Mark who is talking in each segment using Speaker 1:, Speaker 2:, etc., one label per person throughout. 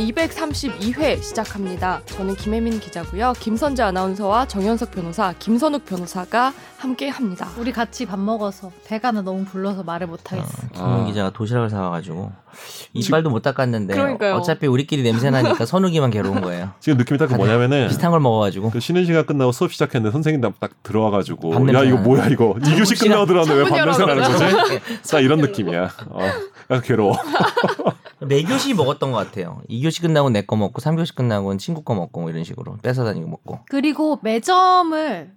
Speaker 1: 232회 시작합니다. 저는 김혜민 기자고요. 김선재 아나운서와 정현석 변호사, 김선욱 변호사가 함께합니다.
Speaker 2: 우리 같이 밥 먹어서 배가 나 너무 불러서 말을 못하겠어.
Speaker 3: 김민
Speaker 4: 아.
Speaker 3: 기자가 도시락을 사와가지고 이빨도 못 닦았는데
Speaker 1: 그러니까요.
Speaker 3: 어차피 우리끼리 냄새 나니까 선욱이만 괴로운 거예요.
Speaker 4: 지금 느낌이 딱 뭐냐면은
Speaker 3: 비슷한 걸 먹어가지고
Speaker 4: 네. 그 쉬는 시간 끝나고 수업 시작했는데 선생님 딱
Speaker 3: 밥
Speaker 4: 들어와가지고
Speaker 3: 냄새
Speaker 4: 야 이거
Speaker 3: 나는
Speaker 4: 뭐야 이거 2교시 끝나고
Speaker 3: 창문
Speaker 4: 들어왔는데 왜 밤냄새
Speaker 1: 창문
Speaker 4: 나는
Speaker 1: 열어가지고.
Speaker 4: 거지? 나 이런 느낌이야. 어, 약간 괴로워.
Speaker 3: 네 교시 먹었던 것 같아요. 2 교시 끝나고 내 거 먹고 3 교시 끝나고는 친구 거 먹고 뭐 이런 식으로 뺏어 다니고 먹고
Speaker 2: 그리고 매점을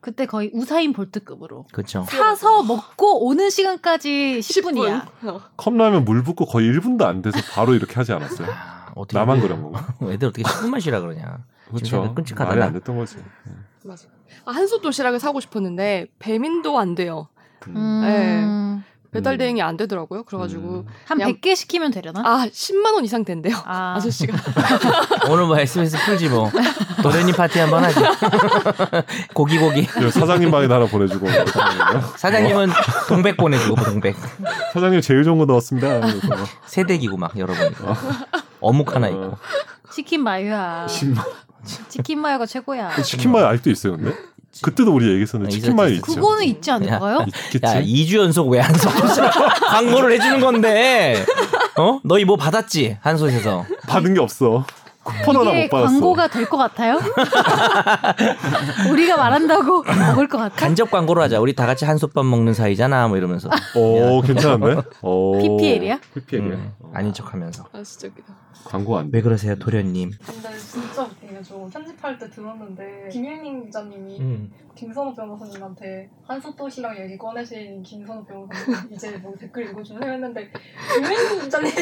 Speaker 2: 그때 거의 우사인 볼트급으로
Speaker 3: 그렇죠.
Speaker 2: 사서 먹고 오는 시간까지 10분이야.
Speaker 1: 어,
Speaker 4: 컵라면 물 붓고 거의 1분도 안 돼서 바로 이렇게 하지 않았어요.
Speaker 3: 아, 어떻게
Speaker 4: 나만 그런 건가?
Speaker 3: 애들 어떻게 10분만 쉬라 그러냐.
Speaker 4: 그렇죠.
Speaker 3: 생각 끔찍하다.
Speaker 4: 말이 안 됐던 거지.
Speaker 1: 맞아. 아, 한솥 도시락을 사고 싶었는데 배민도 안 돼요.
Speaker 4: 음.
Speaker 2: 음,
Speaker 1: 배달
Speaker 4: 음.
Speaker 1: 대행이 안 되더라고요. 그래가지고
Speaker 4: 음.
Speaker 2: 한
Speaker 1: 그냥-
Speaker 2: 100개 시키면 되려나?
Speaker 1: 아 10만 원 이상 된대요.
Speaker 2: 아.
Speaker 1: 아저씨가
Speaker 3: 오늘 뭐 SBS 풀지 뭐 도레니 파티 한번 하지. 고기 고기.
Speaker 4: 그리고 사장님 방에 하나 보내주고
Speaker 3: 사장님은 동백 보내주고 동백
Speaker 4: 사장님 제일 좋은 거 넣었습니다. 이러면서 뭐, 막
Speaker 3: 세대기고 막 열어보니까 어묵 하나 있고.
Speaker 2: 치킨 마요야.
Speaker 4: 10만
Speaker 2: 치킨 마요가 최고야.
Speaker 5: 그
Speaker 4: 치킨 마요 아직도 있어요, 근데? 그때도 우리 얘기했었는데
Speaker 3: 아,
Speaker 4: 치킨 마요
Speaker 3: 있었지,
Speaker 4: 있죠.
Speaker 2: 그거는 있지 않을까요?
Speaker 4: 있겠지.
Speaker 3: 야, 2주 연속 왜 한솥 광고를 해주는 건데? 어? 너희 뭐 받았지? 한솥에서.
Speaker 4: 받은 게 없어. 쿠폰 하나
Speaker 2: 이게
Speaker 4: 못 받았어.
Speaker 2: 광고가 될 것 같아요? 우리가 말한다고 먹을 것 같아?
Speaker 3: 간접 광고로 하자. 우리 다 같이 한솥밥 먹는 사이잖아. 뭐 이러면서.
Speaker 4: 오, 괜찮은데? 오.
Speaker 2: PPL 이야?
Speaker 4: PPL이야. 어.
Speaker 3: 음, 아닌 척 하면서.
Speaker 1: 아 진짜 웃기다.
Speaker 4: 광고 안 돼.
Speaker 3: 왜 그러세요, 도련님?
Speaker 6: 근데 진짜 웃기게 저 편집할 때 들었는데 김일민 기자님이
Speaker 3: 음.
Speaker 6: 김선호 변호사님한테 한솥도시락 얘기 꺼내신 김선호 변호사님 이제 뭐 댓글 읽어주세요 했는데 김일민 기자님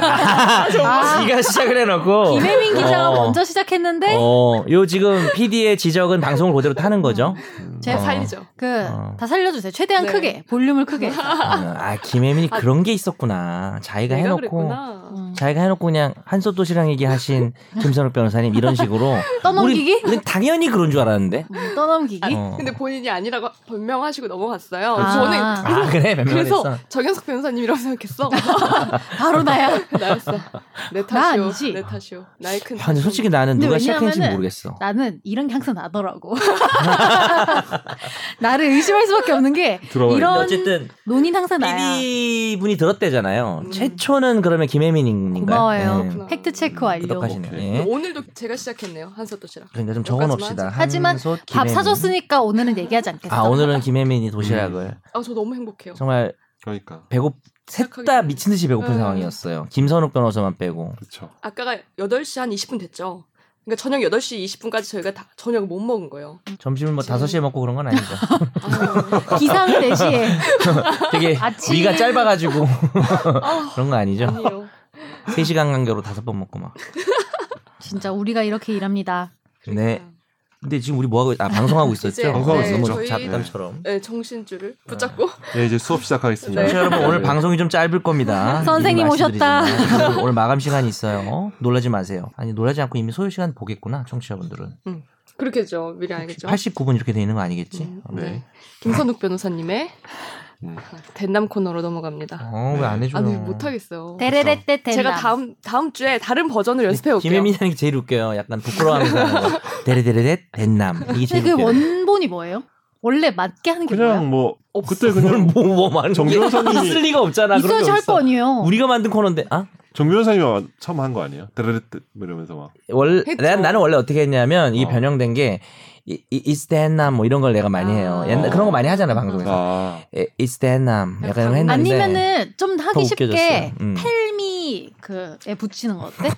Speaker 2: 아,
Speaker 3: 지가 시작을 해놓고.
Speaker 2: 김혜민 기자가
Speaker 3: 어.
Speaker 2: 먼저 시작했는데
Speaker 3: 어, 요 지금 PD의 지적은 방송을 그대로 타는 거죠.
Speaker 2: 제
Speaker 3: 어.
Speaker 1: 네, 살리죠.
Speaker 2: 그 다
Speaker 3: 어.
Speaker 2: 살려주세요. 최대한
Speaker 1: 네.
Speaker 2: 크게 볼륨을 크게.
Speaker 3: 아, 아, 김혜민이
Speaker 1: 아,
Speaker 3: 그런 게 있었구나. 자기가
Speaker 1: 내가
Speaker 3: 해놓고. 어.
Speaker 1: 그랬구나.
Speaker 2: 음.
Speaker 3: 자기가 해놓고 그냥 한솥 도시락 얘기하신 김선욱 변호사님 이런 식으로
Speaker 2: 떠넘기기?
Speaker 3: 우리, 우리 당연히 그런 줄 알았는데
Speaker 2: 음, 떠넘기기.
Speaker 3: 어.
Speaker 1: 근데 본인이 아니라고 변명하시고 넘어갔어요.
Speaker 2: 아.
Speaker 1: 저는
Speaker 3: 아 그래 변명했어
Speaker 1: 그래서 정현석 변호사님이라고 생각했어.
Speaker 2: 바로 나야.
Speaker 1: 나였어. 내
Speaker 2: 나
Speaker 1: 탓이오.
Speaker 2: 아니지.
Speaker 1: 내 탓이오. 아, 나의 큰.
Speaker 3: 근데 솔직히 나는
Speaker 2: 근데
Speaker 3: 누가 시작했는지
Speaker 2: 왜냐면은-
Speaker 3: 모르겠어
Speaker 2: 나는 이런 게 항상 나더라고. 나를 의심할 수밖에 없는 게
Speaker 4: 들어가
Speaker 3: 근데
Speaker 2: 이런-
Speaker 3: 어쨌든
Speaker 2: 논인 항상 나야.
Speaker 3: PD 분이 들었대잖아요
Speaker 1: 음.
Speaker 3: 최초는 그러면 김혜민인가요?
Speaker 2: 고마워요.
Speaker 1: 그렇구나.
Speaker 2: 팩트 체크 완료.
Speaker 3: 네. 음, 구독하시네
Speaker 4: 오케이.
Speaker 3: 예.
Speaker 1: 어, 오늘도 제가 시작했네요. 한솥 도시락.
Speaker 3: 그러니까 좀 적어놓읍시다
Speaker 2: 하지만
Speaker 3: 한솥
Speaker 2: 밥
Speaker 3: 김혜민.
Speaker 2: 사줬으니까 오늘은 얘기하지 않겠어.
Speaker 3: 아 오늘은 김혜민이
Speaker 5: 음.
Speaker 3: 도시락을
Speaker 1: 아 저 너무 행복해요.
Speaker 3: 정말
Speaker 4: 음. 그러니까.
Speaker 3: 배고 셋 다 미친 듯이 배고픈
Speaker 1: 음.
Speaker 3: 상황이었어요 김선욱 변호사만 빼고
Speaker 4: 그렇죠.
Speaker 1: 아까가 8시 한 20분 됐죠. 그러니까 저녁 8시 20분까지 저희가 다 저녁을 못 먹은 거예요.
Speaker 3: 점심을 뭐
Speaker 1: 지금-
Speaker 3: 5시에 먹고 그런 건 아니죠
Speaker 1: 아유,
Speaker 2: 기상을 4시에.
Speaker 3: 되게
Speaker 2: 아침.
Speaker 3: 위가 짧아가지고
Speaker 1: 아우,
Speaker 3: 그런 거 아니죠?
Speaker 1: 아니에요.
Speaker 3: 3시간 간격으로 다섯 번 먹고 막.
Speaker 2: 진짜 우리가 이렇게 일합니다.
Speaker 3: 네. 근데 지금 우리 뭐 하고 아 방송하고 있었죠?
Speaker 1: 이제,
Speaker 4: 방송하고 네, 있었죠.
Speaker 3: 너무
Speaker 1: 저희-
Speaker 3: 잡담처럼.
Speaker 1: 네, 정신줄을 붙잡고
Speaker 4: 네, 이제 수업 시작하겠습니다.
Speaker 3: 청취자 여러분 오늘 방송이 좀 짧을 겁니다.
Speaker 2: 선생님
Speaker 3: 미리
Speaker 2: 오셨다.
Speaker 3: 말씀드리지만 오늘- 오늘 마감 시간이 있어요. 놀라지 마세요. 아니 놀라지 않고 이미 소요 시간 보겠구나 청취자분들은.
Speaker 1: 그렇게죠. 미리 알겠죠.
Speaker 3: 89분 이렇게 돼 있는 거 아니겠지? 네.
Speaker 1: 음,
Speaker 3: 어,
Speaker 4: 네.
Speaker 1: 네. 김선욱 변호사님의
Speaker 4: 음.
Speaker 1: 된남 코너로 넘어갑니다.
Speaker 3: 어왜 안 해줘요?
Speaker 1: 아니 못하겠어요.
Speaker 2: 데레레 때 때.
Speaker 1: 제가 다음 다음 주에 다른 버전을 연습해 올게요.
Speaker 3: 김혜민이 하는 게 제일 웃겨요. 약간 부끄러워하면서 하는 거. 데레데레데 덴남 이게 제일
Speaker 2: 근데 그
Speaker 3: 웃겨요.
Speaker 2: 원본이 뭐예요? 원래 맞게 하는 게 뭐야?
Speaker 4: 그냥 뭐 그때 그냥
Speaker 3: 뭐뭐 많은
Speaker 4: 정
Speaker 3: 게
Speaker 4: 변호사님이-
Speaker 3: 있을 리가 없잖아. 그런
Speaker 2: 있어야지
Speaker 3: 게
Speaker 2: 할
Speaker 3: 어딨어.
Speaker 2: 거 아니에요.
Speaker 3: 우리가 만든 코너인데 아?
Speaker 4: 정 변호사님이 처음 한 거 아니에요? 드르르뜨 뭐 이러면서 막.
Speaker 3: 원래
Speaker 1: 했죠.
Speaker 3: 난, 나는 원래 어떻게 했냐면 이게
Speaker 4: 어.
Speaker 3: 변형된 게 이- 이- It's t h n a m 뭐 이런 걸 내가 많이 해요.
Speaker 1: 아.
Speaker 3: 옛날 그런 거 많이 하잖아 방송에서.
Speaker 4: 아,
Speaker 3: 에, It's t h n a m 약간 이런 거 했는데
Speaker 2: 아니면은 좀
Speaker 3: 더
Speaker 2: 하기 쉽게
Speaker 3: 웃겨졌어요. 음.
Speaker 2: 텔미 그에 붙이는 거 어때?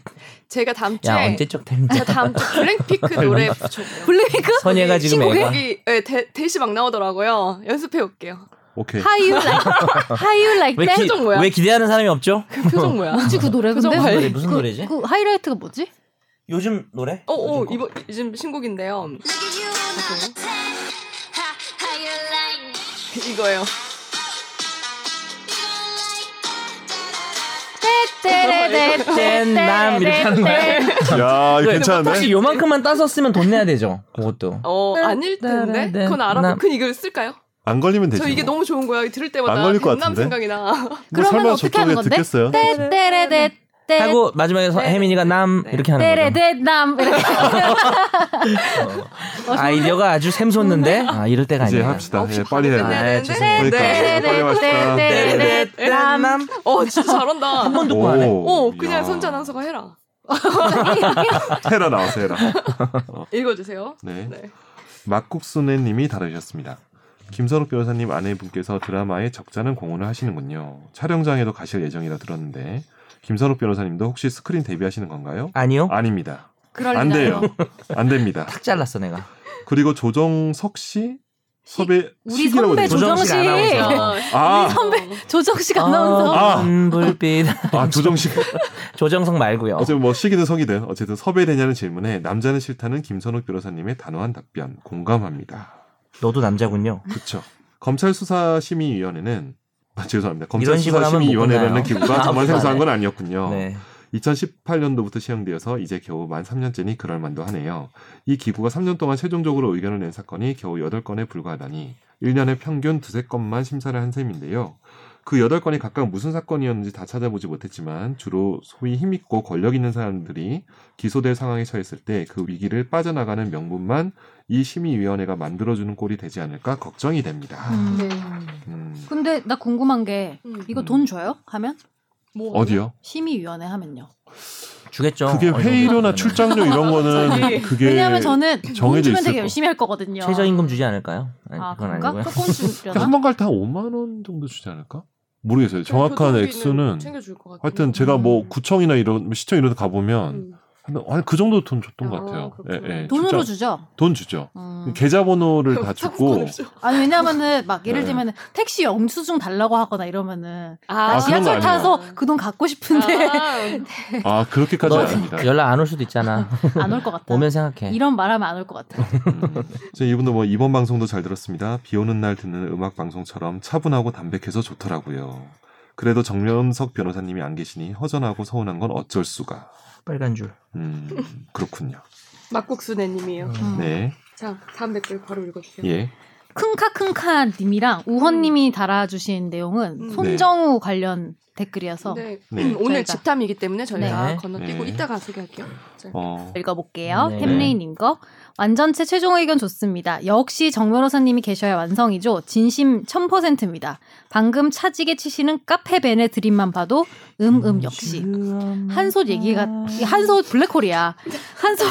Speaker 1: 제가 다음 주에
Speaker 3: 야 언제적 텔미
Speaker 1: 제가 다음 주 블랙핑크 노래 붙여볼게요.
Speaker 2: 블랙핑크?
Speaker 3: 선예가 지금 애가
Speaker 1: 거기 네, 대, 대시 막 나오더라고요. 연습해 올게요.
Speaker 4: 오케이.
Speaker 2: How you like How you like
Speaker 3: 왜,
Speaker 2: that?
Speaker 3: 기,
Speaker 1: 표정 뭐야?
Speaker 3: 왜 기대하는 사람이 없죠?
Speaker 1: 그 표정 뭐야?
Speaker 2: 뭐지 그 노래
Speaker 1: 표정
Speaker 2: 근데?
Speaker 1: 관리.
Speaker 3: 노래 무슨
Speaker 2: 그-
Speaker 3: 노래지?
Speaker 2: 그 하이라이트가 뭐지?
Speaker 3: 요즘 노래?
Speaker 1: 어, 어, 이번 요즘 신곡인데요. 이거. 이거예요.
Speaker 3: 남 이렇게 하는 거야?
Speaker 4: 야, 이거
Speaker 3: 네. 혹시
Speaker 4: 괜찮은데?
Speaker 3: 요만큼만 따서 쓰면 돈 내야 되죠? 그것도.
Speaker 1: 어, 아닐 텐데.
Speaker 3: 네,
Speaker 1: 그건
Speaker 3: 나-
Speaker 1: 알아보. 그 이걸 쓸까요?
Speaker 4: 안 걸리면 되지.
Speaker 1: 저 이게
Speaker 4: 뭐.
Speaker 1: 너무 좋은 거야. 이거 들을 때마다
Speaker 4: 안 걸릴 것
Speaker 1: 남
Speaker 4: 같은데?
Speaker 1: 생각이 나.
Speaker 4: 뭐
Speaker 2: 그러면
Speaker 4: 설마
Speaker 2: 어떻게
Speaker 4: 저쪽에
Speaker 2: 하는 건데? 네.
Speaker 4: 듣겠어요?
Speaker 2: 떼떼레떼 때
Speaker 3: 하고 마지막에 서,
Speaker 1: 네, 네,
Speaker 3: 혜민이가 남
Speaker 1: 네.
Speaker 3: 이렇게 하는 거죠.
Speaker 2: 때레대남 이렇게
Speaker 3: 어. 아이디어가 아주 샘솟는데 아, 이럴 때가
Speaker 5: 이제
Speaker 3: 아니야.
Speaker 5: 합시다.
Speaker 1: 아,
Speaker 4: 네,
Speaker 1: 혹시
Speaker 5: 예, 빨리 해야
Speaker 1: 방금
Speaker 5: 돼.
Speaker 3: 아,
Speaker 1: 네,
Speaker 3: 죄송해요.
Speaker 1: 네, 네.
Speaker 5: 그러니까 빨리 합시다.
Speaker 3: 때레대남
Speaker 1: 어 진짜 잘한다.
Speaker 3: 한번 듣고 하네.
Speaker 1: 어 그냥
Speaker 5: 야.
Speaker 1: 손자 아나운서가 해라.
Speaker 5: 헤라 나와서 헤라.
Speaker 1: 읽어주세요.
Speaker 5: 네.
Speaker 1: 네.
Speaker 5: 막국수네님이 다루셨습니다. 김선욱 변호사님 아내분께서 드라마에 적잖은 공헌을 하시는군요. 촬영장에도 가실 예정이라 들었는데 김선욱 변호사님도 혹시 스크린 데뷔하시는 건가요?
Speaker 3: 아니요.
Speaker 5: 아닙니다.
Speaker 2: 그럴
Speaker 5: 안 돼요. 안 됩니다.
Speaker 3: 탁 잘랐어 내가.
Speaker 5: 그리고 조정석 씨
Speaker 2: 시-
Speaker 5: 섭외
Speaker 2: 우리
Speaker 5: 식이라고
Speaker 2: 선배
Speaker 5: 그랬죠?
Speaker 2: 조정식.
Speaker 3: 조정식 아나운서.
Speaker 5: 아,
Speaker 2: 선배. 조정식 아나운서
Speaker 5: 아.
Speaker 3: 불빛
Speaker 5: 아 조정식
Speaker 3: 조정석 말고요.
Speaker 5: 어쨌든 뭐 시기든 성이든 어쨌든 섭외되냐는 질문에 남자는 싫다는 김선욱 변호사님의 단호한 답변 공감합니다.
Speaker 3: 너도 남자군요.
Speaker 5: 그렇죠. 검찰 수사 심의위원회는 아, 죄송합니다. 검찰
Speaker 3: 이런 식으로
Speaker 5: 수사
Speaker 3: 하면 못 끝나요.
Speaker 5: 심의위원회라는 기구가 정말
Speaker 3: 아무도 안
Speaker 5: 생소한
Speaker 3: 해.
Speaker 5: 건 아니었군요.
Speaker 3: 네.
Speaker 5: 2018년도부터 시행되어서 이제 겨우 만 3년째니 그럴 만도 하네요. 이 기구가 3년 동안 최종적으로 의견을 낸 사건이 겨우 8건에 불과하다니 1년에 평균 두세 건만 심사를 한 셈인데요. 그 8건이 각각 무슨 사건이었는지 다 찾아보지 못했지만 주로 소위 힘있고 권력 있는 사람들이 기소될 상황에 처했을 때 그 위기를 빠져나가는 명분만 이 심의위원회가 만들어주는 꼴이 되지 않을까 걱정이 됩니다.
Speaker 2: 음.
Speaker 5: 음,
Speaker 2: 근데 나 궁금한 게
Speaker 1: 음.
Speaker 2: 이거
Speaker 5: 음.
Speaker 2: 돈 줘요? 하면
Speaker 1: 뭐
Speaker 5: 어디요?
Speaker 2: 심의위원회 하면요.
Speaker 3: 주겠죠.
Speaker 5: 그게
Speaker 3: 어느 정도 네.
Speaker 5: 회의료나
Speaker 3: 되면은.
Speaker 5: 출장료 이런 거는
Speaker 1: 갑자기.
Speaker 5: 그게
Speaker 2: 왜냐하면 저는 돈
Speaker 5: 예. 정해져
Speaker 2: 주면
Speaker 5: 있을
Speaker 2: 되게
Speaker 5: 거.
Speaker 2: 열심히 할 거거든요.
Speaker 3: 최저임금 주지 않을까요? 아니,
Speaker 2: 아
Speaker 3: 그건
Speaker 2: 그런가?
Speaker 3: 아니고요.
Speaker 2: 조금 주려나?
Speaker 5: 그러니까 한 번 갈 때 한 5만 원 정도 주지 않을까? 모르겠어요. 정확한
Speaker 1: 교통비는
Speaker 5: 액수는
Speaker 1: 그 챙겨줄 것 같아요.
Speaker 5: 하여튼 제가 뭐
Speaker 2: 음.
Speaker 5: 구청이나 이런 시청 이런 데 가보면
Speaker 1: 음.
Speaker 5: 한그 정도 돈 줬던
Speaker 1: 아,
Speaker 5: 것 같아요. 예,
Speaker 1: 그렇구나.
Speaker 5: 예.
Speaker 2: 돈으로
Speaker 5: 진짜
Speaker 2: 주죠.
Speaker 5: 돈 주죠.
Speaker 2: 음.
Speaker 5: 계좌번호를 다 주고
Speaker 2: 아니 왜냐면은 막 예를
Speaker 5: 네.
Speaker 2: 들면은 택시 영수증 달라고 하거나 이러면은
Speaker 1: 아,
Speaker 5: 그런 거
Speaker 2: 지하철
Speaker 5: 아니에요?
Speaker 2: 타서 그 돈 갖고 싶은데
Speaker 5: 아 그렇게까지
Speaker 3: 너
Speaker 5: 는 아닙니다.
Speaker 3: 연락 안 올 수도 있잖아.
Speaker 2: 안 올 것 같아.
Speaker 3: 오면 네. 생각해.
Speaker 2: 이런 말하면 안 올 것 같아.
Speaker 5: 음. 자, 이분도 뭐 이번 방송도 잘 들었습니다. 비오는 날 듣는 음악 방송처럼 차분하고 담백해서 좋더라고요. 그래도 정명석 변호사님이 안 계시니 허전하고 서운한 건 어쩔 수가.
Speaker 3: 빨간 줄.
Speaker 5: 음 그렇군요.
Speaker 1: 막국수네님이에요.
Speaker 2: 음.
Speaker 5: 네,
Speaker 1: 자, 다음 댓글 바로 읽어주세요.
Speaker 5: 예,
Speaker 2: 킁카킁카 님이랑 우헌님이 달아주신
Speaker 1: 음.
Speaker 2: 내용은
Speaker 1: 네.
Speaker 2: 손정우 관련 댓글이어서
Speaker 1: 네.
Speaker 5: 네.
Speaker 1: 오늘
Speaker 2: 저희가-
Speaker 1: 집탐이기 때문에 저희가
Speaker 3: 네.
Speaker 1: 건너뛰고
Speaker 5: 네.
Speaker 1: 이따가 소개할게요. 자.
Speaker 5: 어,
Speaker 2: 읽어볼게요.
Speaker 3: 네.
Speaker 2: 햄레이님 거. 완전체 최종 의견 좋습니다. 역시 정 변호사님이 계셔야 완성이죠. 진심 1000%입니다. 방금 차지게 치시는 카페벤의 드림만 봐도 음음 역시. 한솥 얘기가
Speaker 3: 음.
Speaker 2: 한솥 블랙홀이야. 한솥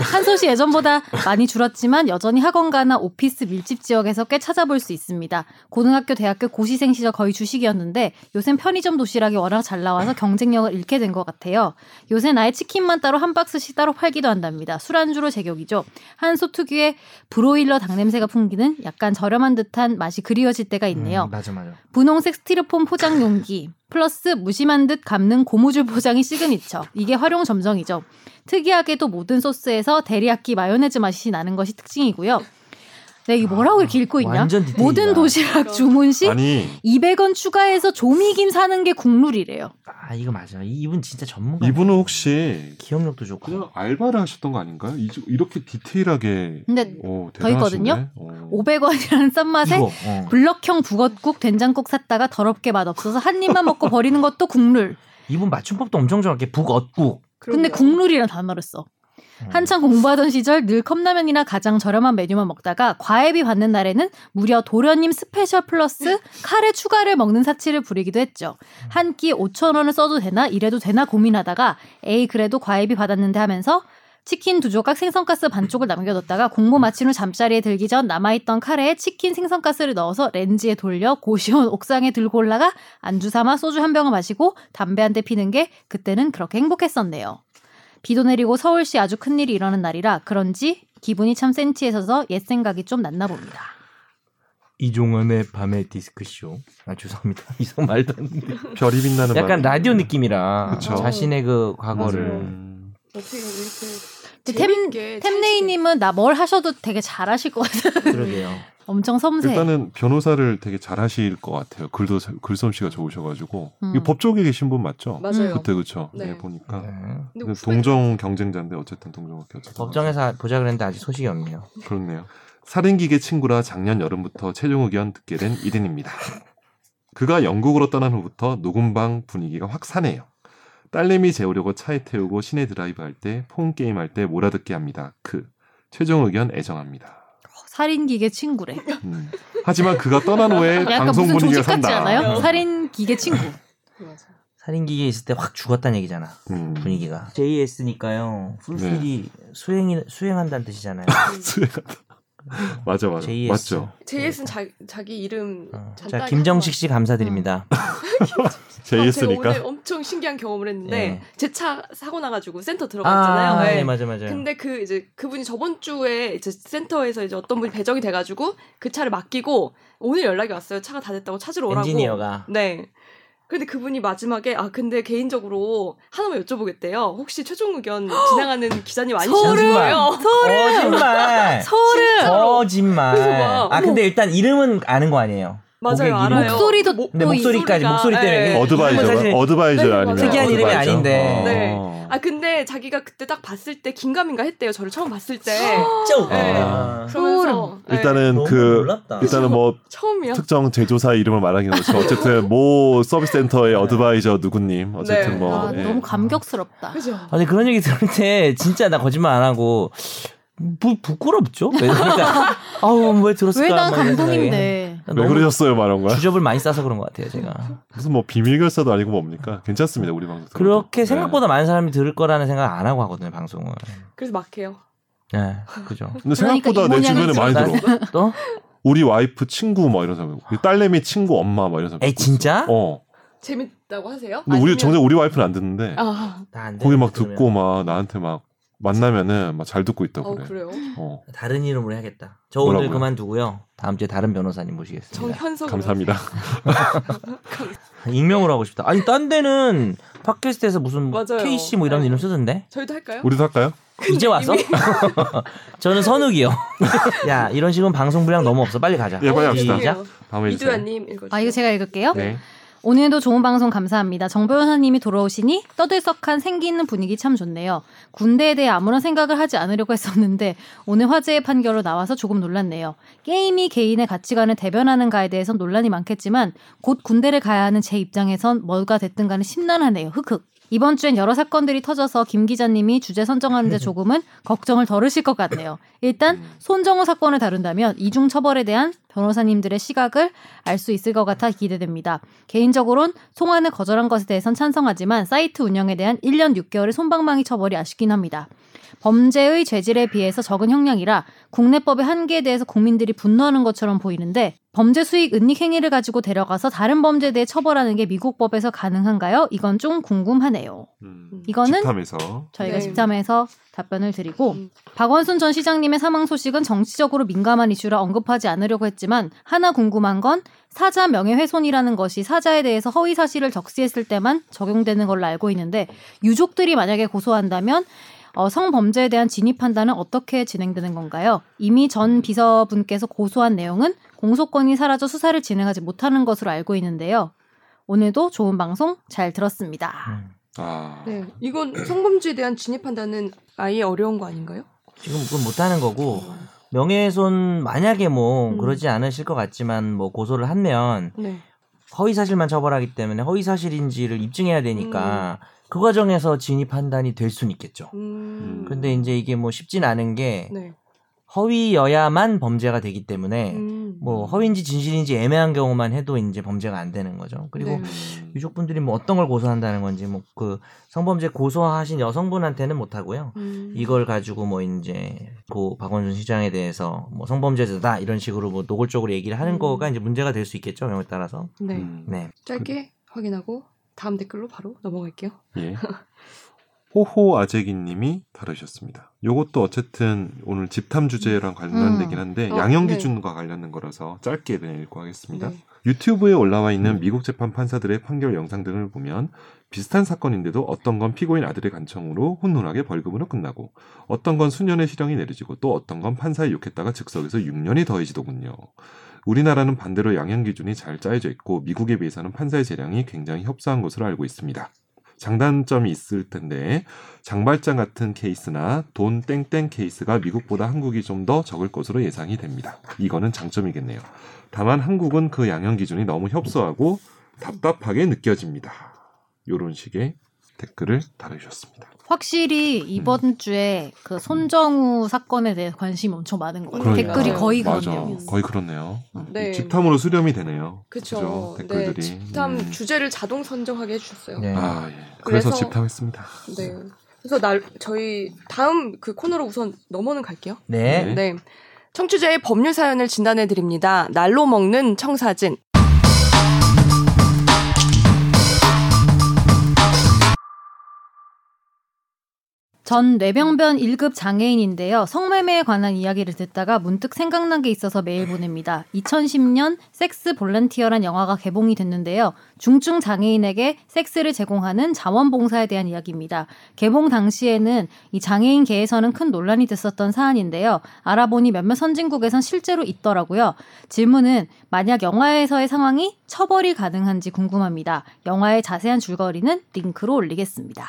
Speaker 2: 한솥이 예전보다 많이 줄었지만 여전히 학원가나 오피스 밀집 지역에서 꽤 찾아볼 수 있습니다. 고등학교, 대학교 고시생 시절 거의 주식이었는데 요샌 편의점 도시락이 워낙 잘 나와서 경쟁력을 잃게 된 것 같아요. 요새 나의 치킨만 따로 한 박스씩 따로 팔기도 한답니다. 술안주로 제격이죠. 한솥 특유의 브로일러 닭냄새가 풍기는 약간 저렴한 듯한 맛이 그리워질 때가 있네요.
Speaker 3: 음, 맞아 맞아.
Speaker 2: 분홍색 스티로폼 포장 용기 플러스 무심한 듯 감는 고무줄 포장이 시그니처 이게 활용 점정이죠 특이하게도 모든 소스에서 데리야끼 마요네즈 맛이 나는 것이 특징이고요 네 이거 뭐라고 이렇게 읽고 있냐
Speaker 3: 완전 디테일이다.
Speaker 2: 모든 도시락 주문식
Speaker 5: 아니
Speaker 2: 200원 추가해서 조미김 사는 게 국룰이래요
Speaker 3: 아 이거 맞아. 이- 이분 진짜 전문가.
Speaker 5: 이분은 혹시
Speaker 3: 기억력도 좋고.
Speaker 5: 그냥 알바를 하셨던 거 아닌가요? 이- 이렇게 디테일하게 어,
Speaker 2: 근데
Speaker 5: 오,
Speaker 2: 더 있거든요? 500원이라는 싼 맛에
Speaker 3: 이거, 어.
Speaker 2: 블럭형 북엇국 된장국 샀다가 더럽게 맛없어서 한 입만 먹고 버리는 것도 국룰
Speaker 3: 이분 맞춤법도 엄청 정확해. 북엇국.
Speaker 2: 근데
Speaker 1: 그럼요.
Speaker 2: 국룰이라는 단어를 써
Speaker 3: 음.
Speaker 2: 한창 공부하던 시절 늘 컵라면이나 가장 저렴한 메뉴만 먹다가 과외비 받는 날에는 무려 도련님 스페셜 플러스 카레 추가를 먹는 사치를 부리기도 했죠. 한 끼 5천 원을 써도 되나 이래도 되나 고민하다가 에이 그래도 과외비 받았는데 하면서 치킨 두 조각 생선가스 반쪽을 남겨뒀다가 공부 마친 후 잠자리에 들기 전 남아있던 카레에 치킨 생선가스를 넣어서 렌즈에 돌려 고시원 옥상에 들고 올라가 안주 삼아 소주 한 병을 마시고 담배 한 대 피는 게 그때는 그렇게 행복했었네요. 비도 내리고 서울시 아주 큰일이 일어난 날이라 그런지 기분이 참 센치해서서 옛 생각이 좀 났나 봅니다.
Speaker 3: 이종원의 밤의 디스크쇼. 어. 아 죄송합니다. 이상 말도 안 돼.
Speaker 5: 별이 빛나는
Speaker 3: 약간
Speaker 5: 밤.
Speaker 3: 라디오 느낌이라
Speaker 5: 네, 그쵸.
Speaker 3: 자신의 그
Speaker 5: 음,
Speaker 3: 과거를
Speaker 1: 어떻게
Speaker 2: 근데
Speaker 1: 이렇게
Speaker 2: 템-
Speaker 1: 재밌게
Speaker 2: 템레이님은 나 뭘 하셔도 되게 잘하실 것 같아요.
Speaker 3: 그러게요.
Speaker 2: 엄청 섬세해.
Speaker 5: 일단은 변호사를 되게 잘하실 것 같아요. 글도 잘- 글솜씨가 좋으셔가지고
Speaker 2: 음.
Speaker 5: 이거 법조계 계신 분 맞죠?
Speaker 1: 맞아요.
Speaker 5: 그때 그쵸?
Speaker 1: 네.
Speaker 5: 네, 보니까
Speaker 3: 네.
Speaker 1: 근데
Speaker 5: 근데
Speaker 1: 후배-
Speaker 5: 동정 경쟁자인데 어쨌든 동정 학교 어쨌든
Speaker 3: 법정에서 보자 그랬는데 아직 소식이 없네요.
Speaker 5: 그렇네요. 살인기계 친구라 작년 여름부터 최종 의견 듣게 된 이든입니다. 그가 영국으로 떠난 후부터 녹음방 분위기가 확 사네요. 딸내미 재우려고 차에 태우고 시내 드라이브 할 때, 폰 게임 할 때 몰아듣게 합니다. 크. 최종 의견 애정합니다.
Speaker 2: 살인기계 친구래.
Speaker 5: 음. 하지만 그가 떠난 후에
Speaker 2: 약간
Speaker 5: 방송
Speaker 2: 무슨
Speaker 5: 분위기가
Speaker 2: 조직 같지
Speaker 5: 산다.
Speaker 2: 않아요?
Speaker 1: 어.
Speaker 3: 음.
Speaker 2: 살인기계 친구.
Speaker 7: 맞아.
Speaker 3: 살인기계 있을 때 확 죽었다는 얘기잖아.
Speaker 5: 음.
Speaker 3: 분위기가. JS니까요. 풀필이
Speaker 5: 네.
Speaker 3: 수행이 수행한다는 뜻이잖아요. 어.
Speaker 5: 맞아, 맞아.
Speaker 3: JS.
Speaker 5: 맞죠.
Speaker 1: JS는 자, 자기 이름
Speaker 5: 아,
Speaker 1: 아,
Speaker 3: 어.
Speaker 1: 간단히
Speaker 3: 자 김정식 씨 감사드립니다.
Speaker 1: 음, 제가
Speaker 5: JS니까.
Speaker 1: 오늘 엄청 신기한 경험을 했는데
Speaker 3: 예.
Speaker 1: 제 차 사고 나가지고 센터 들어갔잖아요.
Speaker 3: 아,
Speaker 1: 예.
Speaker 3: 예, 맞아 맞아.
Speaker 1: 근데 그 이제 그분이 저번 주에 이제 센터에서 이제 어떤 분이 배정이 돼가지고 그 차를 맡기고 오늘 연락이 왔어요. 차가 다 됐다고 찾으러 오라고.
Speaker 3: 엔지니어가
Speaker 1: 네. 근데 그분이 마지막에 아 근데 개인적으로 하나만 여쭤보겠대요. 혹시 최종 의견 진행하는 기자님 아니시냐는
Speaker 3: 소름!
Speaker 1: 거예요.
Speaker 3: 거짓말.
Speaker 2: 서른
Speaker 3: 거짓말.
Speaker 1: 그래서 막, 뭐.
Speaker 3: 아 근데 일단 이름은 아는 거 아니에요.
Speaker 1: 맞아요,
Speaker 3: 고객 이름.
Speaker 1: 알아요. 뭐,
Speaker 2: 목소리도
Speaker 1: 목-
Speaker 3: 근데
Speaker 2: 또
Speaker 3: 목소리까지
Speaker 1: 어, 목소리가,
Speaker 3: 목소리 때문에
Speaker 1: 예.
Speaker 3: 이게
Speaker 5: 어드바이저,
Speaker 3: 이름은 사실
Speaker 5: 어드바이저
Speaker 1: 네,
Speaker 5: 아니면
Speaker 1: 특이한
Speaker 3: 이름이
Speaker 5: 어드바이저?
Speaker 3: 아닌데.
Speaker 1: 네.
Speaker 5: 어.
Speaker 1: 아 근데 자기가 그때 딱 봤을 때 긴가민가 했대요. 저를 처음 봤을 때.
Speaker 3: 진짜 웃겨.
Speaker 1: 네.
Speaker 3: 아.
Speaker 1: 그러면서 예,
Speaker 5: 일단은
Speaker 3: 너무
Speaker 5: 그
Speaker 3: 놀랍다.
Speaker 5: 일단은 뭐
Speaker 1: 처음이야.
Speaker 5: 특정 제조사 이름을 말하기는 그렇죠. 어쨌든 모 서비스 센터의
Speaker 3: 네.
Speaker 5: 어드바이저 누구님 어쨌든
Speaker 1: 네.
Speaker 5: 뭐
Speaker 2: 아,
Speaker 5: 예.
Speaker 2: 너무 감격스럽다.
Speaker 1: 그죠.
Speaker 3: 아니 그런 얘기 들을 때 진짜 나 거짓말 안 하고 뭐 부끄럽죠? 왜 그러니까 아우 왜 들었을까?
Speaker 2: 왜
Speaker 1: 음.
Speaker 2: 난
Speaker 3: 막 이런
Speaker 2: 감동인데.
Speaker 3: 생각에.
Speaker 5: 왜
Speaker 3: 너무
Speaker 5: 그러셨어요 말한 거야?
Speaker 3: 주접을 많이 싸서 그런 것 같아요 제가.
Speaker 5: 무슨 뭐 비밀 결사도 아니고 뭡니까? 괜찮습니다 우리 방송. 네.
Speaker 3: 그렇게 생각보다 많은 사람이 들을 거라는 생각 안 하고 하거든요 방송을.
Speaker 1: 그래서 막해요.
Speaker 3: 예, 그죠.
Speaker 2: 그러니까
Speaker 5: 근데 생각보다 내
Speaker 2: 이 모양이
Speaker 5: 주변에 많이
Speaker 3: 나-
Speaker 5: 들어.
Speaker 3: 또?
Speaker 5: 우리 와이프 친구 막 이런 사람, 우리 딸내미 친구 엄마 막 이런 사람.
Speaker 3: 에이 진짜?
Speaker 5: 어.
Speaker 1: 재밌다고 하세요?
Speaker 5: 근데 우리
Speaker 1: 아니면-
Speaker 5: 정작 우리 와이프는 안 듣는데
Speaker 1: 아,
Speaker 3: 나안
Speaker 5: 거기 막
Speaker 3: 들으면.
Speaker 5: 듣고 막 나한테 막 만나면은 막 잘 듣고 있다고
Speaker 1: 어
Speaker 5: 그래.
Speaker 1: 그래요.
Speaker 5: 어.
Speaker 3: 다른 이름으로 해야겠다. 저 오늘
Speaker 5: 뭐라고요?
Speaker 3: 그만두고요. 다음 주에 다른 변호사님 모시겠습니다.
Speaker 1: 정현석
Speaker 5: 감사합니다.
Speaker 3: 익명으로 하고 싶다. 아니 딴 데는 팟캐스트에서 무슨 뭐
Speaker 1: 맞아요.
Speaker 3: KC 뭐 이런
Speaker 1: 네.
Speaker 3: 이름 쓰던데
Speaker 1: 저희도 할까요?
Speaker 5: 우리도 할까요?
Speaker 3: 이제 와서? 저는 선욱이요. 야 이런 식은 방송 분량 너무 없어. 빨리 가자.
Speaker 5: 예, 빨리 합시다.
Speaker 3: 시작.
Speaker 5: 다음에 주세요.
Speaker 1: 네, 이두현님 읽어주세요.
Speaker 2: 아 이거 제가 읽을게요.
Speaker 5: 네.
Speaker 2: 오늘도 좋은 방송 감사합니다. 정 변호사님이 돌아오시니 떠들썩한 생기 있는 분위기 참 좋네요. 군대에 대해 아무런 생각을 하지 않으려고 했었는데 오늘 화제의 판결로 나와서 조금 놀랐네요. 게임이 개인의 가치관을 대변하는가에 대해선 논란이 많겠지만 곧 군대를 가야 하는 제 입장에선 뭐가 됐든 간에 심란하네요. 흑흑. 이번 주엔 여러 사건들이 터져서 김 기자님이 주제 선정하는데 조금은 걱정을 덜으실 것 같네요. 일단 손정우 사건을 다룬다면 이중 처벌에 대한 변호사님들의 시각을 알 수 있을 것 같아 기대됩니다. 개인적으론 송환을 거절한 것에 대해선 찬성하지만 사이트 운영에 대한 1년 6개월의 손방망이 처벌이 아쉽긴 합니다. 범죄의 죄질에 비해서 적은 형량이라 국내법의 한계에 대해서 국민들이 분노하는 것처럼 보이는데 범죄 수익 은닉 행위를 가지고 데려가서 다른 범죄에 대해 처벌하는 게 미국 법에서 가능한가요? 이건 좀 궁금하네요.
Speaker 5: 음.
Speaker 2: 이거는
Speaker 5: 집탐에서
Speaker 2: 저희가
Speaker 1: 네.
Speaker 2: 집탐에서 답변을 드리고
Speaker 1: 음.
Speaker 2: 박원순 전 시장님의 사망 소식은 정치적으로 민감한 이슈라 언급하지 않으려고 했지만 하나 궁금한 건 사자 명예훼손이라는 것이 사자에 대해서 허위 사실을 적시했을 때만 적용되는 걸로 알고 있는데 유족들이 만약에 고소한다면 어, 성범죄에 대한 진입 판단은 어떻게 진행되는 건가요? 이미 전 비서분께서 고소한 내용은 공소권이 사라져 수사를 진행하지 못하는 것으로 알고 있는데요. 오늘도 좋은 방송 잘 들었습니다.
Speaker 3: 음.
Speaker 5: 아
Speaker 1: 네, 이건 성범죄에 대한 진입 판단은 아예 어려운 거 아닌가요?
Speaker 3: 지금 그건 못하는
Speaker 5: 어.
Speaker 3: 거고 명예훼손 만약에 뭐
Speaker 1: 음.
Speaker 3: 그러지 않으실 것 같지만 뭐 고소를 하면
Speaker 1: 네.
Speaker 3: 허위 사실만 처벌하기 때문에 허위 사실인지를 입증해야 되니까 그 과정에서 진입 판단이 될 수는 있겠죠.
Speaker 1: 음.
Speaker 3: 근데 이제 이게 뭐 쉽진 않은 게
Speaker 1: 네.
Speaker 3: 허위여야만 범죄가 되기 때문에
Speaker 1: 음.
Speaker 3: 뭐 허위인지 진실인지 애매한 경우만 해도 이제 범죄가 안 되는 거죠. 그리고
Speaker 1: 네.
Speaker 3: 유족분들이 뭐 어떤 걸 고소한다는 건지 뭐 그 성범죄 고소하신 여성분한테는 못 하고요.
Speaker 1: 음.
Speaker 3: 이걸 가지고 뭐 이제 고 박원순 시장에 대해서 뭐 성범죄자다 이런 식으로 뭐 노골적으로 얘기를 하는
Speaker 1: 음.
Speaker 3: 거가 이제 문제가 될 수 있겠죠. 경우에 따라서.
Speaker 1: 네.
Speaker 5: 음.
Speaker 3: 네.
Speaker 1: 짧게 확인하고 다음 댓글로 바로 넘어갈게요.
Speaker 5: 예. 호호 아재기님이 다루셨습니다. 요것도 어쨌든 오늘 집탐 주제랑 관련되긴
Speaker 2: 음.
Speaker 5: 한데
Speaker 1: 어,
Speaker 5: 양형
Speaker 1: 네.
Speaker 5: 기준과 관련된 거라서 짧게 그냥 읽고 하겠습니다.
Speaker 1: 네.
Speaker 5: 유튜브에 올라와 있는
Speaker 3: 음.
Speaker 5: 미국 재판 판사들의 판결 영상 등을 보면 비슷한 사건인데도 어떤 건 피고인 아들의 간청으로 혼돈하게 벌금으로 끝나고 어떤 건 수년의 실형이 내려지고 또 어떤 건 판사에 욕했다가 즉석에서 6년이 더해지더군요. 우리나라는 반대로 양형 기준이 잘 짜여져 있고 미국에 비해서는 판사의 재량이 굉장히 협소한 것으로 알고 있습니다. 장단점이 있을 텐데 장발장 같은 케이스나 돈 땡땡 케이스가 미국보다 한국이 좀 더 적을 것으로 예상이 됩니다. 이거는 장점이겠네요. 다만 한국은 그 양형 기준이 너무 협소하고 답답하게 느껴집니다. 요런 식의
Speaker 4: 댓글을 달아주셨습니다. 음.
Speaker 2: 확실히 이번 주에 그 손정우 사건에 대해 관심이 엄청 많은 것 같아요.
Speaker 4: 그러니까.
Speaker 2: 댓글이 거의
Speaker 4: 맞아,
Speaker 2: 그렇네요.
Speaker 4: 거의 그렇네요.
Speaker 1: 네.
Speaker 4: 집탐으로 수렴이 되네요.
Speaker 1: 그쵸.
Speaker 4: 그죠? 댓글들이.
Speaker 1: 네, 집탐
Speaker 4: 음.
Speaker 1: 주제를 자동 선정하게 해주셨어요.
Speaker 3: 네.
Speaker 4: 아, 예. 그래서,
Speaker 1: 그래서-
Speaker 4: 집탐했습니다.
Speaker 1: 네. 그래서 날 저희 다음 그 코너로 우선 넘어는 갈게요.
Speaker 3: 네.
Speaker 4: 네.
Speaker 1: 네. 청취자의 법률 사연을 진단해 드립니다. 날로 먹는 청사진.
Speaker 2: 전 뇌병변 1급 장애인인데요. 성매매에 관한 이야기를 듣다가 문득 생각난 게 있어서 메일 보냅니다. 2010년 섹스 볼런티어란 영화가 개봉이 됐는데요. 중증 장애인에게 섹스를 제공하는 자원봉사에 대한 이야기입니다. 개봉 당시에는 이 장애인계에서는 큰 논란이 됐었던 사안인데요. 알아보니 몇몇 선진국에선 실제로 있더라고요. 질문은 만약 영화에서의 상황이 처벌이 가능한지 궁금합니다. 영화의 자세한 줄거리는 링크로 올리겠습니다.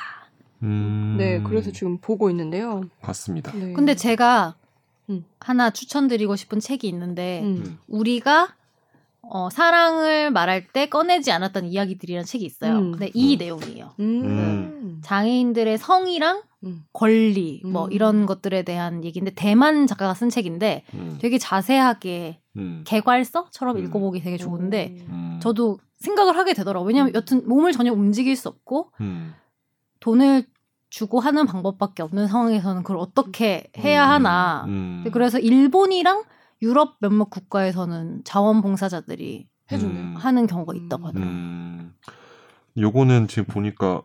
Speaker 4: 음,
Speaker 1: 네, 그래서 지금 보고 있는데요.
Speaker 4: 봤습니다.
Speaker 1: 네.
Speaker 2: 근데 제가
Speaker 1: 음.
Speaker 2: 하나 추천드리고 싶은 책이 있는데
Speaker 1: 음.
Speaker 2: 우리가 어, 사랑을 말할 때 꺼내지 않았던 이야기들이라는 책이 있어요.
Speaker 1: 음.
Speaker 2: 근데
Speaker 4: 음.
Speaker 2: 이 내용이에요.
Speaker 1: 음.
Speaker 2: 장애인들의 성이랑
Speaker 1: 음.
Speaker 2: 권리 뭐
Speaker 1: 음.
Speaker 2: 이런 것들에 대한 얘기인데 대만 작가가 쓴 책인데
Speaker 4: 음,
Speaker 2: 되게 자세하게
Speaker 4: 음,
Speaker 2: 개괄서처럼
Speaker 4: 음.
Speaker 2: 읽어보기 되게 좋은데
Speaker 4: 음,
Speaker 2: 저도 생각을 하게 되더라고요. 왜냐면
Speaker 1: 음.
Speaker 2: 여튼 몸을 전혀 움직일 수 없고
Speaker 4: 음,
Speaker 2: 돈을 주고 하는 방법밖에 없는 상황에서는 그걸 어떻게 해야
Speaker 4: 음,
Speaker 2: 하나
Speaker 4: 음,
Speaker 2: 근데 네, 그래서 일본이랑 유럽 몇몇 국가에서는 자원봉사자들이
Speaker 1: 해주네요.
Speaker 4: 음,
Speaker 2: 하는 경우가 있다고 하더라고요.
Speaker 4: 음, 요거는 지금 보니까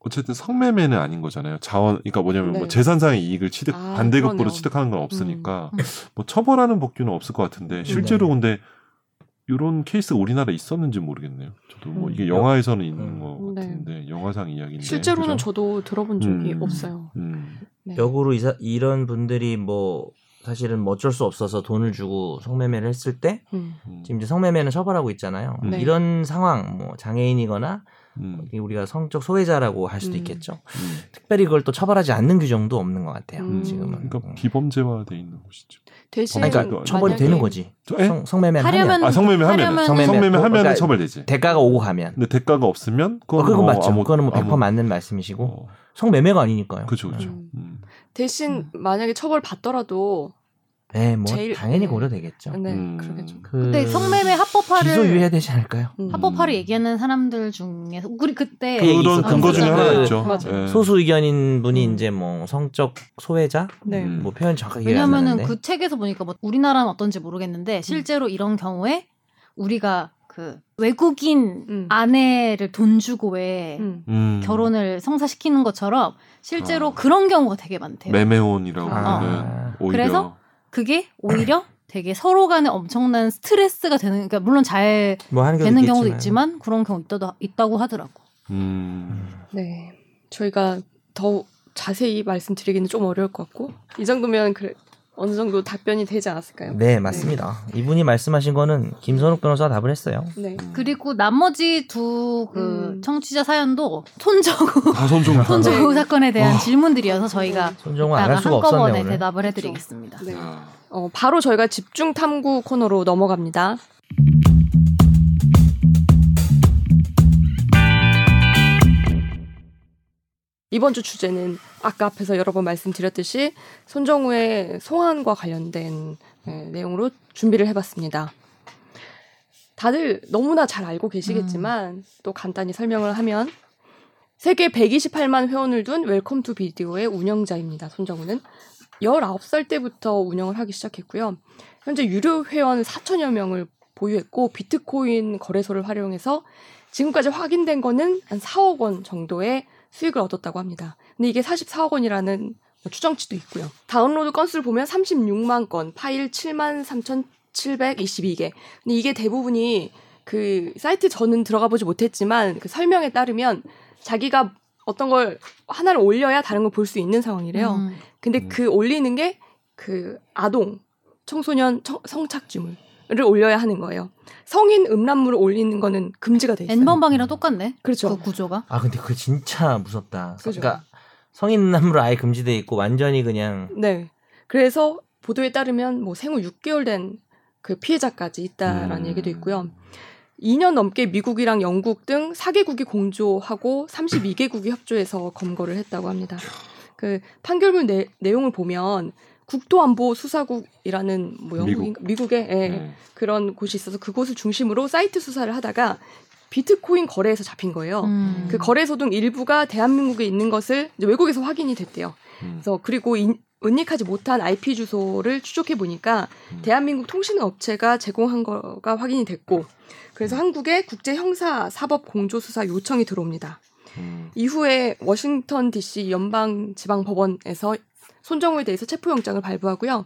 Speaker 4: 어쨌든 성매매는 아닌 거잖아요. 자원, 그러니까 뭐냐면 뭐
Speaker 1: 네.
Speaker 4: 재산상의 이익을 취득
Speaker 1: 아,
Speaker 4: 반대급부로
Speaker 1: 그러네요.
Speaker 4: 취득하는 건 없으니까
Speaker 2: 음.
Speaker 4: 뭐 처벌하는 법규는 없을 것
Speaker 1: 네.
Speaker 4: 같은데 실제로 근데 이런 케이스 우리나라에 있었는지 모르겠네요. 저도 뭐
Speaker 1: 음.
Speaker 4: 이게 영화에서는 있는
Speaker 3: 음.
Speaker 4: 것
Speaker 1: 네.
Speaker 4: 같은데 영화상 이야기인데
Speaker 1: 실제로는
Speaker 4: 그죠?
Speaker 1: 저도 들어본 적이
Speaker 4: 음.
Speaker 1: 없어요.
Speaker 4: 음,
Speaker 1: 네.
Speaker 3: 역으로 이사, 이런 분들이 뭐 사실은 뭐 어쩔 수 없어서 돈을 주고 성매매를 했을 때
Speaker 1: 음.
Speaker 4: 음,
Speaker 3: 지금 이제 성매매는 처벌하고 있잖아요.
Speaker 4: 네.
Speaker 3: 이런 상황 뭐 장애인이거나
Speaker 4: 음,
Speaker 3: 우리가 성적 소외자라고 할 수도
Speaker 1: 음.
Speaker 3: 있겠죠.
Speaker 4: 음.
Speaker 3: 특별히 그걸 또 처벌하지 않는 규정도 없는 것 같아요.
Speaker 1: 음.
Speaker 3: 지금은.
Speaker 4: 그러니까
Speaker 3: 음.
Speaker 4: 비범죄화돼 있는 곳이죠.
Speaker 1: 대신
Speaker 3: 아니,
Speaker 4: 아니고.
Speaker 3: 그러니까 처벌이
Speaker 1: 만약에-
Speaker 3: 되는 거지.
Speaker 4: 저- 예?
Speaker 3: 성, 성매매 하면
Speaker 2: 하려면
Speaker 4: 아 성매매 하면
Speaker 2: 하려면은-
Speaker 4: 성매매
Speaker 3: 성매매
Speaker 4: 하면
Speaker 3: 그러니까
Speaker 4: 은 처벌되지.
Speaker 3: 대가가 오고 가면.
Speaker 4: 근데 대가가 없으면
Speaker 3: 어,
Speaker 4: 네, 그건
Speaker 3: 그건
Speaker 4: 뭐
Speaker 3: 맞죠.
Speaker 4: 아무-
Speaker 3: 그거는 뭐 100%
Speaker 4: 아무-
Speaker 3: 맞는 말씀이시고
Speaker 4: 어,
Speaker 3: 성매매가 아니니까요.
Speaker 4: 그죠 그죠.
Speaker 1: 음.
Speaker 4: 음.
Speaker 1: 대신 만약에 처벌 받더라도
Speaker 3: 네, 뭐
Speaker 1: 제일-
Speaker 3: 당연히
Speaker 1: 네.
Speaker 3: 고려되겠죠.
Speaker 1: 네,
Speaker 4: 음.
Speaker 1: 그러겠죠.
Speaker 3: 그
Speaker 2: 근데 성매매 합법화를
Speaker 3: 기소 유예되지 않을까요?
Speaker 1: 음.
Speaker 2: 합법화를 얘기하는 사람들 중에서 우리 그때
Speaker 3: 그 얘기
Speaker 4: 그런
Speaker 3: 있었던
Speaker 4: 근거
Speaker 3: 거죠.
Speaker 4: 중에 하나
Speaker 3: 그-
Speaker 4: 있죠.
Speaker 1: 네, 맞아요.
Speaker 4: 예.
Speaker 3: 소수 의견인 분이
Speaker 1: 음.
Speaker 3: 이제 뭐 성적 소외자
Speaker 1: 네.
Speaker 4: 음.
Speaker 3: 뭐 표현 정확하게
Speaker 2: 왜냐면은
Speaker 3: 안
Speaker 2: 그 책에서 보니까 뭐 우리나라는 어떤지
Speaker 4: 음.
Speaker 2: 모르겠는데 실제로 이런 경우에 우리가 그 외국인
Speaker 1: 음.
Speaker 2: 아내를 돈 주고 왜
Speaker 1: 음.
Speaker 4: 음.
Speaker 2: 결혼을 성사시키는 것처럼 실제로
Speaker 4: 아.
Speaker 2: 그런 경우가 되게 많대요.
Speaker 3: 네.
Speaker 4: 매매혼이라고
Speaker 2: 어.
Speaker 1: 아.
Speaker 4: 하는 오히려
Speaker 2: 그래서 그게 오히려 되게 서로 간에 엄청난 스트레스가 되는 그러니까 물론 잘
Speaker 3: 뭐 하는
Speaker 2: 되는 경우도 있지만 그런 경우 있다도, 있다고 하더라고.
Speaker 4: 음.
Speaker 1: 네. 저희가 더 자세히 말씀드리기는 좀 어려울 것 같고 이 정도면 그래, 어느 정도 답변이 되지 않았을까요?
Speaker 3: 네 맞습니다. 이분이 말씀하신 거는 김선욱 변호사가 답을 했어요.
Speaker 1: 네.
Speaker 4: 음.
Speaker 2: 그리고 나머지 두 그
Speaker 1: 음.
Speaker 2: 청취자 사연도 손정우
Speaker 4: 아, 손종
Speaker 2: 손정우
Speaker 1: 네.
Speaker 2: 사건에 대한
Speaker 4: 와.
Speaker 2: 질문들이어서 저희가
Speaker 3: 손정우
Speaker 2: 이따가
Speaker 3: 안할 아. 네. 수가 없었네요
Speaker 2: 한꺼번에
Speaker 3: 오늘.
Speaker 2: 대답을
Speaker 1: 그쵸.
Speaker 2: 해드리겠습니다.
Speaker 1: 네.
Speaker 4: 야.
Speaker 1: 어, 바로 저희가 집중 탐구 코너로 넘어갑니다. 이번 주 주제는 아까 앞에서 여러 번 말씀드렸듯이 손정우의 소환과 관련된 네, 내용으로 준비를 해봤습니다. 다들 너무나 잘 알고 계시겠지만 또 간단히 설명을 하면 세계 128만 회원을 둔 웰컴 투 비디오의 운영자입니다. 손정우는 19살 때부터 운영을 하기 시작했고요. 현재 유료 회원 4천여 명을 보유했고 비트코인 거래소를 활용해서 지금까지 확인된 거는 한 4억 원 정도의 수익을 얻었다고 합니다. 근데 이게 44억 원이라는 뭐 추정치도 있고요. 다운로드 건수를 보면 36만 건, 파일 7만 3,722개. 근데 이게 대부분이 그 사이트 저는 들어가 보지 못했지만 그 설명에 따르면 자기가 어떤 걸 하나를 올려야 다른 걸 볼 수 있는 상황이래요.
Speaker 2: 음.
Speaker 1: 근데
Speaker 3: 음.
Speaker 1: 그 올리는 게 그 아동, 청소년 청- 성착취물을 올려야 하는 거예요. 성인 음란물을 올리는 거는 금지가 돼 있어요.
Speaker 2: N번방이랑 똑같네.
Speaker 1: 그렇죠.
Speaker 2: 그 구조가.
Speaker 3: 아 근데 그거 진짜 무섭다. 그
Speaker 1: 그죠.
Speaker 3: 러니까 성인 남으로 아예 금지돼 있고 완전히 그냥
Speaker 1: 네. 그래서 보도에 따르면 뭐 생후 6개월 된 그 피해자까지 있다라는
Speaker 4: 음.
Speaker 1: 얘기도 있고요. 2년 넘게 미국이랑 영국 등 4개국이 공조하고 32개국이 협조해서 검거를 했다고 합니다. 그 판결문 내, 내용을 보면 국토안보수사국이라는 뭐 영국인 미국의 예,
Speaker 4: 네.
Speaker 1: 그런 곳이 있어서 그곳을 중심으로 사이트 수사를 하다가 비트코인 거래에서 잡힌 거예요.
Speaker 2: 음.
Speaker 1: 그 거래소 등 일부가 대한민국에 있는 것을 이제 외국에서 확인이 됐대요.
Speaker 4: 음.
Speaker 1: 그래서 그리고 인- 은닉하지 못한 IP 주소를 추적해 보니까
Speaker 4: 음.
Speaker 1: 대한민국 통신 업체가 제공한 거가 확인이 됐고 그래서
Speaker 4: 음.
Speaker 1: 한국에 국제 형사 사법 공조 수사 요청이 들어옵니다.
Speaker 4: 음.
Speaker 1: 이후에 워싱턴 DC 연방 지방 법원에서 손정우에 대해서 체포 영장을 발부하고요.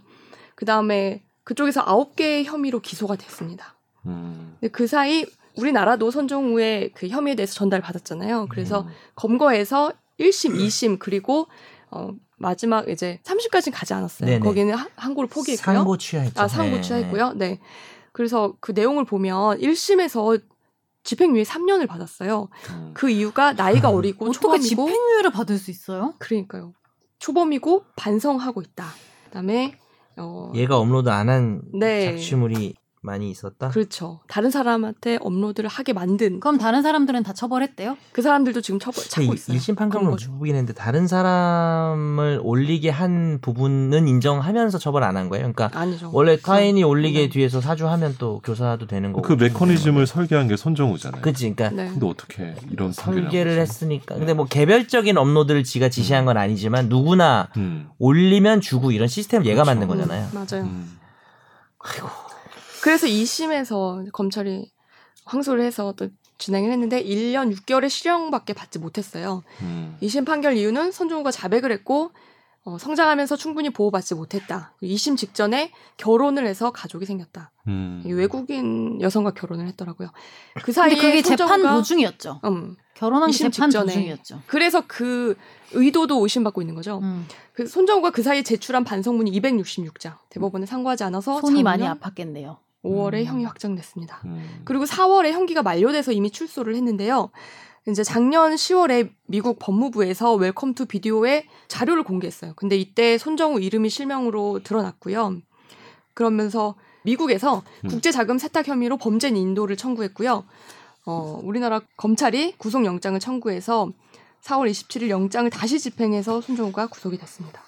Speaker 1: 그다음에 그쪽에서 9개의 혐의로 기소가 됐습니다.
Speaker 4: 음.
Speaker 1: 근데 그 사이 우리나라도 손정우의 그 혐의에 대해서 전달받았잖아요. 그래서
Speaker 4: 음.
Speaker 1: 검거해서 1심, 2심 그리고 어, 마지막 이제 3심까지는 가지 않았어요.
Speaker 3: 네네.
Speaker 1: 거기는 하- 항고를 포기했고요.
Speaker 3: 상고 취하했죠.
Speaker 1: 아, 상고
Speaker 3: 네.
Speaker 1: 취하했고요. 네. 그래서 그 내용을 보면 1심에서 집행유예 3년을 받았어요.
Speaker 4: 음.
Speaker 1: 그 이유가 나이가 어리고
Speaker 2: 어떻게
Speaker 1: 초범이고
Speaker 2: 집행유예를 받을 수 있어요?
Speaker 1: 그러니까요. 초범이고 반성하고 있다. 그다음에 어
Speaker 3: 네. 얘가 업로드 안 한
Speaker 1: 네.
Speaker 3: 작취물이 많이 있었다.
Speaker 1: 그렇죠. 다른 사람한테 업로드를 하게 만든
Speaker 2: 그럼 다른 사람들은 다 처벌했대요?
Speaker 1: 그 사람들도 지금 처벌 찾고 있어요.
Speaker 3: 1심
Speaker 1: 그런
Speaker 3: 판결은
Speaker 1: 거죠.
Speaker 3: 주부긴 했는데 다른 사람을 올리게 한 부분은 인정하면서 처벌 안 한 거예요. 그러니까
Speaker 1: 아니죠.
Speaker 3: 원래 타인이 올리게
Speaker 1: 네.
Speaker 3: 뒤에서 사주하면 또 교사도 되는 거고.
Speaker 4: 그 메커니즘을 설계한 게 손정우잖아요.
Speaker 3: 그치. 그러니까
Speaker 1: 네.
Speaker 4: 근데 어떻게 이런 설계를
Speaker 3: 설계를
Speaker 4: 하고 있어?
Speaker 3: 했으니까. 근데 뭐 개별적인 업로드를 지가 지시한 건 아니지만 누구나
Speaker 4: 음.
Speaker 3: 올리면 주고 이런 시스템 얘가
Speaker 4: 그렇죠.
Speaker 3: 만든 거잖아요.
Speaker 1: 음, 맞아요.
Speaker 4: 음.
Speaker 1: 그래서 2심에서 검찰이 항소를 해서 또 진행을 했는데 1년 6개월의 실형밖에 받지 못했어요.
Speaker 4: 음.
Speaker 1: 2심 판결 이유는 선종우가 자백을 했고 어, 성장하면서 충분히 보호받지 못했다. 2심 직전에 결혼을 해서 가족이 생겼다.
Speaker 4: 음.
Speaker 1: 이 외국인 여성과 결혼을 했더라고요. 그
Speaker 2: 근데
Speaker 1: 사이에
Speaker 2: 그게 재판
Speaker 1: 선종우가-
Speaker 2: 도중이었죠.
Speaker 1: 음,
Speaker 2: 결혼한 게
Speaker 1: 이심
Speaker 2: 재판
Speaker 1: 직전에.
Speaker 2: 도중이었죠.
Speaker 1: 그래서 그 의도도 의심받고 있는 거죠.
Speaker 2: 음.
Speaker 1: 그 손정우가 그 사이에 제출한 반성문이 266장. 대법원에 상고하지 않아서 작년
Speaker 2: 손이 많이 아팠겠네요.
Speaker 1: 5월에
Speaker 4: 음.
Speaker 1: 형이 확정됐습니다.
Speaker 4: 음.
Speaker 1: 그리고 4월에 형기가 만료돼서 이미 출소를 했는데요. 이제 작년 10월에 미국 법무부에서 웰컴 투 비디오에 자료를 공개했어요. 근데 이때 손정우 이름이 실명으로 드러났고요. 그러면서 미국에서
Speaker 4: 음.
Speaker 1: 국제 자금 세탁 혐의로 범죄인 인도를 청구했고요. 어, 우리나라 검찰이 구속 영장을 청구해서 4월 27일 영장을 다시 집행해서 손정우가 구속이 됐습니다.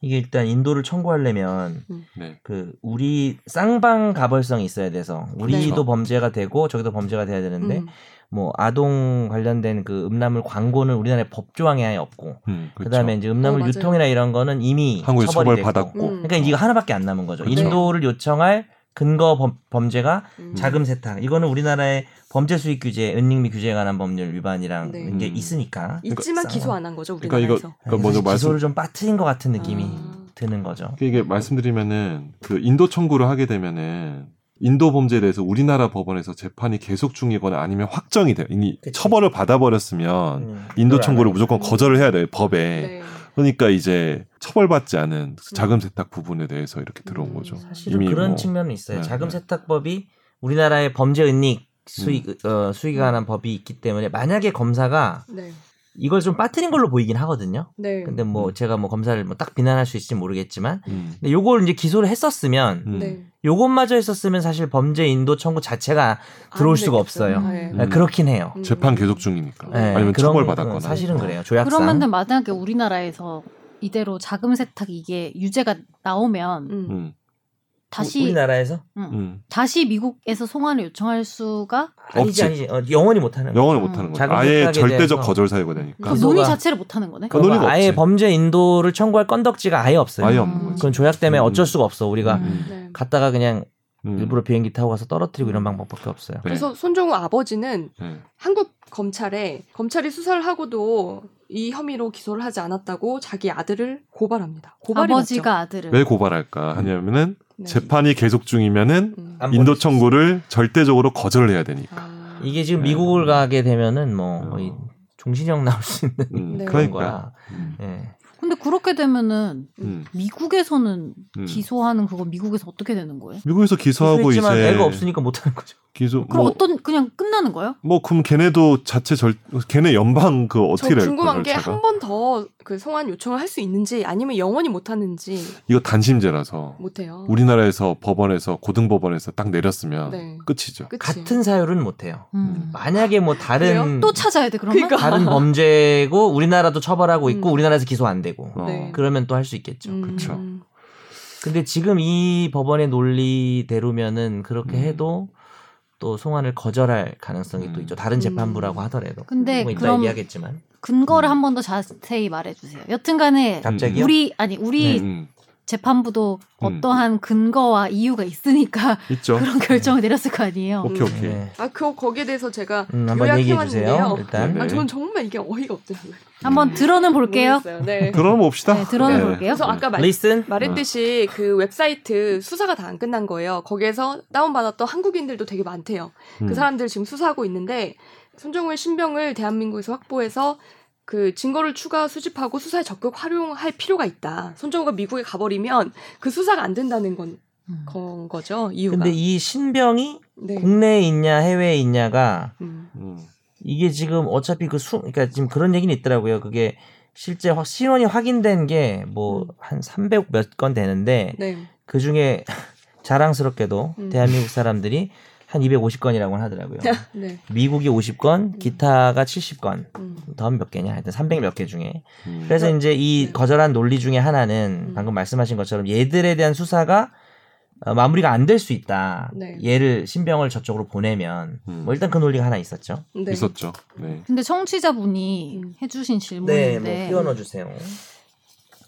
Speaker 3: 이게 일단 인도를 청구하려면
Speaker 4: 네.
Speaker 3: 그 우리 쌍방 가벌성이 있어야 돼서 우리도
Speaker 1: 그렇죠.
Speaker 3: 범죄가 되고 저기도 범죄가 돼야 되는데
Speaker 1: 음.
Speaker 3: 뭐 아동 관련된 그 음란물 광고는 우리나라의 법 조항에 아예 없고
Speaker 4: 음,
Speaker 3: 그
Speaker 4: 그렇죠.
Speaker 3: 다음에 이제 음란물
Speaker 1: 어, 맞아요.
Speaker 3: 유통이나 이런 거는 이미
Speaker 4: 한국에서
Speaker 3: 처벌이 됐고.
Speaker 4: 처벌받았고
Speaker 1: 음.
Speaker 3: 그러니까 이거 하나밖에 안 남은 거죠.
Speaker 4: 그렇죠.
Speaker 3: 인도를 요청할 근거 범, 범죄가
Speaker 1: 음.
Speaker 3: 자금 세탁. 이거는 우리나라의 범죄 수익 규제, 은닉미 규제에 관한 법률 위반이랑
Speaker 1: 네.
Speaker 3: 이게
Speaker 4: 음.
Speaker 3: 있으니까.
Speaker 1: 있지만
Speaker 3: 그러니까
Speaker 1: 기소 안 한 거죠
Speaker 4: 그러니까 이거
Speaker 1: 우리나라에서.
Speaker 4: 그러니까 먼저 말씀
Speaker 3: 기소를 좀 빠트린 것 같은 느낌이
Speaker 2: 음.
Speaker 1: 아.
Speaker 3: 드는 거죠.
Speaker 4: 이게 말씀드리면은 그 인도 청구를 하게 되면은 인도 범죄에 대해서 우리나라 법원에서 재판이 계속 중이거나 아니면 확정이 돼요. 이미
Speaker 3: 그치.
Speaker 4: 처벌을 받아버렸으면
Speaker 3: 음,
Speaker 4: 인도
Speaker 3: 그걸
Speaker 4: 청구를
Speaker 3: 안
Speaker 4: 무조건 거절을 해야 돼요 법에.
Speaker 1: 네.
Speaker 4: 그러니까 이제 처벌받지 않은
Speaker 3: 음.
Speaker 4: 자금 세탁 부분에 대해서 이렇게 들어온
Speaker 1: 음.
Speaker 4: 거죠.
Speaker 3: 사실은
Speaker 4: 이미
Speaker 3: 그런
Speaker 4: 뭐-
Speaker 3: 측면은 있어요.
Speaker 4: 네,
Speaker 3: 자금
Speaker 4: 네.
Speaker 3: 세탁법이 우리나라의 범죄 은닉 수익
Speaker 4: 음.
Speaker 3: 어, 수익에 관한 법이 있기 때문에 만약에 검사가
Speaker 1: 네.
Speaker 3: 이걸 좀 빠뜨린 걸로 보이긴 하거든요.
Speaker 1: 네.
Speaker 3: 근데 뭐
Speaker 4: 음.
Speaker 3: 제가 뭐 검사를 뭐 딱 비난할 수 있을지 모르겠지만
Speaker 4: 음.
Speaker 3: 근데 요걸 이제 기소를 했었으면
Speaker 4: 음.
Speaker 1: 네.
Speaker 3: 요것마저 했었으면 사실 범죄 인도 청구 자체가 들어올
Speaker 1: 안
Speaker 3: 수가
Speaker 1: 되겠죠.
Speaker 3: 없어요.
Speaker 1: 네.
Speaker 4: 음.
Speaker 3: 그렇긴 해요. 예,
Speaker 1: 음.
Speaker 4: 재판 계속 중이니까
Speaker 1: 네,
Speaker 4: 아니면
Speaker 3: 그런
Speaker 4: 처벌받았거나
Speaker 3: 건 사실은 그래요.
Speaker 2: 그러면
Speaker 3: 조약상
Speaker 2: 만약에 우리나라에서 이대로 자금 세탁 이게 유죄가 나오면
Speaker 1: 음.
Speaker 4: 음.
Speaker 2: 다시
Speaker 3: 뭐 우- 우리나라에서
Speaker 4: 음.
Speaker 2: 다시 미국에서 송환을 요청할 수가
Speaker 3: 아니지
Speaker 4: 없지.
Speaker 3: 아니지 어, 영원히 못하는 거죠.
Speaker 4: 영어를
Speaker 2: 음.
Speaker 4: 못하는 거죠.
Speaker 3: 자금
Speaker 4: 아예
Speaker 3: 세탁에
Speaker 4: 절대적
Speaker 3: 대해서.
Speaker 4: 거절 사유가 되니까
Speaker 2: 그
Speaker 3: 그러니까
Speaker 2: 논의
Speaker 3: 뭐가-
Speaker 2: 자체를 못하는 거네.
Speaker 4: 그 논리가
Speaker 3: 아예
Speaker 4: 없지.
Speaker 3: 범죄 인도를 청구할 건덕지가 아예 없어요.
Speaker 4: 아예
Speaker 2: 음.
Speaker 4: 없는 거죠.
Speaker 3: 그건 조약 때문에
Speaker 4: 음.
Speaker 3: 어쩔 수가 없어. 우리가
Speaker 2: 음.
Speaker 1: 네.
Speaker 3: 갔다가 그냥
Speaker 4: 음.
Speaker 3: 일부러 비행기 타고 가서 떨어뜨리고 이런 방법밖에 없어요.
Speaker 4: 네.
Speaker 1: 그래서 손정우 아버지는
Speaker 4: 네.
Speaker 1: 한국 검찰에 검찰이 수사를 하고도 이 혐의로 기소를 하지 않았다고 자기 아들을 고발합니다. 고발이
Speaker 2: 아버지가 아들을
Speaker 4: 왜 고발할까 하냐면은
Speaker 1: 맞죠? 네.
Speaker 4: 재판이 계속 중이면은
Speaker 1: 음.
Speaker 3: 안
Speaker 4: 인도
Speaker 3: 보내주실 수
Speaker 4: 청구를 절대적으로 거절을 해야 되니까.
Speaker 1: 아.
Speaker 3: 이게 지금
Speaker 4: 네.
Speaker 3: 미국을 가게 되면은 뭐
Speaker 4: 어.
Speaker 3: 거의 종신형 나올 수 있는
Speaker 4: 음,
Speaker 1: 음. 네.
Speaker 3: 그런
Speaker 4: 그러니까.
Speaker 3: 거라.
Speaker 4: 음.
Speaker 3: 예.
Speaker 2: 근데 그렇게 되면은
Speaker 4: 음.
Speaker 2: 미국에서는
Speaker 4: 음.
Speaker 2: 기소하는 그거 미국에서 어떻게 되는 거예요?
Speaker 4: 미국에서 기소하고
Speaker 3: 있지만
Speaker 4: 이제
Speaker 3: 애가 없으니까 못 하는 거죠.
Speaker 5: 기소
Speaker 2: 그럼
Speaker 5: 뭐,
Speaker 2: 어떤 그냥 끝나는 거예요?
Speaker 5: 뭐 그럼 걔네도 자체 절 걔네 연방 그
Speaker 1: 저
Speaker 5: 어떻게 될까
Speaker 1: 궁금한 게
Speaker 5: 절차가?
Speaker 1: 한 번 더 그 송환 요청을 할 수 있는지 아니면 영원히 못 하는지
Speaker 5: 이거 단심제라서
Speaker 1: 못해요.
Speaker 5: 우리나라에서 법원에서 고등법원에서 딱 내렸으면
Speaker 1: 네.
Speaker 5: 끝이죠.
Speaker 1: 그치?
Speaker 3: 같은 사유는 못해요.
Speaker 2: 음.
Speaker 3: 만약에 뭐 다른
Speaker 2: 또 찾아야 돼 그러면?
Speaker 1: 그러니까.
Speaker 3: 다른 범죄고 우리나라도 처벌하고 있고
Speaker 1: 음.
Speaker 3: 우리나라에서 기소 안 되고
Speaker 5: 어.
Speaker 1: 네.
Speaker 3: 그러면 또 할 수 있겠죠.
Speaker 1: 음,
Speaker 5: 그쵸.
Speaker 3: 근데 지금 이 법원의 논리대로면은 그렇게
Speaker 5: 음.
Speaker 3: 해도 또 송환을 거절할 가능성이 또
Speaker 5: 음.
Speaker 3: 있죠. 다른 재판부라고 하더라도.
Speaker 1: 네,
Speaker 2: 근데
Speaker 3: 뭐 이따
Speaker 2: 그럼
Speaker 3: 얘기하겠지만
Speaker 2: 근거를
Speaker 5: 음.
Speaker 2: 한 번 더 자세히 말해주세요.
Speaker 1: 네.
Speaker 2: 여튼간에
Speaker 3: 갑자기요. 네,
Speaker 2: 우리 아니 우리
Speaker 5: 음,
Speaker 2: 재판부도
Speaker 5: 음.
Speaker 2: 어떠한 근거와 이유가 있으니까
Speaker 1: 음.
Speaker 5: 있죠.
Speaker 2: 그런 결정을 내렸을 거 아니에요.
Speaker 5: 오케이 오케이.
Speaker 3: 네.
Speaker 1: 아, 그 거기에 대해서 제가
Speaker 3: 음, 한번 얘기해 주세요.
Speaker 1: 요약해왔는데요.
Speaker 3: 일단
Speaker 5: 네.
Speaker 1: 아, 저는 정말 이게 어이가 없더라고요.
Speaker 2: 한번 들어는 볼게요.
Speaker 1: 모르겠어요. 네.
Speaker 5: 들어는 봅시다. 음.
Speaker 2: 네, 들어는 볼게요.
Speaker 1: 그래서 아까 말,
Speaker 3: 리슨
Speaker 1: 말했듯이 그 웹사이트 수사가 다 안 끝난 거예요. 거기에서 다운받았던 한국인들도 되게 많대요.
Speaker 5: 음.
Speaker 1: 그 사람들 지금 수사하고 있는데 손정우의 신병을 대한민국에서 확보해서 그 증거를 추가 수집하고 수사에 적극 활용할 필요가 있다. 손정우가 미국에 가버리면 그 수사가 안 된다는 건,
Speaker 2: 음.
Speaker 1: 건 거죠. 이유가.
Speaker 3: 근데 이 신병이
Speaker 1: 네.
Speaker 3: 국내에 있냐 해외에 있냐가
Speaker 1: 음.
Speaker 5: 음.
Speaker 3: 이게 지금 어차피 그 수, 그러니까 지금 그런 얘기는 있더라고요. 그게 실제 확 신원이 확인된 게 뭐
Speaker 1: 음.
Speaker 3: 한 300 몇 건 되는데
Speaker 1: 네.
Speaker 3: 그 중에 자랑스럽게도
Speaker 1: 음.
Speaker 3: 대한민국 사람들이 한 250건이라고 하더라고요.
Speaker 1: 네.
Speaker 3: 미국이 50건, 기타가 70건,
Speaker 1: 음.
Speaker 3: 더 몇 개냐 하여튼 300 몇 개 중에.
Speaker 5: 음.
Speaker 3: 그래서 이제 이
Speaker 1: 네.
Speaker 3: 거절한 논리 중에 하나는
Speaker 1: 음.
Speaker 3: 방금 말씀하신 것처럼 얘들에 대한 수사가 어, 마무리가 안 될 수 있다.
Speaker 1: 네.
Speaker 3: 얘를 신병을 저쪽으로 보내면
Speaker 5: 음.
Speaker 3: 뭐 일단 그 논리가 하나 있었죠.
Speaker 1: 네.
Speaker 5: 있었죠. 네.
Speaker 2: 근데 청취자분이
Speaker 1: 음.
Speaker 2: 해주신
Speaker 3: 네, 뭐
Speaker 2: 질문인데
Speaker 3: 주세요.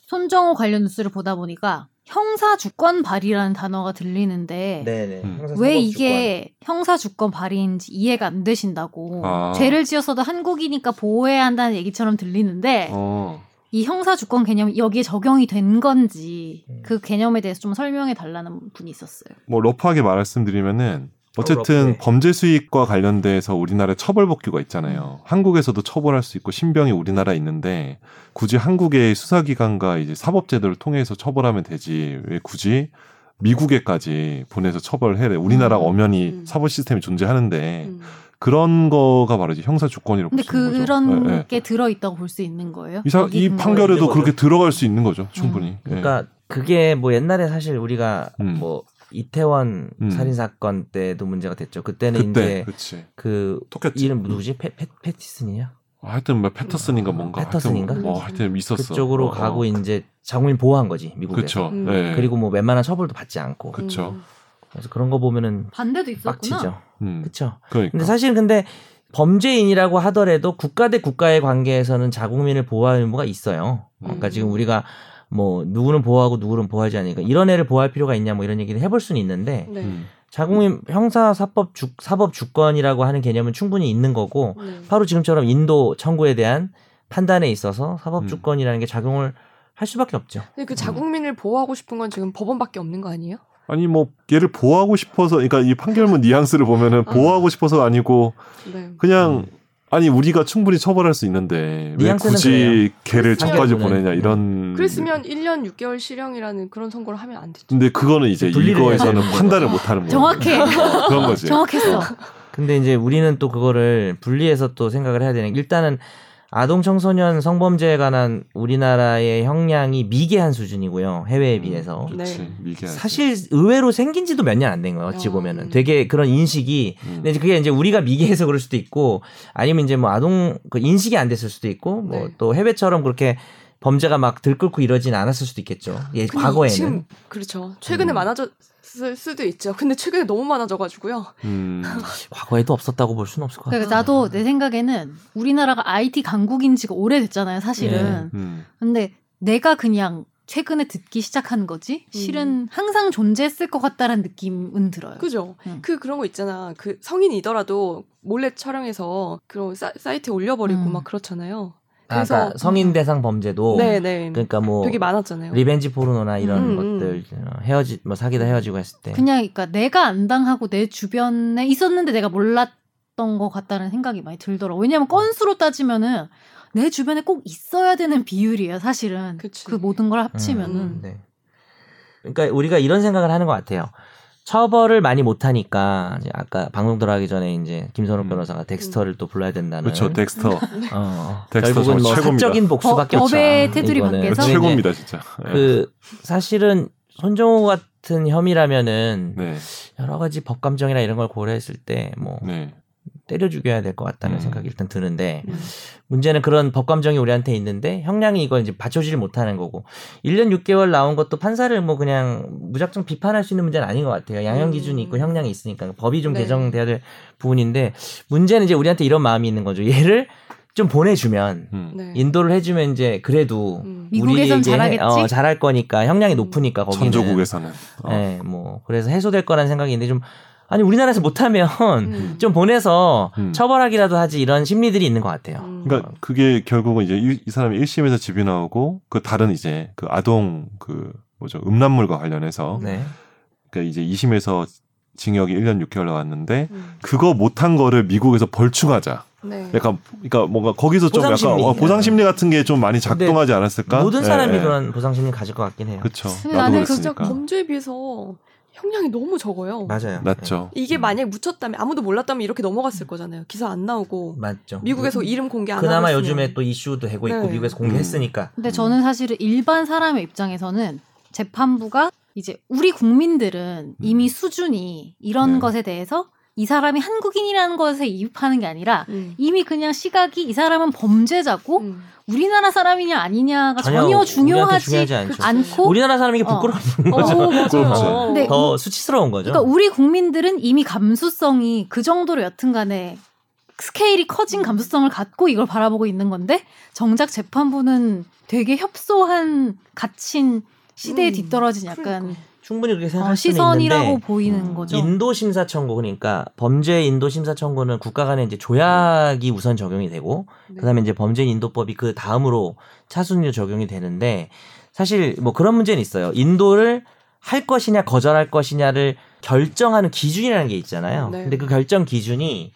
Speaker 2: 손정호 관련 뉴스를 보다 보니까 형사 주권 발의라는 단어가 들리는데
Speaker 3: 네, 네.
Speaker 5: 음.
Speaker 2: 왜 이게 형사 주권 발의인지 이해가 안 되신다고
Speaker 5: 아.
Speaker 2: 죄를 지었어도 한국이니까 보호해야 한다는 얘기처럼
Speaker 1: 네.
Speaker 2: 들리는데
Speaker 5: 어.
Speaker 2: 이 형사 주권 개념이 여기에 적용이 된 건지
Speaker 3: 음.
Speaker 2: 그 개념에 대해서 좀 설명해 달라는 분이 있었어요.
Speaker 5: 뭐 러프하게 말씀드리면은
Speaker 3: 어,
Speaker 5: 어쨌든
Speaker 3: 러프해.
Speaker 5: 범죄 수익과 관련돼서 우리나라에 처벌 복귀가
Speaker 2: 음.
Speaker 5: 있잖아요. 한국에서도 처벌할 수 있고 신병이 우리나라에 있는데 굳이 한국의 수사기관과 이제 사법제도를 통해서 처벌하면 되지 왜 굳이 미국에까지 보내서 처벌해래? 우리나라
Speaker 2: 음.
Speaker 5: 엄연히
Speaker 1: 음.
Speaker 5: 사법 시스템이 존재하는데
Speaker 1: 음.
Speaker 2: 런
Speaker 5: 거가 바로 이제 형사 주권이라고
Speaker 2: 근데
Speaker 5: 볼수 있는 거죠.
Speaker 2: 그런
Speaker 5: 예, 예.
Speaker 2: 게 들어 있다고 볼 수 있는 거예요? 음.
Speaker 5: 이, 사-
Speaker 2: 여기
Speaker 5: 이
Speaker 2: 근거에?
Speaker 5: 판결에도
Speaker 3: 거죠.
Speaker 5: 그렇게 들어갈 수 있는 거죠. 충분히. 예.
Speaker 3: 그러니까 그게 뭐 옛날에 사실 우리가
Speaker 5: 음.
Speaker 3: 뭐 이태원
Speaker 5: 음.
Speaker 3: 살인 사건 때도 문제가 됐죠. 그때는
Speaker 5: 그때
Speaker 3: 이제
Speaker 5: 그치.
Speaker 3: 그
Speaker 5: 토꼈지.
Speaker 3: 이름 누구지? 페, 페, 페티슨이야?
Speaker 5: 어, 하여튼 뭐 패터슨인가 뭔가
Speaker 3: 패터슨인가?
Speaker 5: 하여튼, 뭐, 어, 하여튼 있었어
Speaker 3: 그쪽으로
Speaker 5: 어,
Speaker 3: 가고
Speaker 5: 어.
Speaker 3: 이제 자국민 보호한 거지 미국에서.
Speaker 5: 그쵸
Speaker 1: 음.
Speaker 5: 예.
Speaker 3: 그리고 뭐 웬만한 처벌도 받지 않고. 그...
Speaker 5: 그- 그쵸.
Speaker 1: 음.
Speaker 3: 래서 그런 거 보면은
Speaker 2: 반대도 있었구나.
Speaker 3: 빡치죠.
Speaker 5: 음,
Speaker 3: 그렇죠.
Speaker 5: 그러니까
Speaker 3: 근데 사실 근데 범죄인이라고 하더라도 국가 대 국가의 관계에서는 자국민을 보호할 의무가 있어요. 그러니까
Speaker 1: 음.
Speaker 3: 지금 우리가 뭐 누구는 보호하고 누구는 보호하지 않으니까 이런 애를 보호할 필요가 있냐 뭐 이런 얘기를 해볼 수는 있는데
Speaker 1: 네.
Speaker 5: 음,
Speaker 3: 자국민 형사 사법 주, 사법 주권이라고 하는 개념은 충분히 있는 거고
Speaker 1: 네.
Speaker 3: 바로 지금처럼 인도 청구에 대한 판단에 있어서 사법
Speaker 5: 음.
Speaker 3: 주권이라는 게 작용을 할 수밖에 없죠.
Speaker 1: 근데 그 자국민을 보호하고 싶은 건 지금 법원밖에 없는 거 아니에요?
Speaker 5: 아니 뭐 얘를 보호하고 싶어서 그러니까 이 판결문 뉘앙스를 보면은
Speaker 1: 어.
Speaker 5: 보호하고 싶어서 아니고
Speaker 1: 네.
Speaker 5: 그냥 아니 우리가 충분히 처벌할 수 있는데 왜
Speaker 3: 뉘앙스는
Speaker 5: 굳이 걔를
Speaker 1: 그랬으면-
Speaker 5: 저까지
Speaker 3: 판결문은.
Speaker 5: 보내냐
Speaker 3: 음.
Speaker 5: 이런
Speaker 1: 그랬으면 1년 6개월 실형이라는 그런 선고를 하면 안 되죠.
Speaker 5: 근데 그거는 이제
Speaker 3: 분리를
Speaker 5: 이거에서는
Speaker 3: 해야 되는
Speaker 5: 판단을 못 하는 거예요.
Speaker 2: 정확해.
Speaker 5: 어, 그런 거지.
Speaker 2: 정확했어.
Speaker 3: 근데 이제 우리는 또 그거를 분리해서 또 생각을 해야 되는 게 일단은 아동 청소년 성범죄에 관한 우리나라의 형량이 미개한 수준이고요. 해외에
Speaker 5: 음,
Speaker 3: 비해서.
Speaker 5: 그치.
Speaker 1: 네.
Speaker 5: 미개하지.
Speaker 3: 사실 의외로 생긴 지도 몇 년 안 된 거예요. 어찌
Speaker 1: 아,
Speaker 3: 보면은.
Speaker 1: 음.
Speaker 3: 되게 그런 인식이
Speaker 5: 음.
Speaker 3: 근데 이제 그게 이제 우리가 미개해서 그럴 수도 있고 아니면 이제 뭐 아동 그 인식이 안 됐을 수도 있고 뭐
Speaker 1: 네.
Speaker 3: 또 해외처럼 그렇게 범죄가 막 들끓고 이러진 않았을 수도 있겠죠. 예,
Speaker 1: 아, 근데
Speaker 3: 과거에는.
Speaker 1: 지금 그렇죠. 최근에
Speaker 3: 음.
Speaker 1: 많아졌을 수도 있죠. 근데 최근에 너무 많아져가지고요.
Speaker 5: 음,
Speaker 3: 과거에도 없었다고 볼 수는 없을 것 같아요.
Speaker 2: 그러니까
Speaker 5: 어.
Speaker 2: 나도
Speaker 1: 네,
Speaker 2: 내 생각에는 우리나라가 IT 강국인 지가 오래됐잖아요, 사실은.
Speaker 3: 예.
Speaker 5: 음.
Speaker 2: 근데 내가 그냥 최근에 듣기 시작한 거지
Speaker 1: 음.
Speaker 2: 실은 항상 존재했을 것 같다라는 느낌은 들어요.
Speaker 1: 그죠?
Speaker 2: 음.
Speaker 1: 그 그런 거 있잖아. 그 성인이더라도 몰래 촬영해서 그런 사, 이트에 올려버리고
Speaker 2: 음.
Speaker 1: 막 그렇잖아요.
Speaker 3: 아, 그러니까
Speaker 1: 그래서- 음.
Speaker 3: 성인 대상 범죄도
Speaker 1: 네네.
Speaker 3: 그러니까 뭐
Speaker 1: 되게 많았잖아요.
Speaker 3: 리벤지 포르노나 이런
Speaker 1: 음, 음.
Speaker 3: 것들 어, 헤어지 뭐 사귀다 헤어지고 했을 때
Speaker 2: 그냥 그러니까 내가 안 당하고 내 주변에 있었는데 내가 몰랐던 것 같다는 생각이 많이 들더라고.
Speaker 5: 어.
Speaker 2: 왜냐하면 건수로 따지면은 내 주변에 꼭 있어야 되는 비율이에요, 사실은.
Speaker 1: 그치.
Speaker 2: 그 모든 걸
Speaker 3: 음,
Speaker 2: 합치면은
Speaker 1: 음.
Speaker 3: 네. 그러니까 우리가 이런 생각을 하는 것 같아요. 처벌을 많이 못하니까 이제 아까 방송 들어가기 전에 이제 김선호
Speaker 5: 음.
Speaker 3: 변호사가 덱스터를 또 불러야 된다는
Speaker 5: 그렇죠. 덱스터.
Speaker 3: 어,
Speaker 5: 덱스터
Speaker 3: 결국은
Speaker 5: 정말
Speaker 3: 뭐
Speaker 5: 최고입니다. 그렇죠.
Speaker 3: 사적인 복수밖에
Speaker 2: 어, 법-
Speaker 3: 없죠.
Speaker 2: 법의 테두리
Speaker 3: 이거는.
Speaker 2: 밖에서?
Speaker 3: 근데 이제
Speaker 5: 최고입니다, 진짜. 예.
Speaker 3: 그 사실은 손정호 같은 혐의라면은
Speaker 5: 네.
Speaker 3: 여러 가지 법 감정이나 이런 걸 고려했을 때 뭐
Speaker 5: 네.
Speaker 3: 때려 죽여야 될 것 같다는
Speaker 5: 음.
Speaker 3: 생각이 일단 드는데
Speaker 1: 음.
Speaker 3: 문제는 그런 법 감정이 우리한테 있는데 형량이 이걸 이제 받쳐주질 못하는 거고 1년 6개월 나온 것도 판사를 뭐 그냥 무작정 비판할 수 있는 문제는 아닌 것 같아요. 양형
Speaker 1: 음.
Speaker 3: 기준이 있고 형량이 있으니까 그러니까 법이 좀
Speaker 1: 네.
Speaker 3: 개정돼야 될 부분인데 문제는 이제 우리한테 이런 마음이 있는 거죠. 얘를 좀 보내주면
Speaker 5: 음.
Speaker 1: 네.
Speaker 3: 인도를 해주면 이제 그래도
Speaker 1: 음.
Speaker 2: 미국에선
Speaker 3: 우리에게
Speaker 2: 잘하겠지? 음.
Speaker 3: 어, 잘할 거니까 형량이 높으니까 거기는
Speaker 5: 천조국에서는. 어.
Speaker 3: 예, 뭐 그래서 해소될 거라는 생각이 있는데 좀 아니 우리나라에서 못하면
Speaker 1: 음.
Speaker 3: 좀 보내서
Speaker 5: 음.
Speaker 3: 처벌하기라도 하지 이런 심리들이 있는 것 같아요.
Speaker 1: 음.
Speaker 5: 그러니까 그게 결국은 이제 이, 이 사람이 1심에서 집이 나오고 그 다른 이제 그 아동 그 뭐죠 음란물과 관련해서
Speaker 3: 네.
Speaker 5: 그러니까 이제 2심에서 징역이 1년 6개월 나왔는데
Speaker 3: 그러니까
Speaker 1: 음.
Speaker 5: 그거 못한 거를 미국에서 벌충하자.
Speaker 1: 네.
Speaker 5: 약간 그러니까 뭔가 거기서 좀
Speaker 3: 보상 심리. 네.
Speaker 5: 약간 어, 보상 심리 같은 게 좀 많이 작동하지 않았을까?
Speaker 3: 모든 사람이
Speaker 5: 예, 예.
Speaker 3: 그런 보상 심리 가질 것 같긴 해요.
Speaker 5: 그쵸.
Speaker 2: 근데
Speaker 5: 나도
Speaker 2: 나는
Speaker 1: 진짜
Speaker 5: 그랬으니까.
Speaker 1: 범죄에 비해서 형량이 너무 적어요.
Speaker 3: 맞아요. 음.
Speaker 5: 맞죠. 음.
Speaker 1: 이게 만약 묻혔다면 아무도 몰랐다면 이렇게 넘어갔을 거잖아요. 기사 안
Speaker 3: 네.
Speaker 1: 나오고
Speaker 3: 맞죠.
Speaker 1: 미국에서 이름 공개 안
Speaker 3: 그나마
Speaker 1: 하고
Speaker 3: 요즘에 또 이슈도 되고 있고
Speaker 1: 네.
Speaker 3: 미국에서 공개했으니까.
Speaker 2: 근데 저는 사실은 일반 사람의 입장에서는 재판부가 이제 우리 국민들은 이미 수준이 이런
Speaker 5: 네.
Speaker 2: 것에 대해서 이 사람이 한국인이라는 것에 이입하는 게 아니라
Speaker 1: 음.
Speaker 2: 이미 그냥 시각이 이 사람은 범죄자고
Speaker 1: 음.
Speaker 2: 우리나라 사람이냐 음. 아니냐가 전혀,
Speaker 3: 우리한테
Speaker 2: 중요하지
Speaker 3: 중요하지 않죠.
Speaker 2: 않고
Speaker 3: 우리나라 사람이 이게
Speaker 2: 어.
Speaker 3: 부끄러운
Speaker 1: 어, 맞아요.
Speaker 5: 부끄럽죠.
Speaker 2: 근데
Speaker 1: 어.
Speaker 3: 더 수치스러운 거죠.
Speaker 2: 그러니까 우리 국민들은 이미 감수성이 그 정도로 여튼간에 스케일이
Speaker 1: 음.
Speaker 2: 커진 감수성을 갖고 이걸 바라보고 있는 건데 정작 재판부는 되게 협소한 갇힌 시대에
Speaker 1: 음,
Speaker 2: 뒤떨어진 약간
Speaker 1: 그러니까.
Speaker 3: 충분히 그렇게
Speaker 2: 어,
Speaker 3: 생각할 수는
Speaker 2: 시선이라고
Speaker 3: 있는데
Speaker 2: 보이는
Speaker 5: 음,
Speaker 2: 거죠.
Speaker 3: 인도 심사 청구 그러니까 범죄 인도 심사 청구는 국가 간에 이제 조약이 우선 적용이 되고
Speaker 1: 네.
Speaker 3: 그다음에 이제 범죄인 인도법이 그 다음으로 차순위로 적용이 되는데 사실 뭐 그런 문제는 있어요. 인도를 할 것이냐 거절할 것이냐를 결정하는 기준이라는 게 있잖아요.
Speaker 1: 네.
Speaker 3: 근데 그 결정 기준이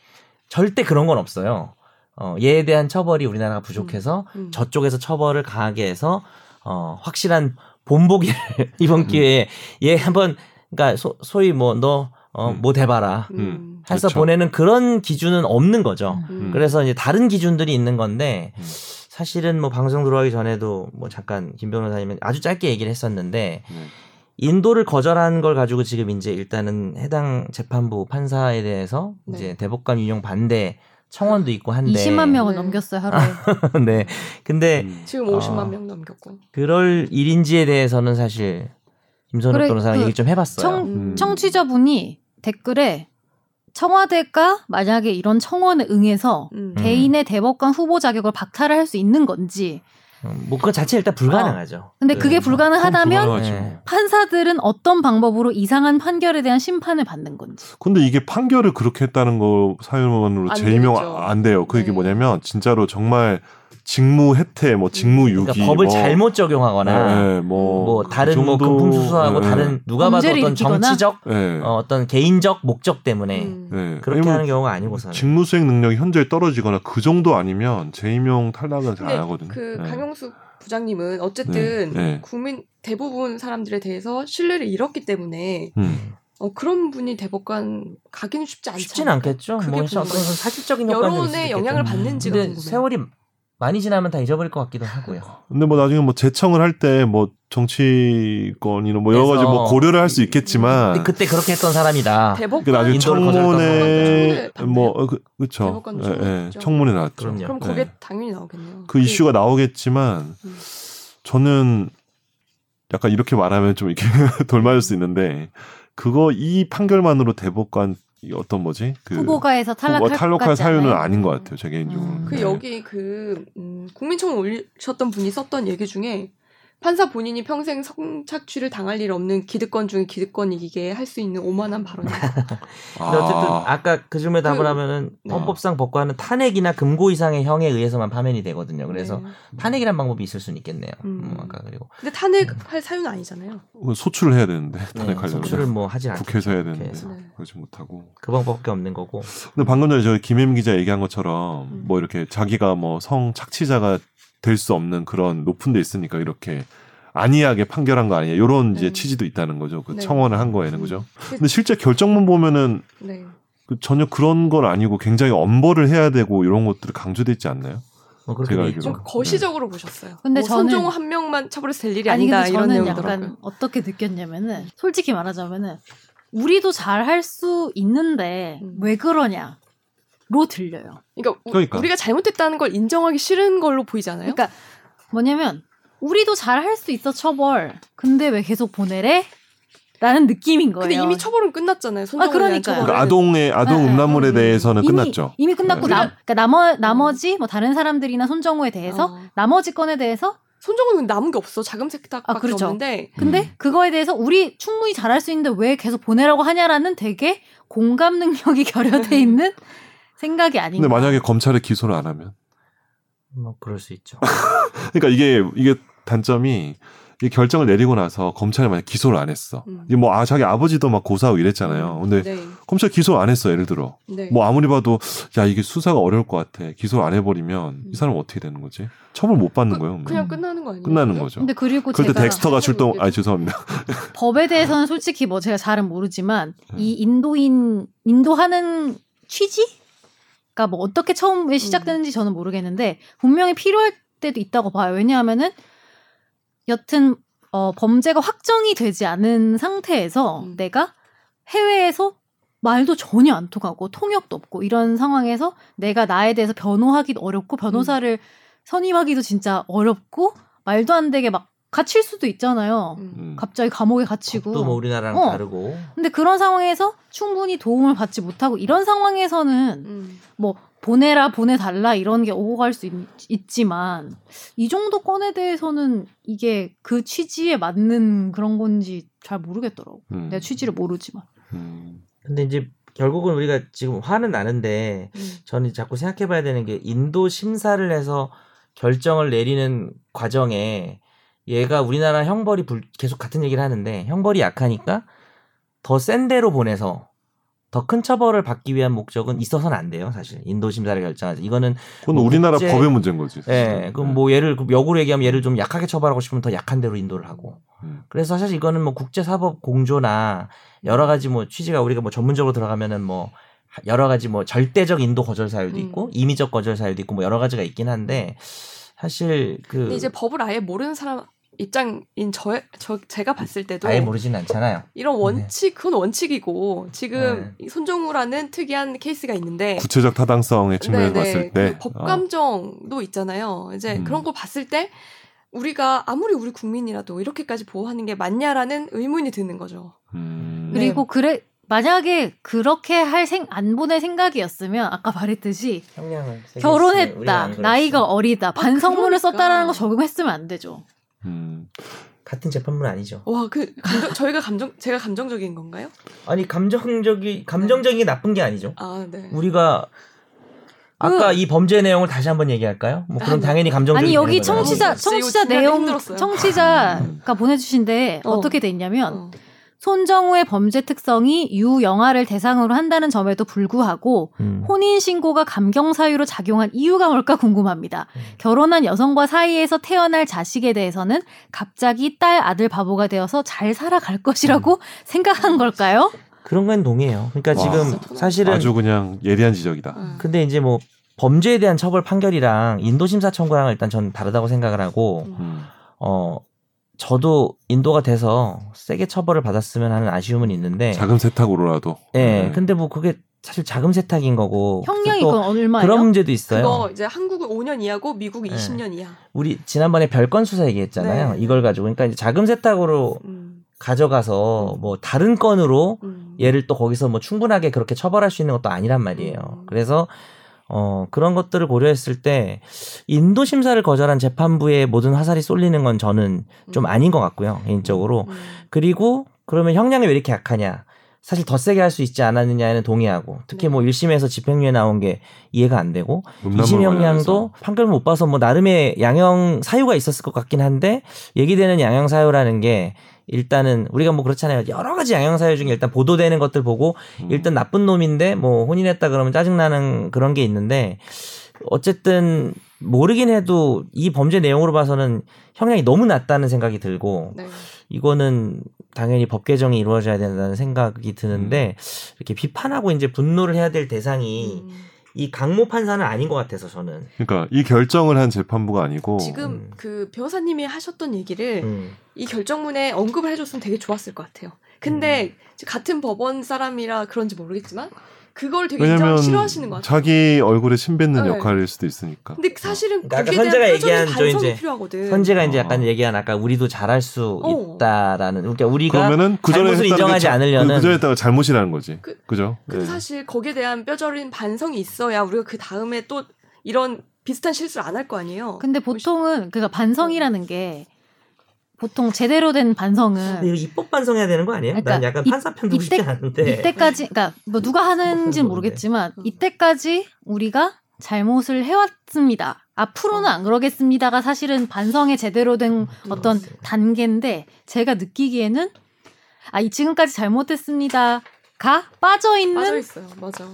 Speaker 3: 절대 그런 건 없어요. 어, 얘에 대한 처벌이 우리나라가 부족해서
Speaker 1: 음.
Speaker 3: 저쪽에서 처벌을 강하게 해서 어, 확실한 본보기를
Speaker 5: 음.
Speaker 3: 이번 기회에 얘 한번 그러니까 소, 소위 뭐 너 어,
Speaker 5: 음.
Speaker 3: 뭐 대봐라
Speaker 1: 음.
Speaker 3: 해서
Speaker 5: 그렇죠.
Speaker 3: 보내는 그런 기준은 없는 거죠.
Speaker 1: 음.
Speaker 3: 그래서 이제 다른 기준들이 있는 건데
Speaker 5: 음.
Speaker 3: 사실은 뭐 방송 들어가기 전에도 뭐 잠깐 김 변호사님은 아주 짧게 얘기를 했었는데
Speaker 5: 네.
Speaker 3: 인도를 거절한 걸 가지고 지금 이제 일단은 해당 재판부 판사에 대해서
Speaker 1: 네.
Speaker 3: 이제 대법관 인용 반대 청원도 있고 한데
Speaker 2: 20만 명을
Speaker 1: 네.
Speaker 2: 넘겼어요
Speaker 3: 아,
Speaker 2: 하루에.
Speaker 3: 네. 근데
Speaker 5: 음.
Speaker 1: 지금
Speaker 3: 아.
Speaker 1: 50만 명
Speaker 2: 음.
Speaker 1: 넘겼고.
Speaker 3: 그럴 일인지에 대해서는 사실 김선욱
Speaker 2: 그래,
Speaker 3: 변호사랑
Speaker 2: 그
Speaker 3: 얘기 좀 해봤어요.
Speaker 2: 청-
Speaker 1: 음.
Speaker 2: 청취자분이 댓글에 청와대가 만약에 이런 청원에 응해서
Speaker 1: 음.
Speaker 3: 음.
Speaker 2: 개인의 대법관 후보 자격을 박탈을 할 수 있는 건지.
Speaker 3: 음, 뭐 그거 자체 일단 불가능하죠.
Speaker 2: 아, 근데 그게
Speaker 3: 뭐.
Speaker 2: 불가능하다면
Speaker 5: 불가능하죠.
Speaker 3: 네.
Speaker 2: 판사들은 어떤 방법으로 이상한 판결에 대한 심판을 받는 건지.
Speaker 5: 근데 이게 판결을 그렇게 했다는 거 사유만으로
Speaker 1: 안
Speaker 5: 재임용
Speaker 1: 되죠.
Speaker 5: 안 돼요. 그게
Speaker 1: 네.
Speaker 5: 뭐냐면 진짜로 정말 직무 해태, 뭐 직무 유기,
Speaker 3: 그러니까 법을
Speaker 5: 뭐,
Speaker 3: 잘못 적용하거나
Speaker 5: 예, 예, 뭐,
Speaker 3: 뭐
Speaker 5: 그
Speaker 3: 다른 뭐
Speaker 5: 정도,
Speaker 3: 금품수수하고
Speaker 5: 예,
Speaker 3: 다른 누가 봐도
Speaker 2: 범죄를
Speaker 3: 어떤
Speaker 2: 일으키거나?
Speaker 3: 정치적
Speaker 5: 예,
Speaker 3: 어, 어떤 개인적 목적 때문에
Speaker 1: 음.
Speaker 5: 예.
Speaker 3: 그렇게
Speaker 5: 아니면
Speaker 3: 하는 경우가 아니고서는
Speaker 5: 직무 수행 능력이 현저히 떨어지거나 그 정도 아니면 재임용 탈락은 잘 안
Speaker 1: 근데
Speaker 5: 하거든요.
Speaker 1: 그
Speaker 5: 예.
Speaker 1: 강영수 부장님은 어쨌든
Speaker 5: 네, 네.
Speaker 1: 국민 대부분 사람들에 대해서 신뢰를 잃었기 때문에
Speaker 5: 음.
Speaker 1: 어, 그런 분이 대법관 가기는 쉽지 않잖아요.
Speaker 3: 쉽진 않겠죠.
Speaker 1: 그게
Speaker 3: 뭐
Speaker 1: 궁금해요.
Speaker 3: 어떤 사실적인 효과는 있을
Speaker 1: 여론의
Speaker 3: 수
Speaker 1: 영향을
Speaker 3: 있겠죠.
Speaker 1: 받는지가
Speaker 3: 근데
Speaker 1: 궁금해요.
Speaker 3: 세월이 많이 지나면 다 잊어버릴 것 같기도 하고요.
Speaker 5: 근데 뭐 나중에 뭐 재청을 할 때 뭐 정치권이나 뭐 여러 가지 뭐
Speaker 3: 그래서-
Speaker 5: 고려를 할 수
Speaker 3: 근데
Speaker 5: 있겠지만
Speaker 3: 그때 그렇게 했던 사람이다.
Speaker 5: 그
Speaker 1: 대법관
Speaker 5: 나중에
Speaker 3: 인도를 거절했던
Speaker 5: 청문회
Speaker 1: 사람은
Speaker 5: 뭐 그, 그쵸
Speaker 1: 대법관
Speaker 5: 예, 예,
Speaker 1: 청문회죠.
Speaker 5: 청문회 나왔죠.
Speaker 3: 그럼요.
Speaker 1: 그럼
Speaker 5: 예.
Speaker 1: 그게 당연히 나오겠네요.
Speaker 5: 그 이슈가 나오겠지만
Speaker 1: 음.
Speaker 5: 저는 약간 이렇게 말하면 좀 이렇게 돌맞을 수 있는데 그거 이 판결만으로 대법관 이 어떤 뭐지 그
Speaker 2: 후보가에서 탈락할,
Speaker 5: 후보가
Speaker 2: 것
Speaker 5: 탈락할
Speaker 2: 같지
Speaker 5: 사유는
Speaker 2: 않아요?
Speaker 5: 아닌 것 같아요 제 개인적으로.
Speaker 2: 음.
Speaker 1: 그
Speaker 5: 네.
Speaker 1: 여기 그 음, 국민청원 올리셨던 분이 썼던 얘기 중에 판사 본인이 평생 성착취를 당할 일 없는 기득권 중에 기득권이기에 할 수 있는 오만한
Speaker 5: 네.
Speaker 1: 발언이다.
Speaker 3: 근데 어쨌든
Speaker 5: 아,
Speaker 3: 아까 그 질문에 답을
Speaker 1: 그-
Speaker 3: 하면은
Speaker 1: 네.
Speaker 3: 헌법상 법관은 탄핵이나 금고 이상의 형에 의해서만 파면이 되거든요. 그래서
Speaker 1: 네.
Speaker 3: 탄핵이란 방법이 있을 수는 있겠네요.
Speaker 1: 음.
Speaker 3: 음, 아까 그리고
Speaker 1: 근데 탄핵할 사유는 아니잖아요.
Speaker 5: 소출을 해야 되는데
Speaker 3: 네,
Speaker 5: 탄핵하려면
Speaker 3: 소출을 뭐 하질 않죠.
Speaker 5: 국회에서 해야 되는데
Speaker 3: 국회에서.
Speaker 1: 네.
Speaker 5: 그러지 못하고.
Speaker 3: 그 방법밖에 없는 거고.
Speaker 5: 근데 방금 전에 저희 김혜민 기자 얘기한 것처럼
Speaker 1: 음.
Speaker 5: 뭐 이렇게 자기가 뭐 성 착취자가 될 수 없는 그런 높은 데 있으니까 이렇게 안이하게 판결한 거 아니냐 이런 이제
Speaker 1: 음.
Speaker 5: 취지도 있다는 거죠. 그
Speaker 1: 네.
Speaker 5: 청원을 한 거에는 그죠.
Speaker 1: 그-
Speaker 5: 근데 실제 결정문 보면은
Speaker 1: 네.
Speaker 5: 그 전혀 그런 건 아니고 굉장히 엄벌을 해야 되고 이런 것들이 강조돼 있지 않나요?
Speaker 3: 뭐 그렇게
Speaker 5: 제가
Speaker 3: 돼
Speaker 5: 알기로.
Speaker 3: 있죠.
Speaker 1: 좀 거시적으로 보셨어요.
Speaker 2: 근데
Speaker 1: 뭐
Speaker 2: 저는-
Speaker 1: 선종 한 명만 처벌해서 될 일이
Speaker 2: 아니
Speaker 1: 아니다
Speaker 2: 근데
Speaker 1: 이런
Speaker 2: 저는
Speaker 1: 내용이더라고요.
Speaker 2: 약간 어떻게 느꼈냐면은 솔직히 말하자면은 우리도 잘 할 수 있는데
Speaker 1: 음.
Speaker 2: 왜 그러냐로 들려요.
Speaker 1: 그러니까, 우-
Speaker 5: 그러니까.
Speaker 1: 우리가 잘못했다는 걸 인정하기 싫은 걸로 보이잖아요.
Speaker 2: 그러니까 뭐냐면 우리도 잘 할 수 있어 처벌. 근데 왜 계속 보내래? 라는 느낌인 거예요.
Speaker 1: 근데 이미 처벌은 끝났잖아요.
Speaker 2: 아,
Speaker 1: 손정훈
Speaker 2: 그러니까요.
Speaker 1: 처벌은.
Speaker 5: 그러니까 아동의 아동
Speaker 2: 네,
Speaker 5: 음란물에
Speaker 1: 음.
Speaker 5: 대해서는
Speaker 2: 이미-
Speaker 5: 끝났죠.
Speaker 2: 이미 끝났고
Speaker 5: 네.
Speaker 2: 나, 그러니까 나머, 나머지 뭐 다른 사람들이나 손정우에 대해서
Speaker 1: 어.
Speaker 2: 나머지 건에 대해서
Speaker 1: 손정훈은 남은 게 없어. 자금세탁밖에
Speaker 2: 아, 그렇죠.
Speaker 1: 없는데
Speaker 2: 근데
Speaker 5: 음.
Speaker 2: 그거에 대해서 우리 충분히 잘할 수 있는데 왜 계속 보내라고 하냐라는 되게 공감 능력이 결여돼 있는 생각이
Speaker 5: 음. 근데
Speaker 2: 아닌가.
Speaker 5: 만약에 검찰에 기소를 안 하면
Speaker 3: 뭐 그럴 수 있죠.
Speaker 1: 아,
Speaker 5: 그러니까 이게 이게 단점이 이 결정을 내리고 나서 검찰이 만약 기소를 안 했어.
Speaker 1: 음.
Speaker 5: 이게 뭐 아, 자기 아버지도 막 고소하고 이랬잖아요. 근데
Speaker 1: 네.
Speaker 5: 검찰 기소를 안 했어. 예를 들어.
Speaker 1: 네.
Speaker 5: 뭐 아무리 봐도 야 이게 수사가 어려울 것 같아. 기소를 안 해버리면
Speaker 1: 음.
Speaker 5: 이 사람 은 어떻게 되는 거지? 처벌 못 받는 거예요.
Speaker 1: 그냥 끝나는 거 아니에요?
Speaker 5: 음. 끝나는 거죠.
Speaker 2: 근데 그리고
Speaker 5: 그럴 때
Speaker 2: 제가
Speaker 5: 덱스터가 출동. 아 죄송합니다.
Speaker 2: 법에 대해서는 솔직히 뭐 제가 잘은 모르지만
Speaker 5: 음.
Speaker 2: 이 인도인 인도하는 취지가 뭐 어떻게 처음에 시작되는지 저는 모르겠는데 분명히 필요할 때도 있다고 봐요. 왜냐하면은 여튼 어, 범죄가 확정이 되지 않은 상태에서
Speaker 1: 음.
Speaker 2: 내가 해외에서 말도 전혀 안 통하고 통역도 없고 이런 상황에서 내가 나에 대해서 변호하기도 어렵고 변호사를 선임하기도 진짜 어렵고 말도 안 되게 막 갇힐 수도 있잖아요.
Speaker 1: 음.
Speaker 5: 음.
Speaker 2: 갑자기 감옥에
Speaker 3: 또뭐
Speaker 2: 갇히고.
Speaker 3: 우리나라랑
Speaker 2: 어.
Speaker 3: 다르고
Speaker 2: 근데 그런 상황에서 충분히 도움을 받지 못하고 이런 상황에서는
Speaker 1: 음.
Speaker 5: 그
Speaker 2: 보내라 보내달라 이런 게 오고 갈 수 있지만 이 정도 건에 대해서는 이게 그 취지에 맞는 그런 건지 잘 모르겠더라고.
Speaker 5: 음.
Speaker 2: 내가 네, 취지를 모르지만.
Speaker 5: 음.
Speaker 3: 근데 이제 결국은 우리가 지금 화는 나는데
Speaker 1: 음.
Speaker 3: 저는 자꾸 생각해봐야 되는 게 인도 심사를 해서 결정을 내리는 과정에 얘가 우리나라 형벌이 불- 계속 같은 얘기를 하는데 형벌이 약하니까 더 센 데로 보내서 더 큰 처벌을 받기 위한 목적은 있어서는 안 돼요 사실 인도 심사를 결정하지 이거는
Speaker 5: 그건
Speaker 3: 뭐
Speaker 5: 우리나라
Speaker 3: 국제-
Speaker 5: 법의 문제인 거지. 음.
Speaker 3: 예 그럼 뭐 얘를 그 역으로 얘기하면 얘를 좀 약하게 처벌하고 싶으면 더 약한 데로 인도를 하고
Speaker 5: 음.
Speaker 3: 그래서 사실 이거는 뭐 국제사법 공조나 여러 가지 뭐 취지가 우리가 뭐 전문적으로 들어가면은 뭐 여러 가지 뭐 절대적 인도 거절 사유도
Speaker 1: 음.
Speaker 3: 있고 임의적 거절 사유도 있고 뭐 여러 가지가 있긴 한데 사실 그
Speaker 1: 근데 이제 법을 아예 모르는 사람 입장인 저, 저 제가 봤을 때도
Speaker 3: 아예 모르진 네. 않잖아요.
Speaker 1: 이런 원칙 그건 원칙이고 지금
Speaker 3: 네.
Speaker 1: 이 손정우라는 특이한 케이스가 있는데
Speaker 5: 구체적 타당성의 측면에서 봤을 때
Speaker 1: 네.
Speaker 5: 어.
Speaker 1: 그 법감정도 있잖아요. 이제
Speaker 5: 음.
Speaker 1: 그런 걸 봤을 때 우리가 아무리 우리 국민이라도 이렇게까지 보호하는 게 맞냐라는 의문이 드는 거죠.
Speaker 5: 어, 음.
Speaker 1: 네.
Speaker 2: 그리고 그래 만약에 그렇게 할 생 안 보낼 생각이었으면 아까 말했듯이
Speaker 3: 형량을 세게 했으면 우리는 안
Speaker 2: 결혼했다
Speaker 3: 그랬지.
Speaker 2: 나이가 어리다 반성문을
Speaker 1: 그러니까.
Speaker 2: 썼다라는 거 적용했으면 안 되죠.
Speaker 5: 음.
Speaker 3: 같은 재판문 아니죠.
Speaker 1: 와, 그 감정, 저희가 감정 제가 감정적인 건가요?
Speaker 3: 아니 감정적이 감정적인 게 나쁜 게 아니죠.
Speaker 1: 아, 네.
Speaker 3: 우리가 아까 이 범죄 내용을 다시 한번 얘기할까요? 뭐
Speaker 1: 아,
Speaker 3: 그럼
Speaker 1: 네.
Speaker 3: 당연히
Speaker 2: 그
Speaker 3: 감정적인
Speaker 2: 아니 여기
Speaker 3: 내용이 되는 거잖아요.
Speaker 2: 청취자
Speaker 1: 어, 진짜 이거
Speaker 2: 청취자
Speaker 1: 진짜
Speaker 2: 내용
Speaker 1: 힘들었어요.
Speaker 3: 음.
Speaker 2: 청취자가 보내주신데
Speaker 1: 어.
Speaker 2: 어. 떻게 됐냐면
Speaker 1: 어.
Speaker 2: 손정우의 범죄 특성이 유 영화를 대상으로 한다는 점에도 불구하고
Speaker 3: 음.
Speaker 2: 혼인 신고가 감경 사유로 작용한 이유가 뭘까 궁금합니다.
Speaker 3: 음.
Speaker 2: 결혼한 여성과 사이에서 태어날 자식에 대해서는 갑자기 딸 아들 바보가 되어서 잘 살아갈
Speaker 3: 음.
Speaker 2: 것이라고 생각한 걸까요?
Speaker 3: 그런 건 동의해요. 그러니까
Speaker 5: 와.
Speaker 3: 지금 사실은
Speaker 5: 아주 그냥 예리한 지적이다.
Speaker 1: 음.
Speaker 3: 근데 이제 뭐 범죄에 대한 처벌 판결이랑 인도 심사 청구랑 일단 전 다르다고 생각을 하고
Speaker 5: 음.
Speaker 3: 어 저도 인도가 돼서 세게 처벌을 받았으면 하는 아쉬움은 있는데
Speaker 5: 자금 세탁으로라도.
Speaker 3: 네. 예
Speaker 5: 네.
Speaker 3: 근데 뭐 그게 사실 자금 세탁인 거고
Speaker 2: 형량이
Speaker 3: 또
Speaker 2: 그건 얼마예요?
Speaker 3: 어, 그런 문제도 있어요.
Speaker 1: 그거 이제 한국은 5년 이하고 미국은
Speaker 3: 네.
Speaker 1: 20년 이하.
Speaker 3: 우리 지난번에 별건 수사 얘기했잖아요.
Speaker 1: 네.
Speaker 3: 이걸 가지고 그러니까 이제 자금 세탁으로
Speaker 1: 음,
Speaker 3: 가져가서 뭐 다른 건으로
Speaker 1: 음.
Speaker 3: 얘를 또 거기서 뭐 충분하게 그렇게 처벌할 수 있는 것도 아니란 말이에요.
Speaker 1: 음.
Speaker 3: 그래서 어 그런 것들을 고려했을 때 인도 심사를 거절한 재판부의 모든 화살이 쏠리는 건 저는 좀
Speaker 1: 음.
Speaker 3: 아닌 것 같고요 개인적으로.
Speaker 1: 음.
Speaker 3: 그리고 그러면 형량이 왜 이렇게 약하냐? 사실 더 세게 할 수 있지 않았느냐에는 동의하고 특히
Speaker 1: 네.
Speaker 3: 뭐 1심에서 집행유예 나온 게 이해가 안 되고
Speaker 5: 음란물
Speaker 3: 2심 형량도
Speaker 5: 관련해서.
Speaker 3: 판결 못 봐서 뭐 나름의 양형 사유가 있었을 것 같긴 한데 얘기되는 양형 사유라는 게 일단은 우리가 뭐 그렇잖아요 여러 가지 양형 사유 중에 일단 보도되는 것들 보고
Speaker 5: 음.
Speaker 3: 일단 나쁜 놈인데 뭐 혼인했다 그러면 짜증나는 그런 게 있는데 어쨌든 모르긴 해도 이 범죄 내용으로 봐서는 형량이 너무 낮다는 생각이 들고
Speaker 1: 네.
Speaker 3: 이거는 당연히 법 개정이 이루어져야 된다는 생각이 드는데
Speaker 5: 음.
Speaker 3: 이렇게 비판하고 이제 분노를 해야 될 대상이
Speaker 1: 음.
Speaker 3: 이 강모 판사는 아닌 것 같아서 저는
Speaker 5: 그러니까 이 결정을 한 재판부가 아니고
Speaker 1: 지금
Speaker 3: 음.
Speaker 1: 그 변호사님이 하셨던 얘기를
Speaker 3: 음.
Speaker 1: 이 결정문에 언급을 해줬으면 되게 좋았을 것 같아요. 근데
Speaker 3: 음.
Speaker 1: 같은 법원 사람이라 그런지 모르겠지만 그걸 되게 인정
Speaker 5: 왜냐면
Speaker 1: 싫어하시는 것 같아요.
Speaker 5: 자기 얼굴에 침 뱉는
Speaker 1: 네.
Speaker 5: 역할일 수도 있으니까.
Speaker 1: 근데 사실은
Speaker 3: 그러니까 아까
Speaker 1: 거기에 대한 표정의
Speaker 3: 선재가 얘기한 저
Speaker 1: 반성이
Speaker 3: 이제
Speaker 1: 필요하거든.
Speaker 3: 선재가 이제 약간
Speaker 5: 어.
Speaker 3: 얘기한 아까 우리도 잘할 수
Speaker 1: 어.
Speaker 3: 있다라는 그러니까 우리가
Speaker 5: 그러면은 그 전에
Speaker 3: 잘못을
Speaker 5: 했다는 게
Speaker 3: 인정하지
Speaker 5: 자-
Speaker 3: 않으려는-
Speaker 5: 그, 전에 했다가 잘못이라는 거지.
Speaker 1: 그-
Speaker 5: 그죠?
Speaker 1: 근데
Speaker 5: 네.
Speaker 1: 사실 거기에 대한 뼈저린 반성이 있어야 우리가 그 다음에 또 이런 비슷한 실수를 안 할 거 아니에요.
Speaker 2: 근데 보통은 그니까 반성이라는 게 보통 제대로 된
Speaker 3: 아, 근데
Speaker 2: 반성은
Speaker 3: 이거 입법 반성해야 되는 거 아니에요? 난
Speaker 2: 그러니까
Speaker 3: 약간
Speaker 2: 이-
Speaker 3: 판사 편도
Speaker 2: 이때-
Speaker 3: 싶지 않은데
Speaker 2: 이때까지 그러니까 뭐 누가 하는지는 모르겠지만
Speaker 1: 음.
Speaker 2: 이때까지 우리가 잘못을 해왔습니다. 앞으로는 안 그러겠습니다가 사실은 반성의 제대로
Speaker 3: 음.
Speaker 2: 된 어떤
Speaker 3: 네.
Speaker 2: 단계인데 제가 느끼기에는 아, 이 지금까지 잘못했습니다가 빠져
Speaker 1: 빠져
Speaker 2: 있는
Speaker 1: 있어요. 맞아.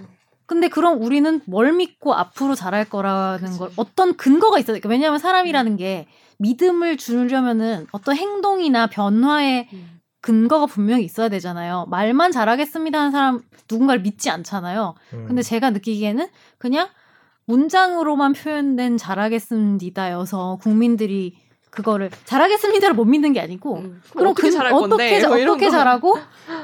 Speaker 2: 근데 그럼 우리는 뭘 믿고 앞으로 잘할 거라는
Speaker 1: 그치.
Speaker 2: 걸 어떤 근거가 있어야 돼. 그러니까 왜냐하면 사람이라는 게 믿음을 주려면은 어떤 행동이나 변화의
Speaker 1: 음.
Speaker 2: 근거가 분명히 있어야 되잖아요. 말만 잘하겠습니다 하는 사람 누군가를 믿지 않잖아요.
Speaker 3: 음.
Speaker 2: 근데 제가 느끼기에는 그냥 문장으로만 표현된 잘하겠습니다여서 국민들이 그거를 잘하겠습니다를 못 믿는 게 아니고
Speaker 1: 음.
Speaker 2: 그럼
Speaker 1: 어떻게
Speaker 2: 그-
Speaker 1: 잘할
Speaker 2: 어떻게
Speaker 1: 건데?
Speaker 2: 자-
Speaker 1: 뭐 이런
Speaker 2: 어떻게
Speaker 1: 거. 음.
Speaker 2: 잘하고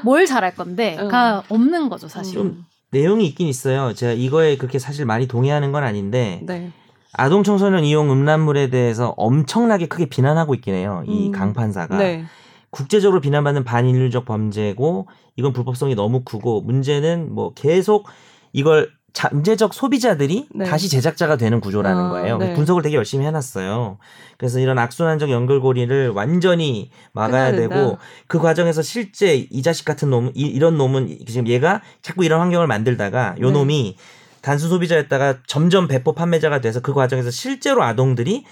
Speaker 2: 뭘 잘할 건데가 없는 거죠 사실.
Speaker 3: 좀 내용이 있긴 있어요. 제가 이거에 그렇게 사실 많이 동의하는 건 아닌데
Speaker 1: 네.
Speaker 3: 아동 청소년 이용 음란물에 대해서 엄청나게 크게 비난하고 있긴 해요. 이
Speaker 1: 음.
Speaker 3: 강 판사가
Speaker 1: 네.
Speaker 3: 국제적으로 비난받는 반인륜적 범죄고 이건 불법성이 너무 크고 문제는 뭐 계속 이걸 잠재적 소비자들이
Speaker 1: 네.
Speaker 3: 다시 제작자가 되는 구조라는
Speaker 1: 아,
Speaker 3: 거예요.
Speaker 1: 네.
Speaker 3: 분석을 되게 열심히 해놨어요. 그래서 이런 악순환적 연결고리를 완전히 막아야
Speaker 1: 끊어야 된다.
Speaker 3: 되고 그 과정에서 실제 이 자식 같은 놈, 이, 이런 놈은 지금 얘가 자꾸 이런 환경을 만들다가 요
Speaker 1: 네.
Speaker 3: 놈이 단순 소비자였다가 점점 배포 판매자가 돼서 그 과정에서 실제로 아동들이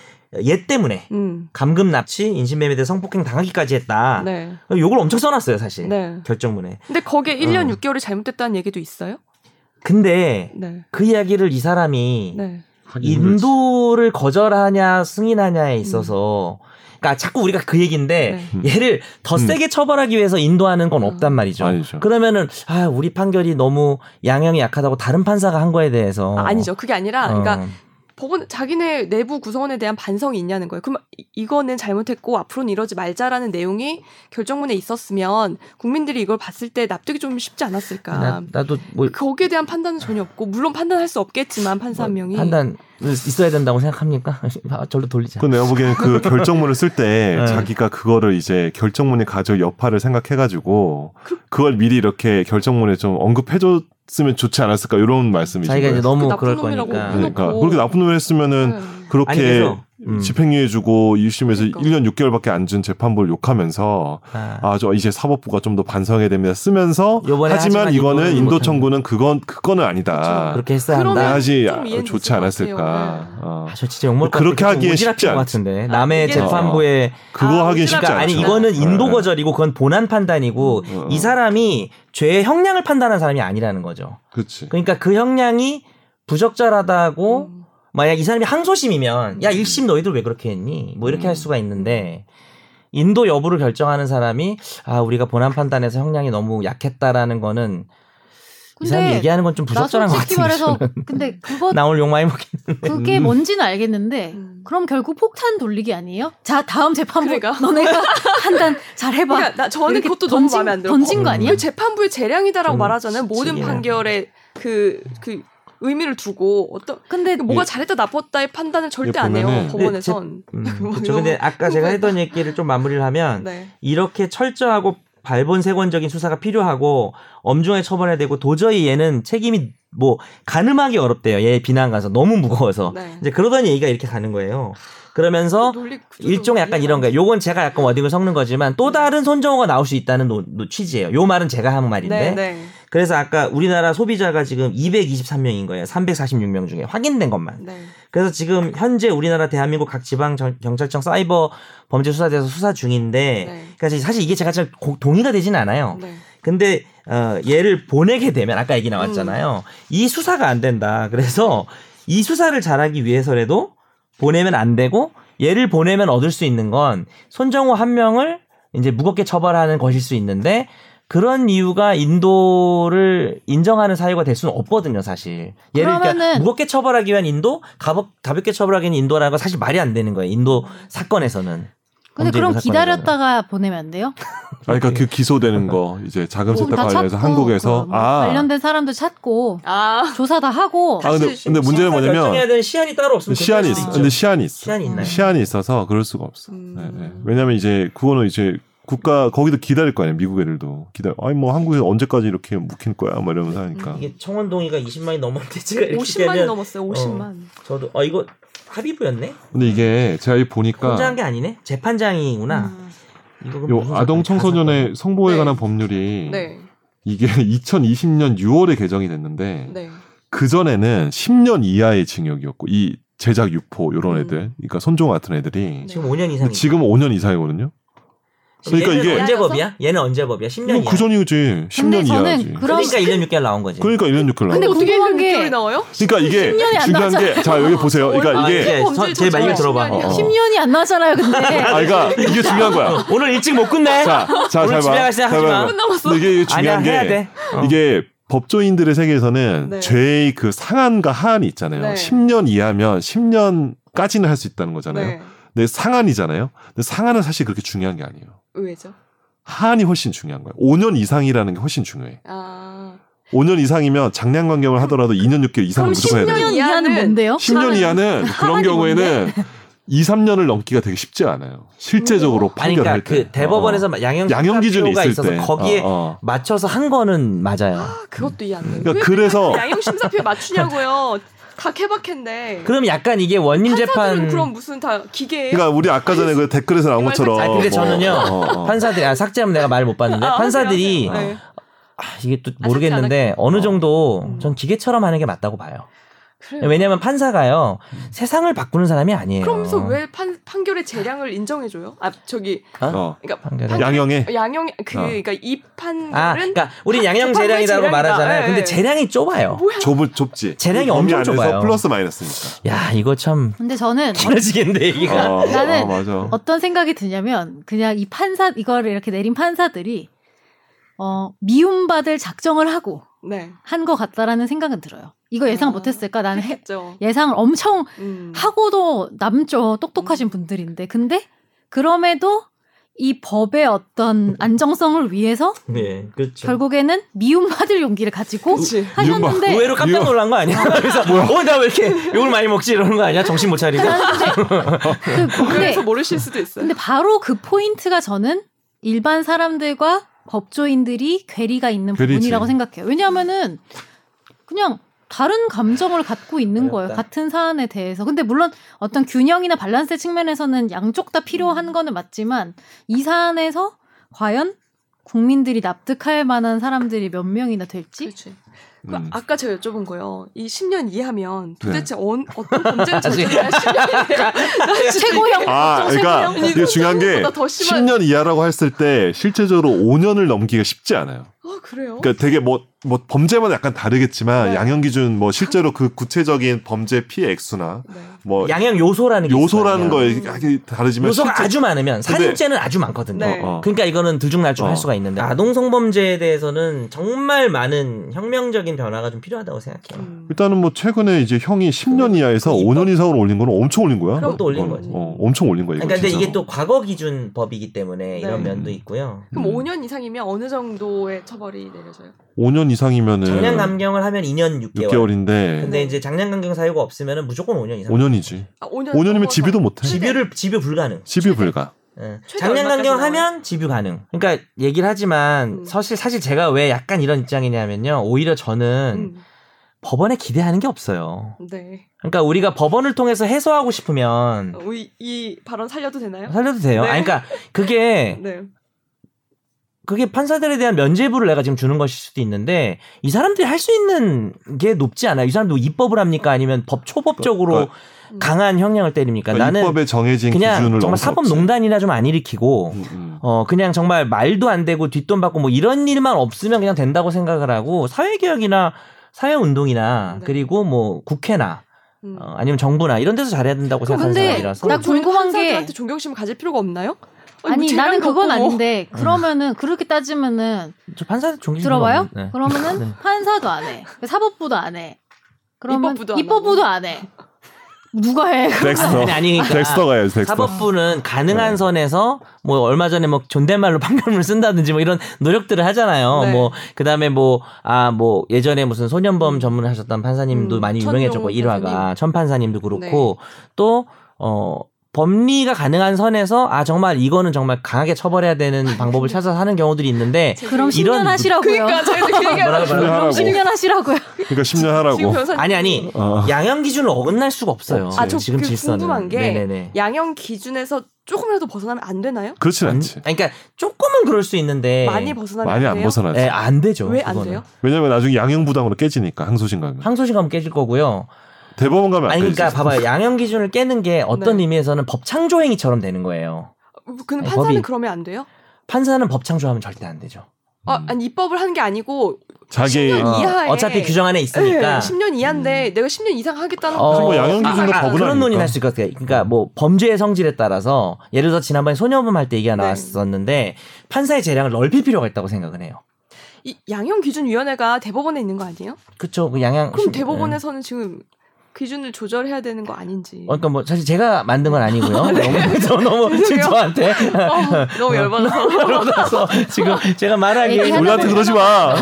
Speaker 3: 얘 때문에
Speaker 1: 음.
Speaker 3: 감금 납치, 인신매매 대 성폭행 당하기까지 했다.
Speaker 1: 네.
Speaker 3: 요걸 엄청 써놨어요, 사실.
Speaker 1: 네.
Speaker 3: 결정문에.
Speaker 1: 근데 거기에 1년
Speaker 3: 어.
Speaker 1: 6개월이 잘못됐다는 얘기도 있어요?
Speaker 3: 근데
Speaker 1: 네.
Speaker 3: 그 이야기를 이 사람이
Speaker 1: 네.
Speaker 5: 하긴 힘들지.
Speaker 3: 아, 인도를 거절하냐 승인하냐에 있어서 그러니까 자꾸 우리가 그 얘기인데
Speaker 1: 음. 네.
Speaker 3: 얘를 더
Speaker 5: 음.
Speaker 3: 세게 처벌하기 위해서 인도하는 건
Speaker 1: 어.
Speaker 3: 없단 말이죠.
Speaker 5: 아니죠.
Speaker 3: 그러면은 아, 우리 판결이 너무 양형이 약하다고 다른 판사가 한 거에 대해서
Speaker 1: 아, 아니죠. 그게 아니라 그러니까
Speaker 3: 어.
Speaker 1: 법원 자기네 내부 구성원에 대한 반성이 있냐는 거예요. 그럼 이- 이거는 잘못했고 앞으로는 이러지 말자라는 내용이 결정문에 있었으면 국민들이 이걸 봤을 때 납득이 좀 쉽지 않았을까.
Speaker 3: 나, 도뭐
Speaker 1: 거기에 대한 판단은 전혀 없고 물론 판단할 수 없겠지만 그 판사 한 명이
Speaker 3: 뭐, 판단 있어야 된다고 생각합니까? 아, 절로 돌리자.
Speaker 5: 그 내가 보기에는 그 결정문을 쓸 때
Speaker 3: 네.
Speaker 5: 자기가 그거를 이제 결정문이 가져올 여파를 생각해가지고 그걸 미리 이렇게 결정문에 좀 언급해줬으면 좋지 않았을까 이런 말씀이신
Speaker 3: 자기가 이제
Speaker 5: 거예요.
Speaker 3: 너무
Speaker 1: 그
Speaker 3: 그럴
Speaker 1: 나쁜 놈이라고
Speaker 3: 거니까.
Speaker 1: 해놓고.
Speaker 5: 그러니까 그렇게 나쁜 놈을 했으면은
Speaker 1: 네.
Speaker 3: 아니,
Speaker 5: 그렇게
Speaker 3: 그래서, 음.
Speaker 5: 집행유예주고 1심에서
Speaker 1: 그러니까.
Speaker 5: 1년 6개월밖에 안 준 재판부를 욕하면서
Speaker 3: 아.
Speaker 5: 아 저 이제 사법부가 좀 더 반성해야 됩니다 쓰면서
Speaker 3: 요번에
Speaker 5: 하지만
Speaker 3: 하지만
Speaker 5: 이거는
Speaker 3: 이거는
Speaker 5: 인도
Speaker 3: 못한다.
Speaker 5: 청구는 그건 그건은 아니다.
Speaker 1: 그렇죠.
Speaker 3: 그렇게 했어야
Speaker 1: 그러면-
Speaker 3: 한다.
Speaker 5: 나지
Speaker 1: 좀 이해는
Speaker 5: 좋지
Speaker 1: 됐을 것
Speaker 5: 않았을까.
Speaker 1: 같아요. 네.
Speaker 5: 어.
Speaker 3: 아, 저 진짜 욕먹을 것
Speaker 5: 그렇게
Speaker 3: 같아.
Speaker 5: 하기엔
Speaker 3: 오지랖일
Speaker 5: 쉽지
Speaker 3: 것
Speaker 5: 않-
Speaker 3: 같은데 남의
Speaker 1: 이게-
Speaker 3: 재판부에
Speaker 5: 그거
Speaker 1: 아,
Speaker 5: 하긴
Speaker 1: 오지랖
Speaker 5: 쉽지
Speaker 3: 그러니까
Speaker 5: 않죠.
Speaker 3: 아니 이거는 인도
Speaker 5: 네.
Speaker 3: 거절이고 그건 본안 판단이고
Speaker 5: 음.
Speaker 3: 이 사람이 죄의 형량을 판단한 사람이 아니라는 거죠.
Speaker 5: 그렇지.
Speaker 3: 그러니까 그 형량이 부적절하다고
Speaker 1: 음.
Speaker 3: 만약 이 사람이 항소심이면 야 1심 너희들 왜 그렇게 했니? 뭐 이렇게
Speaker 5: 음.
Speaker 3: 할 수가 있는데 인도 여부를 결정하는 사람이 아 우리가 본안 판단에서 형량이 너무 약했다라는 거는 이 사람이
Speaker 2: 근데
Speaker 3: 얘기하는 건 좀
Speaker 2: 나
Speaker 3: 부적절한 것
Speaker 2: 솔직히
Speaker 3: 같은데
Speaker 2: 말해서
Speaker 3: 저는. 네.
Speaker 2: 근데 그거
Speaker 3: 나 오늘 욕 많이 먹겠
Speaker 2: 그게 뭔지는 알겠는데
Speaker 1: 음.
Speaker 2: 그럼 결국 폭탄 돌리기 아니에요? 자 다음 재판부
Speaker 1: 그러니까.
Speaker 2: 너네가 판단 잘해봐.
Speaker 1: 그러니까 나 저는
Speaker 2: 이렇게
Speaker 1: 그것도 너무
Speaker 2: 던진-
Speaker 1: 마음에 안 들어.
Speaker 2: 던진 거
Speaker 1: 법-
Speaker 2: 아니야?
Speaker 1: 그 재판부의 재량이다라고
Speaker 3: 음,
Speaker 1: 말하잖아요. 모든
Speaker 3: 진짜.
Speaker 1: 판결에 그 그 의미를 두고 어떤
Speaker 2: 근데
Speaker 1: 그러니까 뭐가
Speaker 3: 예.
Speaker 1: 잘했다 나빴다의 판단은 절대 안 해요
Speaker 5: 보면은-
Speaker 1: 법원에선.
Speaker 3: 음,
Speaker 1: 뭐
Speaker 3: 그렇죠. 근데 아까 제가 했던 얘기를 좀 마무리를 하면
Speaker 1: 네.
Speaker 3: 이렇게 철저하고 발본색원적인 수사가 필요하고 엄중하게 처벌해야 되고 도저히 얘는 책임이 뭐 가늠하기 어렵대요. 얘 비난 가서 너무 무거워서
Speaker 1: 네.
Speaker 3: 어,
Speaker 1: 어? 아,
Speaker 3: 이제 그러더니 얘기가 이렇게 가는 거예요. 그러면서
Speaker 1: 논리 구조도
Speaker 3: 일종의 약간
Speaker 1: 이해가
Speaker 3: 이런
Speaker 1: 안
Speaker 3: 거예요. 요건 제가 약간 워딩을 섞는 거지만 또 다른 손정호가 나올 수 있다는 노, 노- 취지예요. 요 말은 제가 한
Speaker 1: 돼.
Speaker 3: 말인데
Speaker 1: 네, 네.
Speaker 3: 그래서 아까 우리나라 소비자가 지금 223명인 거예요. 346명 중에 확인된 것만.
Speaker 1: 네.
Speaker 3: 그래서 지금 현재 우리나라 대한민국 각 지방 정- 경찰청 사이버 범죄 수사대에서 수사 중인데
Speaker 1: 네.
Speaker 3: 그러니까 사실 이게 제가 잘 고- 동의가 되진 않아요.
Speaker 1: 네.
Speaker 3: 근데 어, 얘를 보내게 되면 아까 얘기 나왔잖아요. 이 수사가 안 된다. 그래서 이 수사를 잘하기 위해서라도 보내면 안 되고 얘를 보내면 얻을 수 있는 건 손정우 한 명을 이제 무겁게 처벌하는 것일 수 있는데 그런 이유가 인도를 인정하는 사유가 될 수는 없거든요, 사실. 얘를 그러니까
Speaker 2: 그러면은-
Speaker 3: 무겁게 처벌하기 위한 인도, 가볍, 가볍게 처벌하기 위한 인도라는 건 사실 말이 안 되는 거예요. 인도 사건에서는.
Speaker 2: 근데
Speaker 3: 범죄
Speaker 2: 그럼
Speaker 3: 인도 사건에서는.
Speaker 2: 기다렸다가 보내면 안 돼요? 어,
Speaker 5: 아니, 그러니까 그 기소되는 거 이제 자금 세탁
Speaker 2: 뭐 다
Speaker 5: 관련해서
Speaker 2: 찾고
Speaker 5: 한국에서
Speaker 2: 그럼 뭐
Speaker 5: 아
Speaker 2: 관련된 사람도 찾고
Speaker 1: 아,
Speaker 2: 조사 다 하고
Speaker 5: 아 근데,
Speaker 1: 사실
Speaker 5: 근데 문제는
Speaker 3: 결정해야
Speaker 5: 뭐냐면
Speaker 3: 되는 시한이 따로 없으면
Speaker 5: 시한이
Speaker 3: 그럴 수도
Speaker 5: 있어.
Speaker 3: 있죠.
Speaker 5: 근데 시한이 있어. 네.
Speaker 3: 시한이 있나요?
Speaker 5: 시한이 있어서 그럴 수가 없어.
Speaker 1: 음.
Speaker 5: 네, 네. 왜냐면 이제 그거는 이제 국가 거기도 기다릴 거 아니야 미국 애들도 기다려. 아니 뭐 한국에서 언제까지 이렇게 묵힐 거야? 막 이러면서 하니까.
Speaker 3: 이게 청원동의가 20만이 넘었는데 제가 이렇게
Speaker 1: 50만이
Speaker 3: 되면
Speaker 1: 넘었어요. 50만.
Speaker 3: 저도 아 이거 합의부였네?
Speaker 5: 근데 이게 제가 이
Speaker 3: 포장한
Speaker 5: 보니까
Speaker 3: 게 아니네? 재판장이구나.
Speaker 1: 음.
Speaker 3: 이거 그럼 무슨
Speaker 5: 어. 요
Speaker 3: 사건이야?
Speaker 5: 아동 청소년의 성보호에
Speaker 1: 네.
Speaker 5: 관한
Speaker 3: 음.
Speaker 5: 법률이
Speaker 1: 네.
Speaker 5: 이게 2020년 6월에 개정이 됐는데
Speaker 1: 네.
Speaker 5: 그 전에는 10년 이하의 징역이었고 이 제작 유포 요런
Speaker 1: 음.
Speaker 5: 애들, 그러니까 손종 같은 애들이
Speaker 3: 지금 5년 이상.
Speaker 5: 지금 5년 이상이거든요. 그러니까
Speaker 3: 얘는
Speaker 5: 이게
Speaker 3: 언제 법이야? 얘는 언제 법이야? 10년
Speaker 5: 이건
Speaker 3: 이야.
Speaker 5: 그 전이지. 10년
Speaker 2: 근데 저는
Speaker 5: 이하지.
Speaker 2: 그런-
Speaker 3: 그러니까 1년 6개월 나온 거지.
Speaker 5: 그러니까 1년 6개월.
Speaker 1: 근데
Speaker 5: 나온 거야.
Speaker 1: 어떻게
Speaker 2: 궁금한
Speaker 1: 이런
Speaker 2: 게-
Speaker 1: 개월이 나와요?
Speaker 5: 그러니까 이게
Speaker 2: 10년이 안 어,
Speaker 5: 중요한 게
Speaker 2: 나왔잖아요.
Speaker 5: 자 여기 보세요. 그러니까
Speaker 3: 아,
Speaker 5: 이게
Speaker 3: 이제 저- 제 말을 들어봐.
Speaker 1: 범죄
Speaker 5: 어, 어.
Speaker 2: 10년이 안 나잖아요, 근데.
Speaker 5: 아, 그러니까 이게 중요한 거야.
Speaker 3: 어, 오늘 일찍 못 끝내.
Speaker 5: 자, 자,
Speaker 3: 오늘
Speaker 5: 잘
Speaker 3: 집에
Speaker 5: 봐.
Speaker 3: 갈 생각 하지 마.
Speaker 5: 잘 봐. 근데 이게
Speaker 3: 아니야
Speaker 5: 중요한
Speaker 3: 해야
Speaker 5: 게
Speaker 3: 돼. 어.
Speaker 5: 이게 법조인들의 세계에서는
Speaker 1: 네.
Speaker 5: 죄의 그 상한과 하한이 있잖아요.
Speaker 1: 네.
Speaker 5: 10년 이하면 10년까지는 할 수 있다는 거잖아요.
Speaker 1: 네.
Speaker 5: 근데 상한이잖아요. 근데 상한은 사실 그렇게 중요한 게 아니에요.
Speaker 1: 왜죠?
Speaker 5: 하한이 훨씬 중요한 거예요. 5년 이상이라는 게 훨씬 중요해.
Speaker 1: 아.
Speaker 5: 5년 이상이면 장량 관경을 하더라도 2년 6개월
Speaker 1: 그럼
Speaker 5: 이상은 무조건 해야
Speaker 1: 10년
Speaker 5: 돼요.
Speaker 2: 10년 이하는
Speaker 1: 이하는-
Speaker 2: 뭔데요?
Speaker 5: 10년 이하는 그런
Speaker 2: 하한이
Speaker 5: 경우에는 2, 3년을 넘기가 되게 쉽지 않아요. 실제적으로
Speaker 3: 아니
Speaker 5: 판결할
Speaker 3: 그러니까
Speaker 5: 때. 어.
Speaker 3: 그 대법원에서 양형
Speaker 5: 양형 기준이
Speaker 3: 필요가
Speaker 5: 있을
Speaker 3: 있어서
Speaker 5: 때
Speaker 3: 거기에
Speaker 5: 어, 어.
Speaker 3: 맞춰서 한 거는 맞아요.
Speaker 1: 아, 그것도 이해 안 돼요.
Speaker 5: 그러니까
Speaker 1: 왜
Speaker 5: 그래서
Speaker 1: 양형 심사표에 맞추냐고요. 다 케바케인데.
Speaker 3: 그럼 약간 이게 원님
Speaker 1: 판사들은
Speaker 3: 재판
Speaker 1: 그럼 무슨 다 기계예요?
Speaker 5: 그러니까 우리 아까 전에 그 댓글에서 나온 것처럼
Speaker 3: 아니, 근데 저는요.
Speaker 5: 어, 어.
Speaker 3: 판사들이 아 삭제하면 내가 말 못 봤는데
Speaker 1: 아,
Speaker 3: 판사들이
Speaker 1: 하세요, 하세요. 네.
Speaker 3: 아, 이게 또
Speaker 1: 아,
Speaker 3: 모르겠는데 어느 정도
Speaker 1: 음.
Speaker 3: 전 기계처럼 하는 게 맞다고 봐요.
Speaker 1: 그래요. 음.
Speaker 3: 왜냐하면 판사가요 세상을 바꾸는 사람이 아니에요.
Speaker 1: 그러면서 왜 판, 판결의 재량을 인정해줘요? 아 저기
Speaker 5: 어.
Speaker 1: 그러니까
Speaker 3: 판결을-
Speaker 5: 양형에
Speaker 1: 양형 그
Speaker 5: 어.
Speaker 1: 그러니까 이 판결은
Speaker 3: 아, 그러니까 우리
Speaker 1: 판-
Speaker 3: 양형
Speaker 1: 재판부의
Speaker 3: 재량이라고
Speaker 1: 재량이다.
Speaker 3: 말하잖아요.
Speaker 1: 예,
Speaker 3: 근데
Speaker 1: 예.
Speaker 3: 재량이 좁아요.
Speaker 1: 뭐야?
Speaker 5: 좁은 좁지.
Speaker 3: 재량이
Speaker 5: 이 범위
Speaker 3: 엄청
Speaker 5: 안에서
Speaker 3: 좁아요.
Speaker 5: 플러스 마이너스니까.
Speaker 3: 야 이거 참
Speaker 2: 근데 저는
Speaker 3: 길어지겠네 얘기가.
Speaker 5: 어,
Speaker 2: 나는
Speaker 5: 어, 맞아.
Speaker 2: 어떤 생각이 드냐면 그냥 이 판사 이거를 이렇게 내린 판사들이 어, 미움받을 작정을 하고
Speaker 1: 네.
Speaker 2: 한 것 같다라는 생각은 들어요. 이거 예상
Speaker 1: 아.
Speaker 2: 못했을까? 나는 해-
Speaker 1: 했죠.
Speaker 2: 예상을 엄청
Speaker 1: 음.
Speaker 2: 하고도 남죠 똑똑하신 분들인데 근데 그럼에도 이 법의
Speaker 1: 음.
Speaker 2: 어떤 안정성을 위해서
Speaker 3: 네, 그렇죠.
Speaker 2: 결국에는 미움받을 용기를 가지고
Speaker 1: 그치.
Speaker 2: 하셨는데
Speaker 3: 의외로 깜짝 놀란 거 아니야? 그래서 어나 왜 이렇게 욕을 많이 먹지 이러는 거 아니야? 정신 못 차리고.
Speaker 2: 그, 근데
Speaker 1: 그래서 모르실 수도
Speaker 5: 네.
Speaker 1: 있어요.
Speaker 2: 근데 바로 그 포인트가 저는 일반 사람들과 법조인들이 괴리가 있는
Speaker 5: 괴리지.
Speaker 2: 부분이라고 생각해요. 왜냐하면은 그냥 다른 감정을 갖고
Speaker 5: 아,
Speaker 2: 있는 거예요.
Speaker 3: 어렵다.
Speaker 2: 같은 사안에 대해서. 근데 물론 어떤 균형이나 밸런스 측면에서는 양쪽 다
Speaker 5: 음.
Speaker 2: 필요한 거는 맞지만 이 사안에서 과연 국민들이 납득할 만한 사람들이 몇 명이나 될지?
Speaker 1: 그치. 그
Speaker 5: 음. 네.
Speaker 1: 아까 제가 여쭤본 거예요. 이 10년 이하면 도대체 언, 어떤 범죄를 저질러야 10년 이하?
Speaker 2: 최고형
Speaker 5: 아, 그러니까
Speaker 1: 최고형.
Speaker 5: 이게 중요한 게
Speaker 1: 보다 더 심한.
Speaker 5: 10년 이하라고 했을 때 실제적으로 5년을 넘기가 쉽지 않아요.
Speaker 1: 아 그래요?
Speaker 5: 그러니까 되게 뭐, 뭐 범죄마다 약간 다르겠지만
Speaker 1: 네.
Speaker 5: 양형 기준 뭐 실제로 그 구체적인 범죄 피해 액수나
Speaker 1: 네.
Speaker 5: 뭐
Speaker 3: 양형 어, 요소라는 게
Speaker 5: 요소라는
Speaker 3: 있어요.
Speaker 5: 거에 약간 다르지만
Speaker 3: 요소가
Speaker 5: 실제-
Speaker 3: 아주 많으면 살인죄는 아주 많거든요.
Speaker 1: 네.
Speaker 5: 어, 어.
Speaker 3: 그러니까 이거는 들쭉날쭉할
Speaker 5: 어.
Speaker 3: 수가 있는데 아동 성범죄에 대해서는 정말 많은 혁명적인 변화가 좀 필요하다고 생각해요.
Speaker 1: 음.
Speaker 5: 일단은 뭐 최근에 이제 형이 10년 이하에서
Speaker 3: 그
Speaker 5: 5년 이상으로 올린 거는 엄청 올린 거야.
Speaker 3: 그것도 올린
Speaker 5: 어,
Speaker 3: 거지.
Speaker 5: 어, 엄청 올린 거야. 이거
Speaker 3: 그러니까 근데 이게
Speaker 5: 진짜로.
Speaker 3: 또 과거 기준 법이기 때문에 이런
Speaker 1: 네.
Speaker 3: 면도 있고요.
Speaker 1: 그럼
Speaker 5: 음.
Speaker 1: 5년 이상이면 어느 정도의 처벌이 내려져요?
Speaker 5: 5년
Speaker 1: 네.
Speaker 5: 이상이면은
Speaker 3: 장량 감경을 하면 2년 6개월.
Speaker 5: 6개월인데
Speaker 3: 근데 이제 장량 감경 사유가 없으면 무조건 5년 이상.
Speaker 5: 5년이지.
Speaker 1: 아, 5년
Speaker 5: 5년이면
Speaker 1: 넘어서.
Speaker 5: 집유도 못해.
Speaker 1: 집-
Speaker 3: 그렇죠. 집유를 집유 불가능.
Speaker 5: 집유 불가.
Speaker 3: 예.
Speaker 1: 최대
Speaker 3: 장량
Speaker 1: 얼마까지
Speaker 3: 강경하면 집유 가능. 그러니까 얘기를 하지만
Speaker 1: 음.
Speaker 3: 사실 사실 제가 왜 약간 이런 입장이냐면요. 오히려 저는
Speaker 1: 음.
Speaker 3: 법원에 기대하는 게 없어요.
Speaker 1: 네.
Speaker 3: 그러니까 우리가 법원을 통해서 해소하고 싶으면
Speaker 1: 어, 이, 이 발언 살려도 되나요?
Speaker 3: 살려도 돼요.
Speaker 1: 네.
Speaker 3: 아니 그러니까 그게
Speaker 1: 네.
Speaker 3: 그게 판사들에 대한 면죄부를 내가 지금 주는 것일 수도 있는데 이 사람들이 할 수 있는 게 높지 않아요. 이 사람도 입법을 합니까 아니면 법 초법적으로
Speaker 5: 그러니까-
Speaker 1: 음.
Speaker 3: 강한 형량을 때립니까?
Speaker 5: 그러니까
Speaker 3: 나는
Speaker 5: 입법에 정해진
Speaker 3: 그냥 정말
Speaker 5: 기준을 넘을 수 없지.
Speaker 3: 사법농단이나 좀 안 일으키고
Speaker 5: 음, 음.
Speaker 3: 어, 그냥 정말 말도 안 되고 뒷돈 받고 뭐 이런 일만 없으면 그냥 된다고 생각을 하고 사회개혁이나 사회운동이나
Speaker 1: 네.
Speaker 3: 그리고 뭐 국회나
Speaker 1: 음.
Speaker 3: 어, 아니면 정부나 이런 데서 잘해야 된다고
Speaker 1: 그럼
Speaker 3: 생각하는
Speaker 2: 근데
Speaker 3: 사람이라서
Speaker 2: 나 궁금한 게-
Speaker 1: 어, 한테 존경심을 가질 필요가 없나요?
Speaker 2: 아니
Speaker 1: 뭐
Speaker 2: 나는
Speaker 1: 재량도
Speaker 2: 그건
Speaker 1: 없고 뭐.
Speaker 2: 아닌데
Speaker 5: 음.
Speaker 2: 그러면은 그렇게 따지면은
Speaker 3: 저 판사 종교
Speaker 2: 들어봐요?
Speaker 3: 네.
Speaker 2: 그러면은
Speaker 3: 네.
Speaker 2: 판사도 안 해. 그 사법부도 안 해. 그러면
Speaker 1: 입법부도 안
Speaker 2: 입법부도 안 해. 누가 해?
Speaker 5: 덱스터.
Speaker 3: 아니 아니니까
Speaker 5: 덱스터 가야죠. 덱스터.
Speaker 3: 사법부는 가능한
Speaker 5: 네.
Speaker 3: 선에서 뭐 얼마 전에 뭐 존댓말로 판결문을 쓴다든지 뭐 이런 노력들을 하잖아요.
Speaker 1: 네.
Speaker 3: 뭐 그다음에 뭐 아 뭐 예전에 무슨 소년범 전문을 하셨던 판사님도
Speaker 1: 음,
Speaker 3: 많이
Speaker 1: 천용
Speaker 3: 유명해졌고 일화가
Speaker 1: 판사님. 네.
Speaker 3: 천 판사님도 그렇고 또어 법리가 가능한 선에서 아 정말 이거는 정말 강하게 처벌해야 되는 방법을 찾아서 하는 경우들이 있는데
Speaker 2: 그럼 10년
Speaker 3: 이런-
Speaker 2: 하시라고요.
Speaker 1: 그러니까 저희도 그
Speaker 3: 뭐라고
Speaker 1: 얘기하고
Speaker 3: 뭐라고
Speaker 5: 하라고.
Speaker 2: 10년 하시라고요.
Speaker 5: 그러니까 10년
Speaker 1: 지금
Speaker 5: 하라고.
Speaker 1: 변호사님
Speaker 3: 아니 아니
Speaker 5: 어.
Speaker 3: 양형 기준을 어긋날 수가 없어요.
Speaker 5: 없지. 아,
Speaker 1: 저
Speaker 3: 지금
Speaker 1: 그
Speaker 3: 질서는.
Speaker 1: 궁금한 게
Speaker 3: 네네네.
Speaker 1: 양형 기준에서 조금이라도 벗어나면 안 되나요?
Speaker 5: 그렇진
Speaker 3: 아니,
Speaker 5: 않지.
Speaker 3: 그러니까 조금은 그럴 수 있는데
Speaker 1: 많이 벗어나면
Speaker 5: 많이 안
Speaker 1: 돼요?
Speaker 5: 벗어나지.
Speaker 3: 예, 네. 안 되죠.
Speaker 1: 왜안
Speaker 3: 그거는.
Speaker 1: 돼요?
Speaker 5: 왜냐면 나중에 양형 부당으로 깨지니까 항소심 가면.
Speaker 3: 항소심 가면 깨질 거고요.
Speaker 5: 대법원 가면 안
Speaker 3: 아니
Speaker 5: 되지.
Speaker 3: 그러니까 봐봐요. 양형 기준을 깨는 게 어떤
Speaker 1: 네.
Speaker 3: 의미에서는 법창조행위처럼 되는 거예요.
Speaker 1: 근데
Speaker 3: 아니,
Speaker 1: 판사는
Speaker 3: 법이-
Speaker 1: 음, 그러면 안 돼요?
Speaker 3: 판사는 법창조하면 절대 안 되죠. 음.
Speaker 1: 아, 아니 입법을 한 게 아니고 네,
Speaker 5: 자기
Speaker 1: 10년
Speaker 5: 어.
Speaker 1: 이하에
Speaker 3: 어차피 규정 안에 있으니까. 음.
Speaker 1: 10년 이하인데 내가 10년 이상 하겠다는
Speaker 3: 그러니까. 어,
Speaker 1: 거죠.
Speaker 5: 뭐 양형
Speaker 3: 아,
Speaker 5: 기준도
Speaker 3: 아,
Speaker 5: 법은
Speaker 3: 그런
Speaker 5: 아니니까.
Speaker 3: 논의는 할 수 있을 것 같아요. 그러니까 뭐 범죄의 성질에 따라서 예를 들어 지난번에 소녀범 할 때 얘기가
Speaker 1: 네.
Speaker 3: 나왔었는데 판사의 재량을 넓힐 필요가 있다고 생각은 해요.
Speaker 1: 이 양형 기준 위원회가 대법원에 있는 거 아니에요?
Speaker 3: 그쵸? 그 양양.
Speaker 1: 그럼
Speaker 3: 심-
Speaker 1: 대법원에서는 지금 기준을 조절해야 되는 거 아닌지.
Speaker 3: 예. 어, 그러니까 뭐 사실 제가 만든 건 아니고요. 너무 저 너무
Speaker 1: 네.
Speaker 3: 지금
Speaker 1: 죄송해요.
Speaker 3: 저한테
Speaker 1: 어, 너무 열받아서.
Speaker 3: 그러면서 지금 제가
Speaker 1: 예,
Speaker 3: 말하기에
Speaker 2: 얘기하는
Speaker 5: 우리한테 그러지
Speaker 1: 어.
Speaker 5: 마.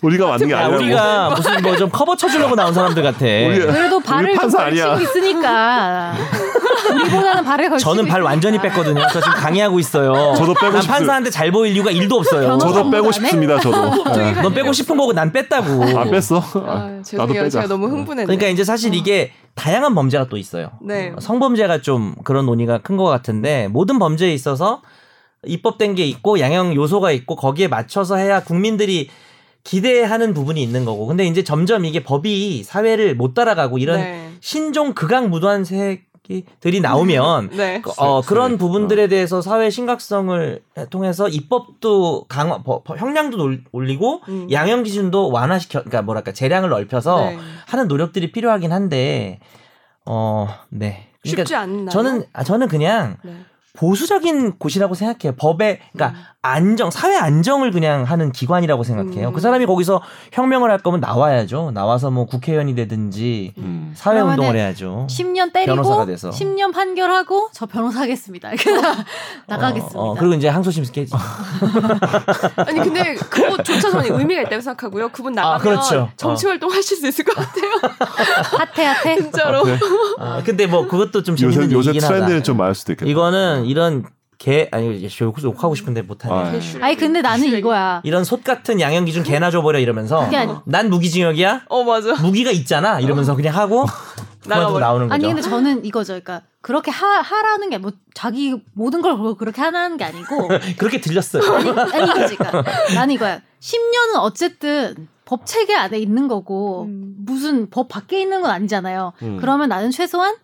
Speaker 5: 우리가 맞는 게
Speaker 3: 야,
Speaker 5: 아니라고.
Speaker 3: 우리가 무슨 뭐 좀 커버 쳐주려고 나온 사람들 같아.
Speaker 5: 우리-
Speaker 2: 그래도 발을 좀
Speaker 5: 판사
Speaker 2: 걸치고
Speaker 5: 아니야.
Speaker 2: 있으니까. 우리보다는 발을 걸치고
Speaker 3: 저는 발
Speaker 2: 있으니까.
Speaker 3: 완전히 뺐거든요. 저 지금 강의하고 있어요.
Speaker 5: 저도 빼고
Speaker 3: 난
Speaker 5: 싶어요.
Speaker 3: 판사한테 잘 보일 이유가 일도 없어요.
Speaker 2: 변호사.
Speaker 5: 저도 빼고 싶습니다. 저도. 예.
Speaker 3: 넌 빼고 싶은 거고 난 뺐다고.
Speaker 5: 안 뺐어.
Speaker 1: 아,
Speaker 5: 나도
Speaker 1: 죄송해요.
Speaker 5: 빼자.
Speaker 1: 제가 너무 흥분했네.
Speaker 3: 그러니까 이제 사실 이게 다양한 범죄가 또 있어요.
Speaker 1: 네.
Speaker 3: 성범죄가 좀 그런 논의가 큰 것 같은데 모든 범죄에 있어서 입법된 게 있고 양형 요소가 있고 거기에 맞춰서 해야 국민들이 기대하는 부분이 있는 거고. 근데 이제 점점 이게 법이 사회를 못 따라가고 이런
Speaker 1: 네.
Speaker 3: 신종 극악 무도한 색들이 나오면
Speaker 1: 네.
Speaker 3: 그- 어,
Speaker 5: 세-
Speaker 3: 그런
Speaker 5: 세-
Speaker 3: 부분들에 대해서 사회 심각성을 통해서 입법도 강화, 법- 법- 형량도 놀- 올리고
Speaker 1: 음.
Speaker 3: 양형 기준도 완화시켜, 그러니까 뭐랄까 재량을 넓혀서
Speaker 1: 네.
Speaker 3: 하는 노력들이 필요하긴 한데 어, 네. 그러니까
Speaker 1: 쉽지 않나.
Speaker 3: 저는 아, 저는 그냥
Speaker 1: 네.
Speaker 3: 보수적인 곳이라고 생각해요. 법에 그러니까 안정, 사회 안정을 그냥 하는 기관이라고 생각해요.
Speaker 1: 음.
Speaker 3: 그 사람이 거기서 혁명을 할 거면 나와야죠. 나와서 뭐 국회의원이 되든지
Speaker 5: 음.
Speaker 3: 사회
Speaker 2: 그러면은
Speaker 3: 운동을 해야죠.
Speaker 2: 10년 때리고
Speaker 3: 변호사가 돼서.
Speaker 2: 10년 판결하고 저 변호사 하겠습니다. 이렇게 나- 나가겠습니다. 아.
Speaker 3: 어, 어, 그리고 이제 항소심 깨지.
Speaker 1: 아니 근데 그것조차서는 의미가 있다고 생각하고요. 그분 나가면
Speaker 3: 아, 그렇죠.
Speaker 1: 정치 활동 하실 수 있을 것 같아요.
Speaker 2: 하태 하태.
Speaker 1: 진짜로.
Speaker 5: 네.
Speaker 3: 아, 근데 뭐 그것도 좀
Speaker 5: 요새
Speaker 3: 재밌는
Speaker 5: 요새
Speaker 3: 얘기긴 하다.
Speaker 5: 트렌드는 좀 많을 수도 있겠다.
Speaker 3: 이거는 이런 개 아니 이제 욕- 욕하고 싶은데 못하네.
Speaker 5: 아, 예.
Speaker 1: 개슈.
Speaker 2: 아니 근데 나는 이거야.
Speaker 3: 이런 솥 같은 양형 기준 개나 줘버려 이러면서
Speaker 2: 그게 아니-
Speaker 3: 난 무기징역이야.
Speaker 1: 어 맞아.
Speaker 3: 무기가 있잖아 이러면서 그냥
Speaker 5: 어.
Speaker 3: 하고 그만두고
Speaker 1: 나가버려.
Speaker 3: 나오는 거죠.
Speaker 2: 아니 근데 저는 이거죠. 그러니까 그렇게 하, 하라는 게 뭐 자기 모든 걸 보고 그렇게 하라는 게 아니고
Speaker 3: 그렇게 들렸어요.
Speaker 2: 아니, 아니 이거지. 그러니까 나는 이거야. 10년은 어쨌든 법 체계 안에 있는 거고
Speaker 1: 음.
Speaker 2: 무슨 법 밖에 있는 건 아니잖아요.
Speaker 5: 음.
Speaker 2: 그러면 나는 최소한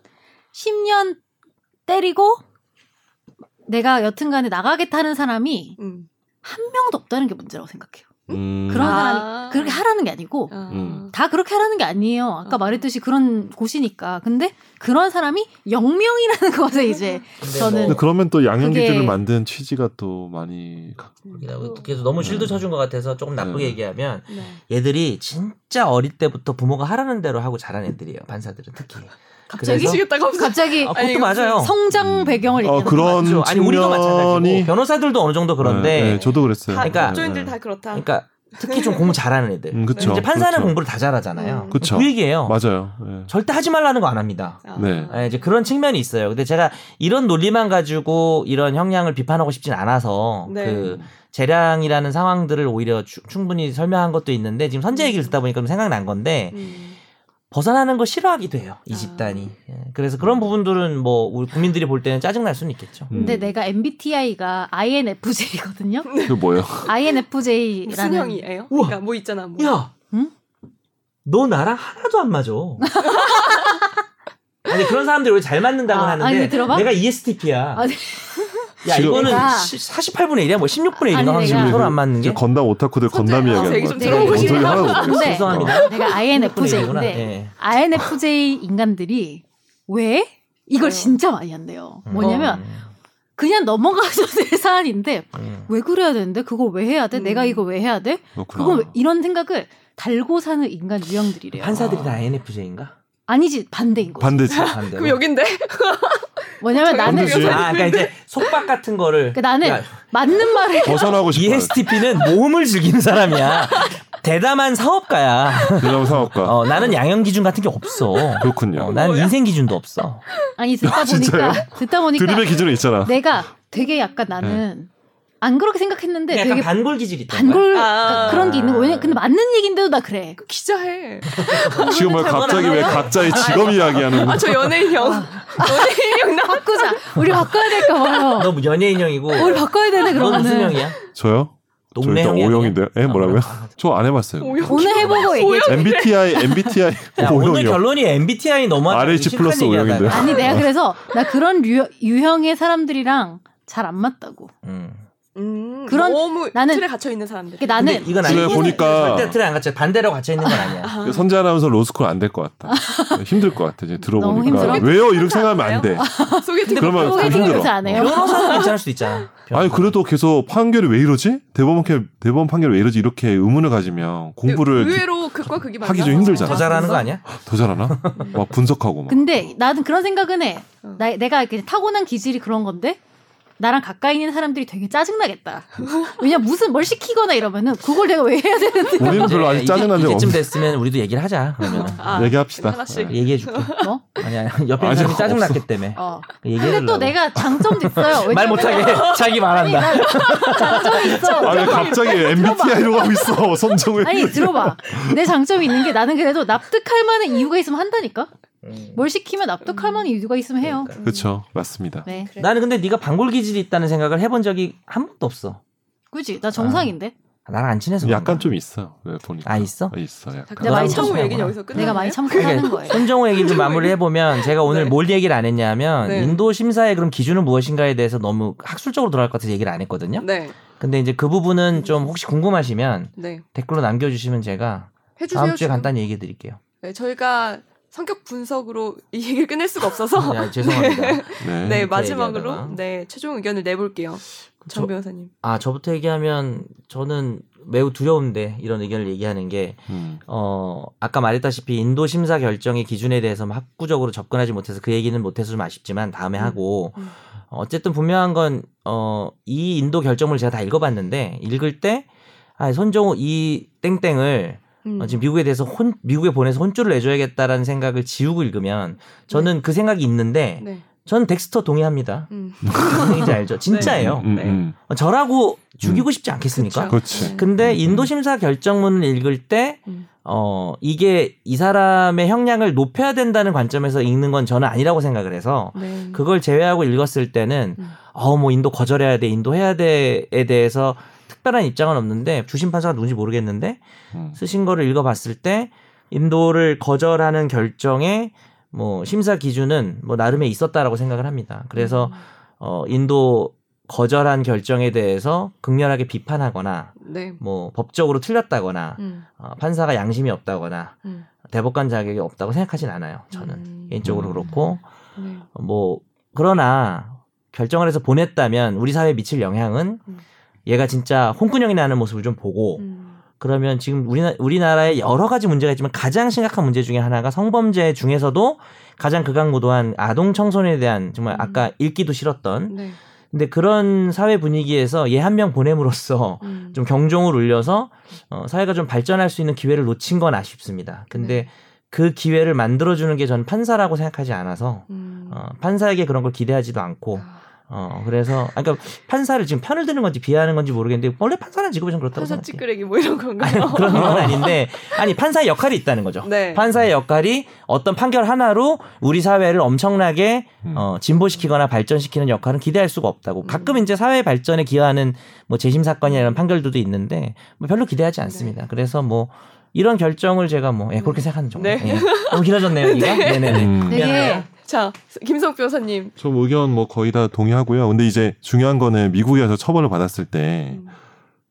Speaker 2: 10년 때리고 내가 여튼간에 나가겠다는 사람이
Speaker 1: 음.
Speaker 2: 한 명도 없다는 게 문제라고 생각해요.
Speaker 5: 음.
Speaker 2: 그런
Speaker 1: 아.
Speaker 2: 사람이 그렇게 하라는 게 아니고
Speaker 1: 아.
Speaker 5: 음.
Speaker 2: 다 그렇게 하라는 게 아니에요. 아까
Speaker 1: 어.
Speaker 2: 말했듯이 그런 곳이니까. 근데 그런 사람이 영명이라는 것에 이제
Speaker 3: 근데
Speaker 2: 저는-
Speaker 5: 근데 그러면 또 양형
Speaker 2: 그게-
Speaker 5: 기준을 만든 취지가 또 많이 각-
Speaker 3: 뭐 계속 너무 실드 쳐준 것 같아서 조금 나쁘게
Speaker 5: 음.
Speaker 3: 얘기하면
Speaker 1: 네.
Speaker 3: 얘들이 진짜 어릴 때부터 부모가 하라는 대로 하고 자란 애들이에요. 반사들은 특히.
Speaker 2: 갑자기
Speaker 3: 그래서-
Speaker 1: 미치겠다 감사.
Speaker 2: 갑자기
Speaker 3: 아, 그것도
Speaker 1: 아니,
Speaker 3: 맞아요.
Speaker 2: 성장 배경을
Speaker 5: 어,
Speaker 2: 얘기하는
Speaker 5: 그런
Speaker 3: 그렇죠. 아니 우리도 마찬가지고
Speaker 5: 측면이
Speaker 3: 변호사들도 어느 정도 그런데
Speaker 5: 네, 네, 저도 그랬어요.
Speaker 1: 다
Speaker 3: 그러니까-
Speaker 1: 법조인들 다 그렇다.
Speaker 3: 그러니까 특히 좀 공부 잘하는 애들.
Speaker 5: 음, 그쵸.
Speaker 3: 이제 판사는
Speaker 5: 그쵸.
Speaker 3: 공부를 다 잘하잖아요.
Speaker 1: 음.
Speaker 5: 그쵸.
Speaker 3: 그 얘기예요.
Speaker 5: 맞아요. 예.
Speaker 3: 절대 하지 말라는 거 안 합니다.
Speaker 1: 아.
Speaker 5: 네.
Speaker 3: 예, 이제 그런 측면이 있어요. 근데 제가 이런 논리만 가지고 이런 형량을 비판하고 싶진 않아서
Speaker 1: 네.
Speaker 3: 그 재량이라는 상황들을 오히려 추- 충분히 설명한 것도 있는데 지금 선재 얘기를 듣다 보니까 좀 생각난 건데
Speaker 1: 음.
Speaker 3: 벗어나는 거 싫어하기도 해요 이
Speaker 1: 아.
Speaker 3: 집단이. 예, 그래서 그런 부분들은 뭐 우리 국민들이 볼 때는 짜증 날 수는 있겠죠.
Speaker 5: 음.
Speaker 2: 근데 내가 MBTI가 INFJ거든요.
Speaker 5: 그 뭐예요?
Speaker 3: 네.
Speaker 1: 무슨
Speaker 2: INFJ라는
Speaker 1: 형이에요?
Speaker 3: 우와.
Speaker 1: 그러니까 뭐 있잖아. 뭐.
Speaker 3: 야,
Speaker 2: 응?
Speaker 3: 너 나랑 하나도 안 맞아. 아니 그런 사람들이 왜 잘 맞는다고
Speaker 2: 아,
Speaker 3: 하는데
Speaker 2: 아니, 들어봐.
Speaker 3: 내가 ESTP야.
Speaker 2: 아, 네.
Speaker 3: 야
Speaker 5: 지금-
Speaker 3: 이거는
Speaker 2: 내가-
Speaker 3: 48분의 1이야 뭐 16분의 1인가
Speaker 2: 아니,
Speaker 3: 확실히
Speaker 2: 내가-
Speaker 3: 서로 안 맞는 게
Speaker 5: 지금 건담 오타쿠들 건담
Speaker 1: 선제-
Speaker 5: 이야기하는
Speaker 1: 얘기
Speaker 5: 거
Speaker 1: 좀
Speaker 5: 같아요.
Speaker 1: 들어보고
Speaker 5: 뭔 소리
Speaker 1: 싶네요.
Speaker 5: 하나도 없어요.
Speaker 2: 근데 네,
Speaker 3: 죄송합니다.
Speaker 2: 내가
Speaker 3: 분의 일이구나.
Speaker 2: INFJ인데
Speaker 3: 예.
Speaker 2: INFJ 인간들이 왜
Speaker 1: 어.
Speaker 2: 이걸 진짜 많이 한대요.
Speaker 3: 음.
Speaker 2: 뭐냐면 그냥 넘어가도 될 사안인데
Speaker 3: 음.
Speaker 2: 왜 그래야 되는데 그거 왜 해야 돼?
Speaker 1: 음.
Speaker 2: 내가 이거 왜 해야 돼?
Speaker 5: 어, 그렇구나.
Speaker 2: 그거 왜- 이런 생각을 달고 사는 인간 유형들이래요.
Speaker 3: 어. 음. 판사들이 다 INFJ인가?
Speaker 2: 아니지 반대인 거지.
Speaker 5: 반대지.
Speaker 3: 반대로.
Speaker 1: 그럼 여긴데
Speaker 2: 왜냐면
Speaker 1: 어, 저기
Speaker 2: 나는
Speaker 5: 반대지.
Speaker 3: 아, 그러니까 이제 속박 같은 거를
Speaker 2: 그 나는
Speaker 3: 야,
Speaker 2: 맞는 말을
Speaker 5: 벗어나고 싶어요.
Speaker 3: ESTP는 모험을 즐기는 사람이야. 대담한 사업가야.
Speaker 5: 대담 사업가.
Speaker 3: 어, 나는 양형 기준 같은 게 없어.
Speaker 5: 그러니까. 그렇군요.
Speaker 3: 어, 난 인생 기준도 없어.
Speaker 2: 아니 듣다 보니까 듣다 보니까 네,
Speaker 5: 드립의 기준이 있잖아.
Speaker 2: 내가 되게 약간
Speaker 3: 네.
Speaker 2: 나는 안 그렇게 생각했는데
Speaker 3: 약간
Speaker 2: 되게
Speaker 3: 반골 기질이 있던 거야.
Speaker 2: 반골
Speaker 1: 아.
Speaker 2: 그런 게 있는 거. 왜냐 근데 맞는 얘긴데도 나 그래.
Speaker 1: 기자해.
Speaker 5: 지금 왜
Speaker 3: 잘
Speaker 5: 갑자기 왜
Speaker 3: 몰라요.
Speaker 5: 각자의 직업 이야기하는
Speaker 1: 아
Speaker 5: 거?
Speaker 1: 저 연예인형
Speaker 2: 어.
Speaker 1: 연예인형 나
Speaker 2: 바꾸자. 우리 바꿔야 될까 봐요.
Speaker 3: 너 연예인형이고.
Speaker 2: 우리 바꿔야 되네
Speaker 3: 너 무슨
Speaker 2: 그러면은.
Speaker 3: 형이야?
Speaker 5: 저요? 저
Speaker 3: 동네
Speaker 5: 일단
Speaker 3: 형이 아니야?
Speaker 5: O형인데. 에 뭐라고요? 저 안 해봤어요.
Speaker 1: 오영.
Speaker 2: 오늘 해보고 얘기해.
Speaker 5: MBTI MBTI
Speaker 3: 야, 오늘
Speaker 5: O형이요.
Speaker 3: 결론이 MBTI 너무하다.
Speaker 5: RH 플러스 O형인데.
Speaker 2: 아니 내가 그래서 나 그런 유, 유형의 사람들이랑 잘 안 맞다고.
Speaker 3: 음.
Speaker 1: 음,
Speaker 2: 그런-
Speaker 1: 너무
Speaker 2: 나는-
Speaker 1: 틀에 갇혀 있는 사람들.
Speaker 2: 그러니까
Speaker 3: 근데
Speaker 2: 나는
Speaker 3: 이건 아니
Speaker 5: 그래, 보니까-
Speaker 3: 절대 틀에 안 갇혀 반대로 갇혀 있는 건 아니야.
Speaker 1: 아,
Speaker 5: 선재 아나운서 로스쿨 안 될 것 같다. 네, 힘들 것 같아. 이제
Speaker 2: 너무
Speaker 5: 들어보니까
Speaker 2: 힘들어.
Speaker 5: 왜요? 이렇게 생각하면 안 돼.
Speaker 1: 소개팅
Speaker 5: 그러면 안
Speaker 2: 소개팅을 요새
Speaker 5: 힘들어.
Speaker 2: 안 해요.
Speaker 3: 변호사도 괜찮을 수도 있잖아.
Speaker 5: 아니 그래도 계속 판결이 왜 이러지? 대법원 판결 대법원 판결이 왜 이러지? 이렇게 의문을 가지면 공부를
Speaker 1: 그 의외로 극과 극이 많아.
Speaker 5: 하기 좀 힘들잖아.
Speaker 3: 더 잘하는 거 아니야?
Speaker 5: 더 잘하나? 막 분석하고 막.
Speaker 2: 근데 나는 그런 생각은 해.
Speaker 1: 응.
Speaker 2: 나, 내가 이렇게 타고난 기질이 그런 건데 나랑 가까이 있는 사람들이 되게 짜증나겠다. 왜냐 무슨 뭘 시키거나 이러면은 그걸 내가 왜 해야 되는데
Speaker 5: 우리는 별로 아직
Speaker 3: 이제
Speaker 5: 짜증난 적
Speaker 3: 이제쯤
Speaker 5: 없는데
Speaker 3: 됐으면 우리도 얘기를 하자. 그러면
Speaker 1: 아,
Speaker 5: 얘기합시다.
Speaker 1: 하나씩.
Speaker 3: 얘기해 줄게.
Speaker 2: 뭐?
Speaker 3: 아니 아니 옆에 있는
Speaker 5: 아직
Speaker 3: 사람이 짜증 났기
Speaker 5: 없어.
Speaker 3: 때문에
Speaker 2: 어.
Speaker 3: 얘기해
Speaker 2: 근데 또
Speaker 3: 주려고.
Speaker 2: 내가 장점도 있어요.
Speaker 3: 말
Speaker 2: 왜냐면-
Speaker 3: 못하게 자기
Speaker 2: 아니
Speaker 3: 말한다.
Speaker 2: 나 장점이 있어.
Speaker 5: 아니 갑자기 MBTI로 가고 있어 선정을.
Speaker 2: 아니 들어봐. 내 장점이 있는 게 나는 그래도 납득할 만한 이유가 있으면 한다니까. 뭘 시키면 납득할 만한 이유가 있으면 해요.
Speaker 3: 음. 그러니까.
Speaker 5: 그렇죠 맞습니다.
Speaker 2: 네.
Speaker 3: 나는 근데 네가 반골 기질이 있다는 생각을 해본 적이 한 번도 없어.
Speaker 2: 그지? 나 정상인데.
Speaker 3: 아, 나랑 안 친해서.
Speaker 5: 약간
Speaker 3: 그런가?
Speaker 5: 좀 있어 네, 보니까.
Speaker 3: 아, 있어?
Speaker 5: 있어 약간.
Speaker 1: 내가 많이
Speaker 3: 그건
Speaker 1: 참고 얘기
Speaker 3: 그렇구나.
Speaker 1: 여기서 끝내.
Speaker 2: 내가 많이 참고 하는 거예요.
Speaker 3: 손정호 얘기를 좀 마무리 해보면 제가 오늘
Speaker 1: 네.
Speaker 3: 뭘 얘기를 안 했냐면
Speaker 1: 네.
Speaker 3: 인도 심사의 그럼 기준은 무엇인가에 대해서 너무 학술적으로 돌아갈 것 같아서 얘기를 안 했거든요.
Speaker 1: 네,
Speaker 3: 근데 이제 그 부분은 좀 혹시 궁금하시면
Speaker 1: 네.
Speaker 3: 댓글로 남겨주시면 제가
Speaker 1: 해주세요.
Speaker 3: 다음 주에
Speaker 1: 지금.
Speaker 3: 간단히 얘기해 드릴게요.
Speaker 1: 네, 저희가 성격 분석으로 이 얘기를 끝낼 수가 없어서.
Speaker 3: 야, 죄송합니다.
Speaker 1: 네,
Speaker 5: 네.
Speaker 1: 네
Speaker 3: 이렇게
Speaker 1: 마지막으로
Speaker 3: 얘기하다가.
Speaker 1: 네 최종 의견을 내볼게요. 정
Speaker 3: 저-
Speaker 1: 변호사님.
Speaker 3: 아 저부터 얘기하면 저는 매우 두려운데 이런 의견을 얘기하는 게
Speaker 5: 음.
Speaker 3: 어, 아까 말했다시피 인도 심사 결정의 기준에 대해서 학구적으로 접근하지 못해서 그 얘기는 못해서 좀 아쉽지만 다음에
Speaker 1: 음.
Speaker 3: 하고
Speaker 1: 음.
Speaker 3: 어쨌든 분명한 건 어, 이 인도 결정을 제가 다 읽어봤는데 읽을 때 아, 손정우 이 땡땡을
Speaker 1: 음.
Speaker 3: 어, 지금 미국에 대해서 혼 미국에 보내서 혼쭐을 내줘야겠다라는 생각을 지우고 읽으면 저는 그 생각이 있는데
Speaker 1: 네.
Speaker 3: 저는 덱스터 동의합니다.
Speaker 1: 음.
Speaker 3: 무슨 얘기인지 알죠? 진짜예요.
Speaker 5: 음,
Speaker 1: 네.
Speaker 5: 음.
Speaker 3: 어, 저라고 죽이고 싶지 않겠습니까?
Speaker 1: 그쵸.
Speaker 5: 그렇지.
Speaker 3: 근데
Speaker 5: 음.
Speaker 3: 인도 심사 결정문을 읽을 때
Speaker 1: 음.
Speaker 3: 어, 이게 이 사람의 형량을 높여야 된다는 관점에서 읽는 건 저는 아니라고 생각을 해서
Speaker 1: 네.
Speaker 3: 그걸 제외하고 읽었을 때는
Speaker 1: 음.
Speaker 3: 어, 뭐 인도 거절해야 돼, 인도 해야 돼에 대해서 특별한 입장은 없는데 주심 판사가 누군지 모르겠는데
Speaker 5: 음.
Speaker 3: 쓰신 거를 읽어봤을 때 인도를 거절하는 결정에 뭐 심사 기준은 뭐 나름의 있었다라고 생각을 합니다. 그래서
Speaker 1: 음.
Speaker 3: 어, 인도 거절한 결정에 대해서 극렬하게 비판하거나
Speaker 1: 네.
Speaker 3: 뭐 법적으로 틀렸다거나
Speaker 1: 음.
Speaker 3: 어, 판사가 양심이 없다거나
Speaker 1: 음.
Speaker 3: 대법관 자격이 없다고 생각하진 않아요. 저는
Speaker 1: 음.
Speaker 3: 개인적으로
Speaker 5: 음.
Speaker 3: 그렇고
Speaker 1: 네.
Speaker 3: 뭐 그러나 결정을 해서 보냈다면 우리 사회에 미칠 영향은
Speaker 1: 음.
Speaker 3: 얘가 진짜 홍군형이 나는 모습을 좀 보고
Speaker 1: 음.
Speaker 3: 그러면 지금 우리나, 우리나라에 여러 가지 문제가 있지만 가장 심각한 문제 중에 하나가 성범죄 중에서도 가장 극악무도한 아동 청소년에 대한 정말
Speaker 1: 음.
Speaker 3: 아까 읽기도 싫었던
Speaker 1: 네.
Speaker 3: 근데 그런 사회 분위기에서 얘 한 명 보냄으로써
Speaker 1: 음.
Speaker 3: 좀 경종을 울려서 어, 사회가 좀 발전할 수 있는 기회를 놓친 건 아쉽습니다. 근데
Speaker 1: 네.
Speaker 3: 그 기회를 만들어주는 게 저는 판사라고 생각하지 않아서
Speaker 1: 음. 아.
Speaker 3: 어, 판사에게 그런 걸 기대하지도 않고 어, 그래서 아까 판사를 지금 편을 드는 건지 비하하는 건지 모르겠는데 원래 판사는 직업이 좀 그렇다고
Speaker 1: 판사
Speaker 3: 생각해요.
Speaker 1: 찌끄레기 뭐 이런
Speaker 3: 아니,
Speaker 1: 건가요?
Speaker 3: 그런 건 아닌데 아니 판사의 역할이 있다는 거죠.
Speaker 1: 네.
Speaker 3: 판사의 역할이 어떤 판결 하나로 우리 사회를 엄청나게
Speaker 5: 음.
Speaker 3: 어, 진보시키거나 발전시키는 역할은 기대할 수가 없다고. 가끔 이제 사회 발전에 기여하는 뭐 재심 사건이나 이런 판결들도 있는데 뭐 별로 기대하지
Speaker 2: 네.
Speaker 3: 않습니다. 그래서 뭐 이런 결정을 제가 뭐 예, 그렇게 생각하는 정도.
Speaker 1: 네.
Speaker 3: 예. 너무 길어졌네요. 얘기가? 네네네.
Speaker 5: 음.
Speaker 2: 음. 네. 되게
Speaker 1: 자, 김성 변호사님.
Speaker 5: 저 의견 뭐 거의 다 동의하고요. 근데 이제 중요한 거는 미국에 와서 처벌을 받았을 때
Speaker 1: 음.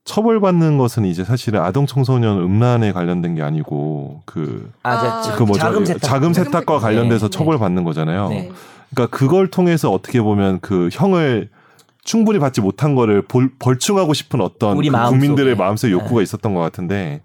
Speaker 5: 처벌받는 것은 이제 사실은 아동 청소년 음란에 관련된 게 아니고 그,
Speaker 1: 아,
Speaker 3: 자-
Speaker 5: 그 뭐죠?
Speaker 3: 자금 세탁.
Speaker 5: 자금 세탁과
Speaker 1: 세탁.
Speaker 5: 관련돼서
Speaker 3: 네, 네.
Speaker 5: 처벌받는 거잖아요.
Speaker 3: 네.
Speaker 5: 그러니까 그걸 통해서 어떻게 보면 그 형을 충분히 받지 못한 거를 볼- 벌충하고 싶은 어떤
Speaker 3: 우리
Speaker 5: 그
Speaker 3: 마음속에. 네.
Speaker 5: 국민들의 마음속에 욕구가 있었던 것 같은데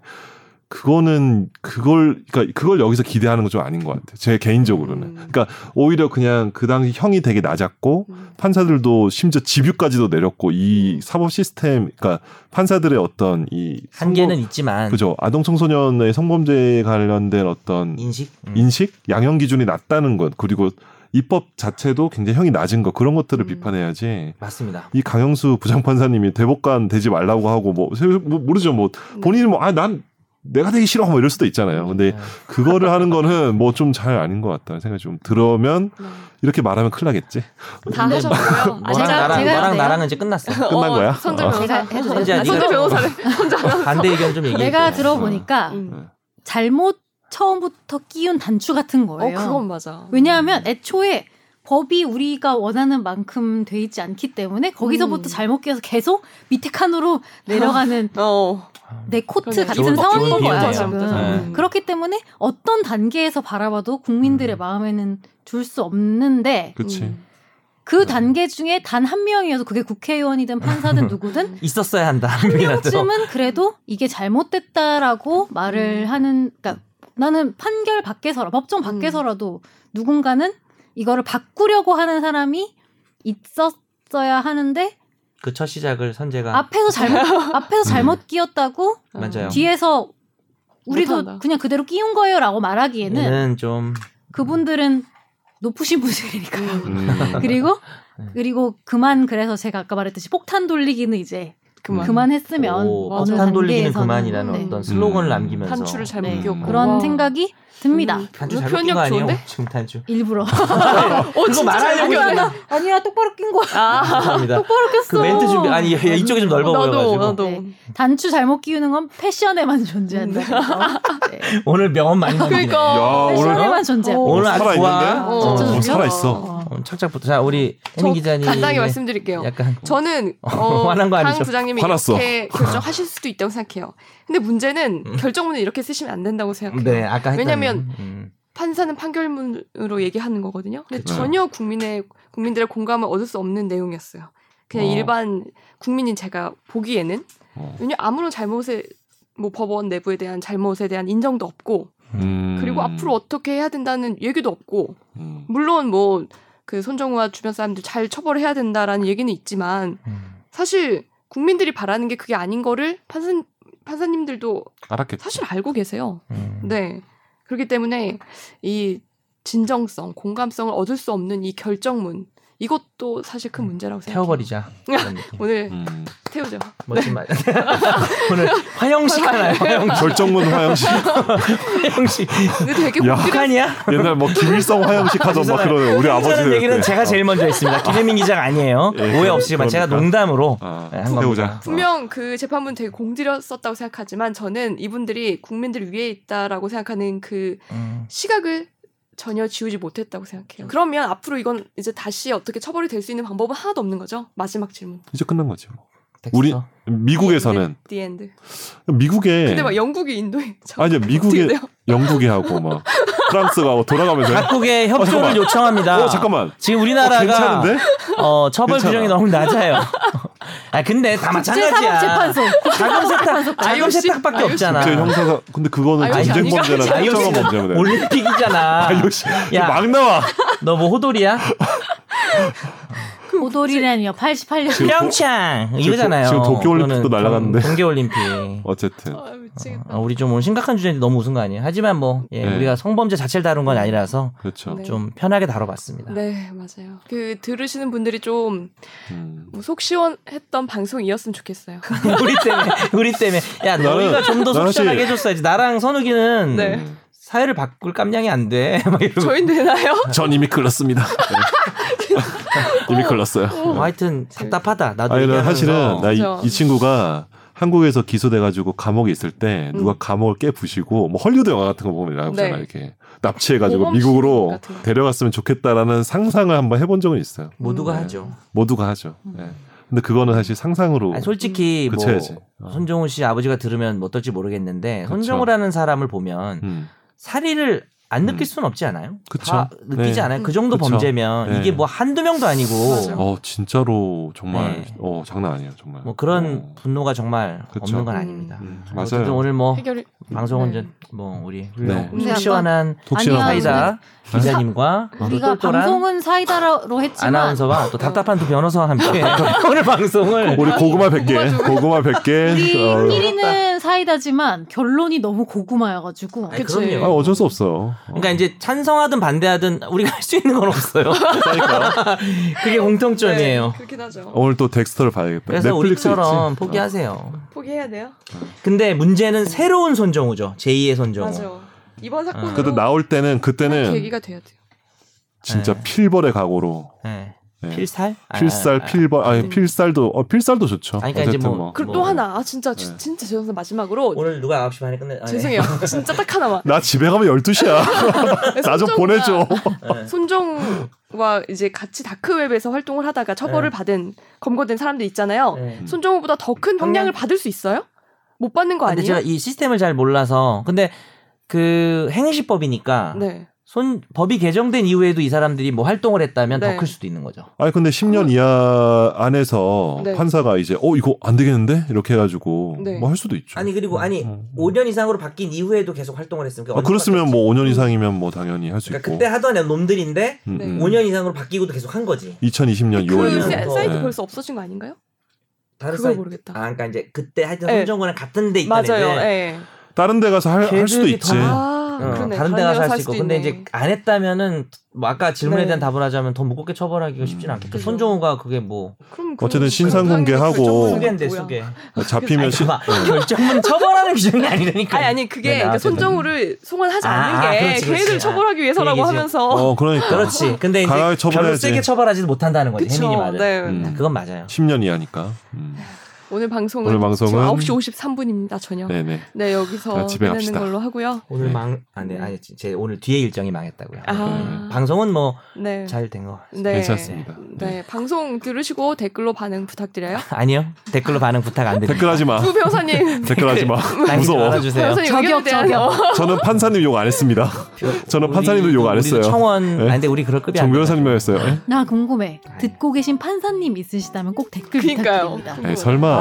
Speaker 5: 그거는 그걸 그러니까 그걸 여기서 기대하는 건 좀 아닌 것 같아요. 제 개인적으로는.
Speaker 1: 음.
Speaker 5: 그러니까 오히려 그냥 그 당시 형이 되게 낮았고
Speaker 1: 음.
Speaker 5: 판사들도 심지어 집유까지도 내렸고 이 사법 시스템 그러니까 판사들의 어떤 이
Speaker 3: 한계는 있지만
Speaker 5: 그죠 아동 청소년의 성범죄에 관련된 어떤
Speaker 3: 인식. 음.
Speaker 5: 인식, 양형 기준이 낮다는 것, 그리고 입법 자체도 굉장히 형이 낮은 것, 그런 것들을
Speaker 1: 음.
Speaker 5: 비판해야지.
Speaker 3: 맞습니다.
Speaker 5: 이 강영수 부장판사님이 대법관 되지 말라고 하고, 뭐, 세- 뭐 모르죠. 뭐,
Speaker 1: 음.
Speaker 5: 본인이 뭐, 아, 난 내가 되기 싫어. 뭐 이럴 수도 있잖아요. 근데
Speaker 3: 네.
Speaker 5: 그거를 하는 거는 뭐 좀 잘 아닌 것 같다는 생각이 좀 들으면,
Speaker 1: 네.
Speaker 5: 이렇게 말하면 큰일 나겠지.
Speaker 1: 다
Speaker 3: 근데
Speaker 1: 하셨고요.
Speaker 3: 뭐랑
Speaker 2: 아, 제가-
Speaker 3: 나랑
Speaker 2: 제가
Speaker 3: 너랑
Speaker 2: 해도
Speaker 3: 나랑은 이제 끝났어.
Speaker 5: 끝난 거야?
Speaker 1: 손절
Speaker 5: 어.
Speaker 1: 변호사.
Speaker 2: 제가 해도
Speaker 3: 선재야,
Speaker 1: 아,
Speaker 2: 돼요?
Speaker 3: 네가-
Speaker 1: 손절 변호사를 손절 변호사.
Speaker 3: 반대 의견 좀 얘기해.
Speaker 2: 내가
Speaker 3: 주세요.
Speaker 2: 들어보니까
Speaker 5: 네,
Speaker 1: 음.
Speaker 2: 잘못 처음부터 끼운 단추 같은
Speaker 1: 어,
Speaker 2: 거예요.
Speaker 1: 그건 맞아.
Speaker 2: 왜냐하면 애초에 법이 우리가 원하는 만큼 돼 있지 않기 때문에
Speaker 1: 음.
Speaker 2: 거기서부터 잘못 끼어서 계속 밑에 칸으로 내려가는
Speaker 1: 어.
Speaker 2: 내 코트
Speaker 1: 그러네.
Speaker 2: 같은
Speaker 3: 아. 좋은-
Speaker 2: 상황인
Speaker 3: 좋은
Speaker 2: 거야
Speaker 3: 비유네요.
Speaker 2: 지금.
Speaker 3: 네.
Speaker 1: 음.
Speaker 2: 그렇기 때문에 어떤 단계에서 바라봐도 국민들의
Speaker 3: 음.
Speaker 2: 마음에는 줄 수 없는데
Speaker 5: 그치.
Speaker 1: 음.
Speaker 2: 그 단계 중에 단 한 명이어서 그게 국회의원이든 판사든 누구든
Speaker 3: 있었어야 한다.
Speaker 2: 한명쯤은 그래도 이게 잘못됐다라고 말을
Speaker 1: 음.
Speaker 2: 하는 그러니까 나는 판결 밖에서라 법정 밖에서라도
Speaker 1: 음.
Speaker 2: 누군가는 이거를 바꾸려고 하는 사람이 있었어야 하는데
Speaker 3: 그 첫 시작을 선재가
Speaker 1: 아.
Speaker 2: 앞에서 잘못 앞에서 잘못 끼었다고
Speaker 1: 어,
Speaker 3: 맞아요.
Speaker 2: 뒤에서 우리도
Speaker 1: 음. 못한다.
Speaker 2: 그냥 그대로 끼운 거예요라고 말하기에는
Speaker 3: 얘는 좀
Speaker 2: 그분들은 높으신 분들이니까
Speaker 1: 음.
Speaker 2: 그리고
Speaker 3: 네.
Speaker 2: 그리고 그만 그래서 제가 아까 말했듯이 폭탄 돌리기는 이제
Speaker 1: 그만.
Speaker 2: 그만했으면
Speaker 3: 오,
Speaker 1: 어느
Speaker 3: 폭탄 돌리기는
Speaker 2: 단계에서는,
Speaker 3: 그만이라는
Speaker 2: 네.
Speaker 3: 어떤 슬로건을
Speaker 5: 음.
Speaker 3: 남기면서
Speaker 1: 단추를 잘못
Speaker 2: 네,
Speaker 1: 끼웠고.
Speaker 2: 그런
Speaker 1: 와.
Speaker 2: 생각이 듭니다.
Speaker 1: 음,
Speaker 3: 단추 잘못 낀거
Speaker 1: 표현력
Speaker 3: 아니에요?
Speaker 1: 좋은데?
Speaker 3: 지금 단추.
Speaker 2: 일부러
Speaker 1: 어,
Speaker 3: 그거
Speaker 1: 진짜
Speaker 3: 말하려고
Speaker 1: 잘못 끼웠네.
Speaker 3: 했잖아.
Speaker 2: 아니야 똑바로 낀 거야
Speaker 1: 아,
Speaker 3: 감사합니다.
Speaker 2: 똑바로 꼈어.
Speaker 3: 그 멘트 준비 아니 야, 이쪽이 좀 넓어
Speaker 1: 나도,
Speaker 3: 보여가지고
Speaker 1: 나도.
Speaker 2: 네. 단추 잘못 끼우는 건 패션에만 존재한다. 음, 네.
Speaker 3: 오늘 명언 많이 남기네.
Speaker 1: 그러니까.
Speaker 3: 아,
Speaker 5: 야, 오늘
Speaker 2: 패션에만 존재.
Speaker 1: 어.
Speaker 3: 오늘 아주
Speaker 5: 살아있는데?
Speaker 3: 좋아.
Speaker 1: 어,
Speaker 2: 진짜
Speaker 5: 어,
Speaker 2: 좋죠.
Speaker 5: 살아있어.
Speaker 3: 어, 착착부터 자 우리
Speaker 1: 저
Speaker 3: 혜민 기자님
Speaker 1: 간단하게 말씀드릴게요.
Speaker 3: 약간
Speaker 1: 저는 어,
Speaker 3: 화난 거
Speaker 1: 강
Speaker 3: 아니죠?
Speaker 1: 부장님이
Speaker 5: 화났어.
Speaker 1: 이렇게 결정하실 수도 있다고 생각해요. 근데 문제는 결정문을 이렇게 쓰시면 안 된다고 생각해요.
Speaker 3: 음. 네 아까 했던
Speaker 1: 왜냐면
Speaker 3: 음.
Speaker 1: 판사는 판결문으로 얘기하는 거거든요. 근데
Speaker 3: 그렇죠.
Speaker 5: 그쵸.
Speaker 1: 전혀 국민의 국민들의 공감을 얻을 수 없는 내용이었어요. 그냥
Speaker 5: 어.
Speaker 1: 일반 국민인 제가 보기에는
Speaker 5: 어.
Speaker 1: 왜냐 아무런 잘못에 뭐 법원 내부에 대한 잘못에 대한 인정도 없고
Speaker 5: 음.
Speaker 1: 그리고 앞으로 어떻게 해야 된다는 얘기도 없고
Speaker 5: 음.
Speaker 1: 물론 뭐 그 손정우와 주변 사람들 잘 처벌해야 된다라는 얘기는 있지만
Speaker 3: 음.
Speaker 1: 사실 국민들이 바라는 게 그게 아닌 거를 판사 판사님들도
Speaker 5: 알았겠지.
Speaker 1: 사실 알고 계세요.
Speaker 3: 음.
Speaker 1: 네. 그렇기 때문에 이 진정성, 공감성을 얻을 수 없는 이 결정문 이것도 사실 큰 문제라고 생각해요.
Speaker 3: 음. 태워버리자
Speaker 1: 네.
Speaker 3: 그런 느낌.
Speaker 1: 오늘
Speaker 5: 음.
Speaker 1: 태우죠. 네.
Speaker 3: 멋진 말 오늘 화영식 하나요 화영식
Speaker 5: 절정문 화영식.
Speaker 3: 화영식
Speaker 1: 근데 되게
Speaker 5: 야.
Speaker 3: 북한이야
Speaker 5: 옛날 뭐 김일성 화영식 하던 막 그런 우리 아버지
Speaker 3: 하는
Speaker 5: 들
Speaker 3: 아, 얘기는 제가 제일 먼저 했습니다 김혜민 기자가 아니에요
Speaker 5: 예,
Speaker 3: 오해 없이만 제가
Speaker 5: 그러니까.
Speaker 3: 농담으로
Speaker 5: 아,
Speaker 3: 네, 한
Speaker 5: 해보자.
Speaker 3: 겁니다.
Speaker 1: 분명 그 재판문 되게 공들였었다고 생각하지만 저는 이분들이 국민들 위에 있다라고 생각하는 그
Speaker 3: 음.
Speaker 1: 시각을 전혀 지우지 못했다고 생각해요. 그러면 앞으로 이건 이제 다시 어떻게 처벌이 될 수 있는 방법은 하나도 없는 거죠. 마지막 질문.
Speaker 5: 이제 끝난 거죠.
Speaker 3: 텍스처.
Speaker 5: 우리 미국에서는
Speaker 1: The end.
Speaker 5: 미국에
Speaker 1: 근데 막 영국이 인도에
Speaker 5: 아니요
Speaker 1: 어떻게
Speaker 5: 미국에
Speaker 1: 돼요?
Speaker 5: 영국에 하고 막 프랑스가 뭐 돌아가면서
Speaker 3: 각국의 협조를
Speaker 5: 잠깐만.
Speaker 3: 요청합니다.
Speaker 5: 어 잠깐만
Speaker 3: 지금
Speaker 5: 어,
Speaker 3: 우리나라가
Speaker 5: 괜찮은데
Speaker 3: 어, 처벌
Speaker 5: 괜찮아.
Speaker 3: 규정이 너무 낮아요. 아 근데 다 마찬가지야.
Speaker 2: 국제사법재판소.
Speaker 3: 자금 세탁, 자금
Speaker 1: IOC.
Speaker 3: 세탁밖에 없잖아.
Speaker 5: 국제 형사가 근데 그거는
Speaker 1: 아니,
Speaker 5: 전쟁
Speaker 1: 아니,
Speaker 5: 범죄나
Speaker 1: 아니, 아니,
Speaker 5: 특정한
Speaker 3: 아니,
Speaker 5: 범죄면 돼.
Speaker 3: 올림픽이잖아.
Speaker 5: 아 역시
Speaker 3: 야.
Speaker 5: 막 나와.
Speaker 3: 너 뭐 호돌이야?
Speaker 2: 그 오돌이란이요. 88년.
Speaker 3: 평창
Speaker 5: 지금
Speaker 3: 이거잖아요.
Speaker 5: 도- 지금 도쿄올림픽도
Speaker 3: 그거는
Speaker 5: 날아갔는데.
Speaker 3: 동- 동계올림픽.
Speaker 5: 어쨌든
Speaker 1: 아, 미치겠다.
Speaker 3: 아, 우리 좀 오늘 심각한 주제인데 너무 웃은 거 아니에요? 하지만 뭐 예,
Speaker 5: 네.
Speaker 3: 우리가 성범죄 자체를 다룬 건 아니라서
Speaker 5: 그렇죠.
Speaker 1: 네.
Speaker 3: 좀 편하게 다뤄봤습니다.
Speaker 1: 네, 맞아요. 그 들으시는 분들이 좀
Speaker 5: 음.
Speaker 1: 속 시원했던 방송이었으면 좋겠어요.
Speaker 3: 우리 때문에 우리 때문에 야
Speaker 5: 나는-
Speaker 3: 너희가 좀 더
Speaker 5: 나는
Speaker 3: 속시원하게
Speaker 5: 사실-
Speaker 3: 해줬어야지. 나랑 선욱이는
Speaker 1: 네.
Speaker 5: 음.
Speaker 3: 사회를 바꿀 깜냥이 안 돼. 막 이러고.
Speaker 1: 저희 되나요?
Speaker 5: 전 이미 글렀습니다. 네. 이미 글렀어요.
Speaker 1: 어.
Speaker 3: 뭐 하여튼 답답하다. 나도
Speaker 5: 아니 나
Speaker 3: 얘기하면서. 어.
Speaker 5: 사실은 나 이
Speaker 1: 그렇죠.
Speaker 5: 친구가 한국에서 기소돼가지고 감옥에 있을 때 누가
Speaker 1: 음.
Speaker 5: 감옥을 깨부시고 뭐 헐리우드 영화 같은 거 보면 나오잖아
Speaker 1: 네.
Speaker 5: 요 이렇게 납치해가지고
Speaker 1: 모범 시민
Speaker 5: 미국으로
Speaker 1: 같은 거.
Speaker 5: 데려갔으면 좋겠다라는 상상을 한번 해본 적은 있어요.
Speaker 3: 모두가
Speaker 5: 음.
Speaker 3: 하죠.
Speaker 5: 모두가 하죠.
Speaker 2: 음.
Speaker 5: 예. 근데 그거는 사실 상상으로
Speaker 3: 아니, 솔직히 뭐
Speaker 5: 음. 그쳐야지. 어.
Speaker 3: 손정우 씨 아버지가 들으면 뭐 어떨지 모르겠는데
Speaker 5: 그쵸.
Speaker 3: 손정우라는 사람을 보면
Speaker 5: 음.
Speaker 3: 살인을 안 느낄
Speaker 5: 음.
Speaker 3: 수는 없지 않아요?
Speaker 5: 그쵸.
Speaker 3: 다 느끼지
Speaker 5: 네.
Speaker 3: 않아요. 그 정도
Speaker 5: 그쵸.
Speaker 3: 범죄면
Speaker 5: 네.
Speaker 3: 이게 뭐 한두 명도 아니고
Speaker 1: 맞아.
Speaker 5: 어 진짜로 정말
Speaker 3: 네.
Speaker 5: 어 장난 아니에요 정말.
Speaker 3: 뭐 그런
Speaker 5: 어.
Speaker 3: 분노가 정말
Speaker 5: 그쵸.
Speaker 3: 없는 건
Speaker 1: 음.
Speaker 3: 아닙니다.
Speaker 5: 음,
Speaker 3: 어쨌든
Speaker 5: 맞아요.
Speaker 3: 오늘 뭐
Speaker 1: 해결이
Speaker 3: 방송은
Speaker 2: 네.
Speaker 3: 이제 뭐 우리 훌륭
Speaker 5: 네.
Speaker 2: 근데
Speaker 3: 시원한
Speaker 5: 독신한
Speaker 2: 아니야,
Speaker 3: 사이다
Speaker 5: 근데-
Speaker 3: 기자님과 우리
Speaker 2: 우리가
Speaker 3: 아, 똘똘한
Speaker 2: 방송은 사이다로 했지만
Speaker 3: 아나운서와 또 답답한 두 변호사와
Speaker 5: 네.
Speaker 3: 함께 오늘 방송을
Speaker 5: 우리 고구마 100개, 고구마 100개. 어.
Speaker 2: 우리끼리는 사이다지만 결론이 너무 고구마여가지고
Speaker 3: 어, 아니,
Speaker 1: 그치.
Speaker 5: 아,
Speaker 3: 그럼요.
Speaker 5: 어쩔 수 없어요. 어.
Speaker 3: 그러니까 이제 찬성하든 반대하든 우리가 할 수 있는 건 없어요. 그게 공통점이에요.
Speaker 1: 네, 그렇긴 하죠.
Speaker 5: 어. 오늘 또 덱스터를 봐야겠다.
Speaker 3: 그래서
Speaker 5: 넷플릭스
Speaker 3: 우리처럼
Speaker 5: 있지?
Speaker 3: 포기하세요.
Speaker 1: 포기해야 돼요.
Speaker 3: 근데 문제는 새로운 손정우죠. 제2의 손정우.
Speaker 1: 맞아요. 이번
Speaker 5: 어.
Speaker 1: 사건으로
Speaker 5: 그래도 나올 때는
Speaker 1: 할
Speaker 5: 그때는
Speaker 1: 계기가 돼야 돼요.
Speaker 5: 진짜
Speaker 3: 네.
Speaker 5: 필벌의 각오로
Speaker 3: 네.
Speaker 5: 예.
Speaker 3: 필살? 아,
Speaker 5: 필살
Speaker 3: 아, 아.
Speaker 5: 필벌
Speaker 1: 음.
Speaker 5: 아니 필살도 어 필살도 좋죠.
Speaker 3: 아니, 그러니까 이제
Speaker 5: 어쨌든
Speaker 3: 뭐-
Speaker 1: 그리고
Speaker 3: 뭐.
Speaker 1: 또 하나 아 진짜 지-
Speaker 5: 네.
Speaker 1: 진짜 죄송한데 마지막으로
Speaker 3: 오늘 누가 9시 반에 끝내? 아, 네.
Speaker 1: 죄송해요. 진짜 딱 하나만.
Speaker 5: 나 집에 가면
Speaker 1: 아,
Speaker 5: 12시야. 나 좀
Speaker 1: 손정우가-
Speaker 5: 보내줘.
Speaker 3: 네.
Speaker 1: 손정우와 이제 같이 다크웹에서 활동을 하다가 처벌을
Speaker 3: 네.
Speaker 1: 받은 검거된 사람들 있잖아요.
Speaker 3: 네.
Speaker 5: 음.
Speaker 1: 손정우보다 더 큰 형량을
Speaker 3: 형량-
Speaker 1: 받을 수 있어요? 못 받는 거
Speaker 3: 근데
Speaker 1: 아니에요?
Speaker 3: 제가 이 시스템을 잘 몰라서 근데 그 행시법이니까
Speaker 1: 네.
Speaker 3: 손 법이 개정된 이후에도 이 사람들이 뭐 활동을 했다면
Speaker 1: 네.
Speaker 3: 더 클 수도 있는 거죠.
Speaker 5: 아니 근데 10년 이하 안에서
Speaker 1: 네.
Speaker 5: 판사가 이제 어 이거 안 되겠는데 이렇게 해 가지고
Speaker 1: 네.
Speaker 5: 뭐 할 수도 있죠.
Speaker 3: 아니 그리고 아니
Speaker 5: 음.
Speaker 3: 5년 이상으로 바뀐 이후에도 계속 활동을 했으니까
Speaker 5: 아, 그렇으면 뭐 5년 이상이면 뭐 당연히 할 수
Speaker 3: 그러니까
Speaker 5: 있고.
Speaker 3: 그때 하던 놈들인데
Speaker 5: 음,
Speaker 1: 네.
Speaker 5: 음.
Speaker 3: 5년 이상으로 바뀌고도 계속 한 거지.
Speaker 5: 2020년
Speaker 1: 그
Speaker 5: 6월
Speaker 1: 사-
Speaker 3: 이후로.
Speaker 1: 사이트
Speaker 5: 네.
Speaker 1: 벌써 없어진 거 아닌가요?
Speaker 3: 다른
Speaker 1: 그걸
Speaker 3: 사이-
Speaker 1: 모르겠다.
Speaker 3: 아, 그러니까 이제 그때 하여튼
Speaker 1: 네.
Speaker 3: 손정구랑 같은 데 있다는
Speaker 1: 맞아요.
Speaker 3: 애들.
Speaker 1: 예.
Speaker 5: 다른 데 가서 할, 할 수도
Speaker 3: 걔들이
Speaker 5: 있지.
Speaker 3: 더-
Speaker 1: 아,
Speaker 3: 어,
Speaker 1: 그러네.
Speaker 3: 다른 데 가서 할 수 있고 근데
Speaker 1: 있네.
Speaker 3: 이제 안 했다면은 뭐 아까 질문에
Speaker 1: 네.
Speaker 3: 대한 답을 하자면 더 무겁게 처벌하기가 쉽진
Speaker 5: 음.
Speaker 3: 않겠죠
Speaker 1: 그죠.
Speaker 3: 손정우가 그게 뭐
Speaker 1: 그럼 아, 그-
Speaker 5: 어쨌든 신상
Speaker 1: 그
Speaker 5: 공개하고-
Speaker 1: 결정문은
Speaker 3: 수개인데
Speaker 1: 뭐야?
Speaker 3: 수개
Speaker 5: 잡히면 시,
Speaker 3: 봐. 결정문 처벌하는 규정이 아니라니까
Speaker 1: 아니 아니 그게
Speaker 3: 네,
Speaker 1: 그러니까
Speaker 3: 나한테는.
Speaker 1: 손정우를 송환하지
Speaker 3: 아,
Speaker 1: 않는
Speaker 3: 아,
Speaker 1: 게
Speaker 3: 그렇지, 그렇지.
Speaker 1: 걔를
Speaker 3: 아,
Speaker 1: 처벌하기 위해서라고
Speaker 3: 그 얘기지.
Speaker 1: 하면서
Speaker 5: 어 그러니까
Speaker 3: 그렇지 근데 이제
Speaker 5: 강하게
Speaker 3: 별로
Speaker 5: 처벌해야지.
Speaker 3: 세게 처벌하지도 못한다는 거지
Speaker 1: 그쵸.
Speaker 3: 혜민이 뭐 말은
Speaker 1: 네.
Speaker 5: 음.
Speaker 3: 그건 맞아요
Speaker 5: 10년 이하니까. 음.
Speaker 1: 오늘 방송은,
Speaker 5: 오늘 방송은-
Speaker 1: 지금 9시 53분입니다. 저녁. 네,
Speaker 5: 네네.
Speaker 1: 여기서
Speaker 5: 아, 집에
Speaker 1: 끝내는
Speaker 5: 갑시다.
Speaker 1: 걸로 하고요.
Speaker 3: 오늘
Speaker 5: 네.
Speaker 3: 망 아니 아니 제 오늘 뒤에 일정이 망했다고요
Speaker 1: 아.
Speaker 3: 방송은 뭐 잘
Speaker 1: 네.
Speaker 3: 된거
Speaker 1: 네.
Speaker 5: 괜찮습니다.
Speaker 1: 네, 방송 들으시고 댓글로 반응 부탁드려요.
Speaker 3: 아니요 댓글로 반응 부탁 안 드립니다
Speaker 5: 댓글하지 마.
Speaker 1: 구 변호사님,
Speaker 5: 댓글하지 마.
Speaker 3: 많이 좀
Speaker 5: 무서워.
Speaker 3: 알아주세요
Speaker 1: 변호사님 의견에
Speaker 2: 저격
Speaker 1: 대한 어,
Speaker 2: 저격
Speaker 5: 저는 판사님 욕 안 했습니다. 저는 판사님도 욕 안
Speaker 3: 우리도
Speaker 5: 했어요.
Speaker 3: 청원
Speaker 5: 네.
Speaker 3: 아니 근데 우리 그럴 급이
Speaker 5: 정
Speaker 3: 아니에요.
Speaker 5: 변호사님만 했어요. 에?
Speaker 2: 나 궁금해 듣고 계신 판사님 있으시다면 꼭 댓글
Speaker 1: 그러니까요.
Speaker 2: 부탁드립니다
Speaker 5: 에이, 예? 설마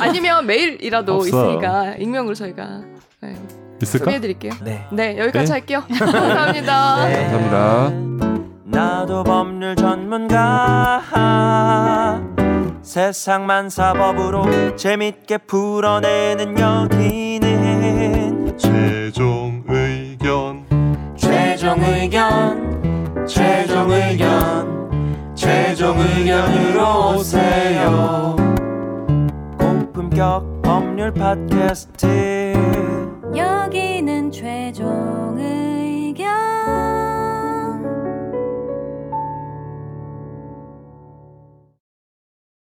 Speaker 1: 아니면 메일이라도
Speaker 5: 없어요.
Speaker 1: 있으니까 익명으로 저희가 네,
Speaker 5: 있을까?
Speaker 1: 소개해드릴게요.
Speaker 3: 네
Speaker 1: 네, 여기까지
Speaker 5: 네.
Speaker 1: 할게요. 감사합니다.
Speaker 3: 네.
Speaker 5: 감사합니다.
Speaker 8: 나도 법률 전문가 세상만 사법으로 재밌게 풀어내는 여기는
Speaker 4: 최종 의견
Speaker 8: 최종 의견 최종 의견 최종 의견으로 오세요 고품격 법률 팟캐스트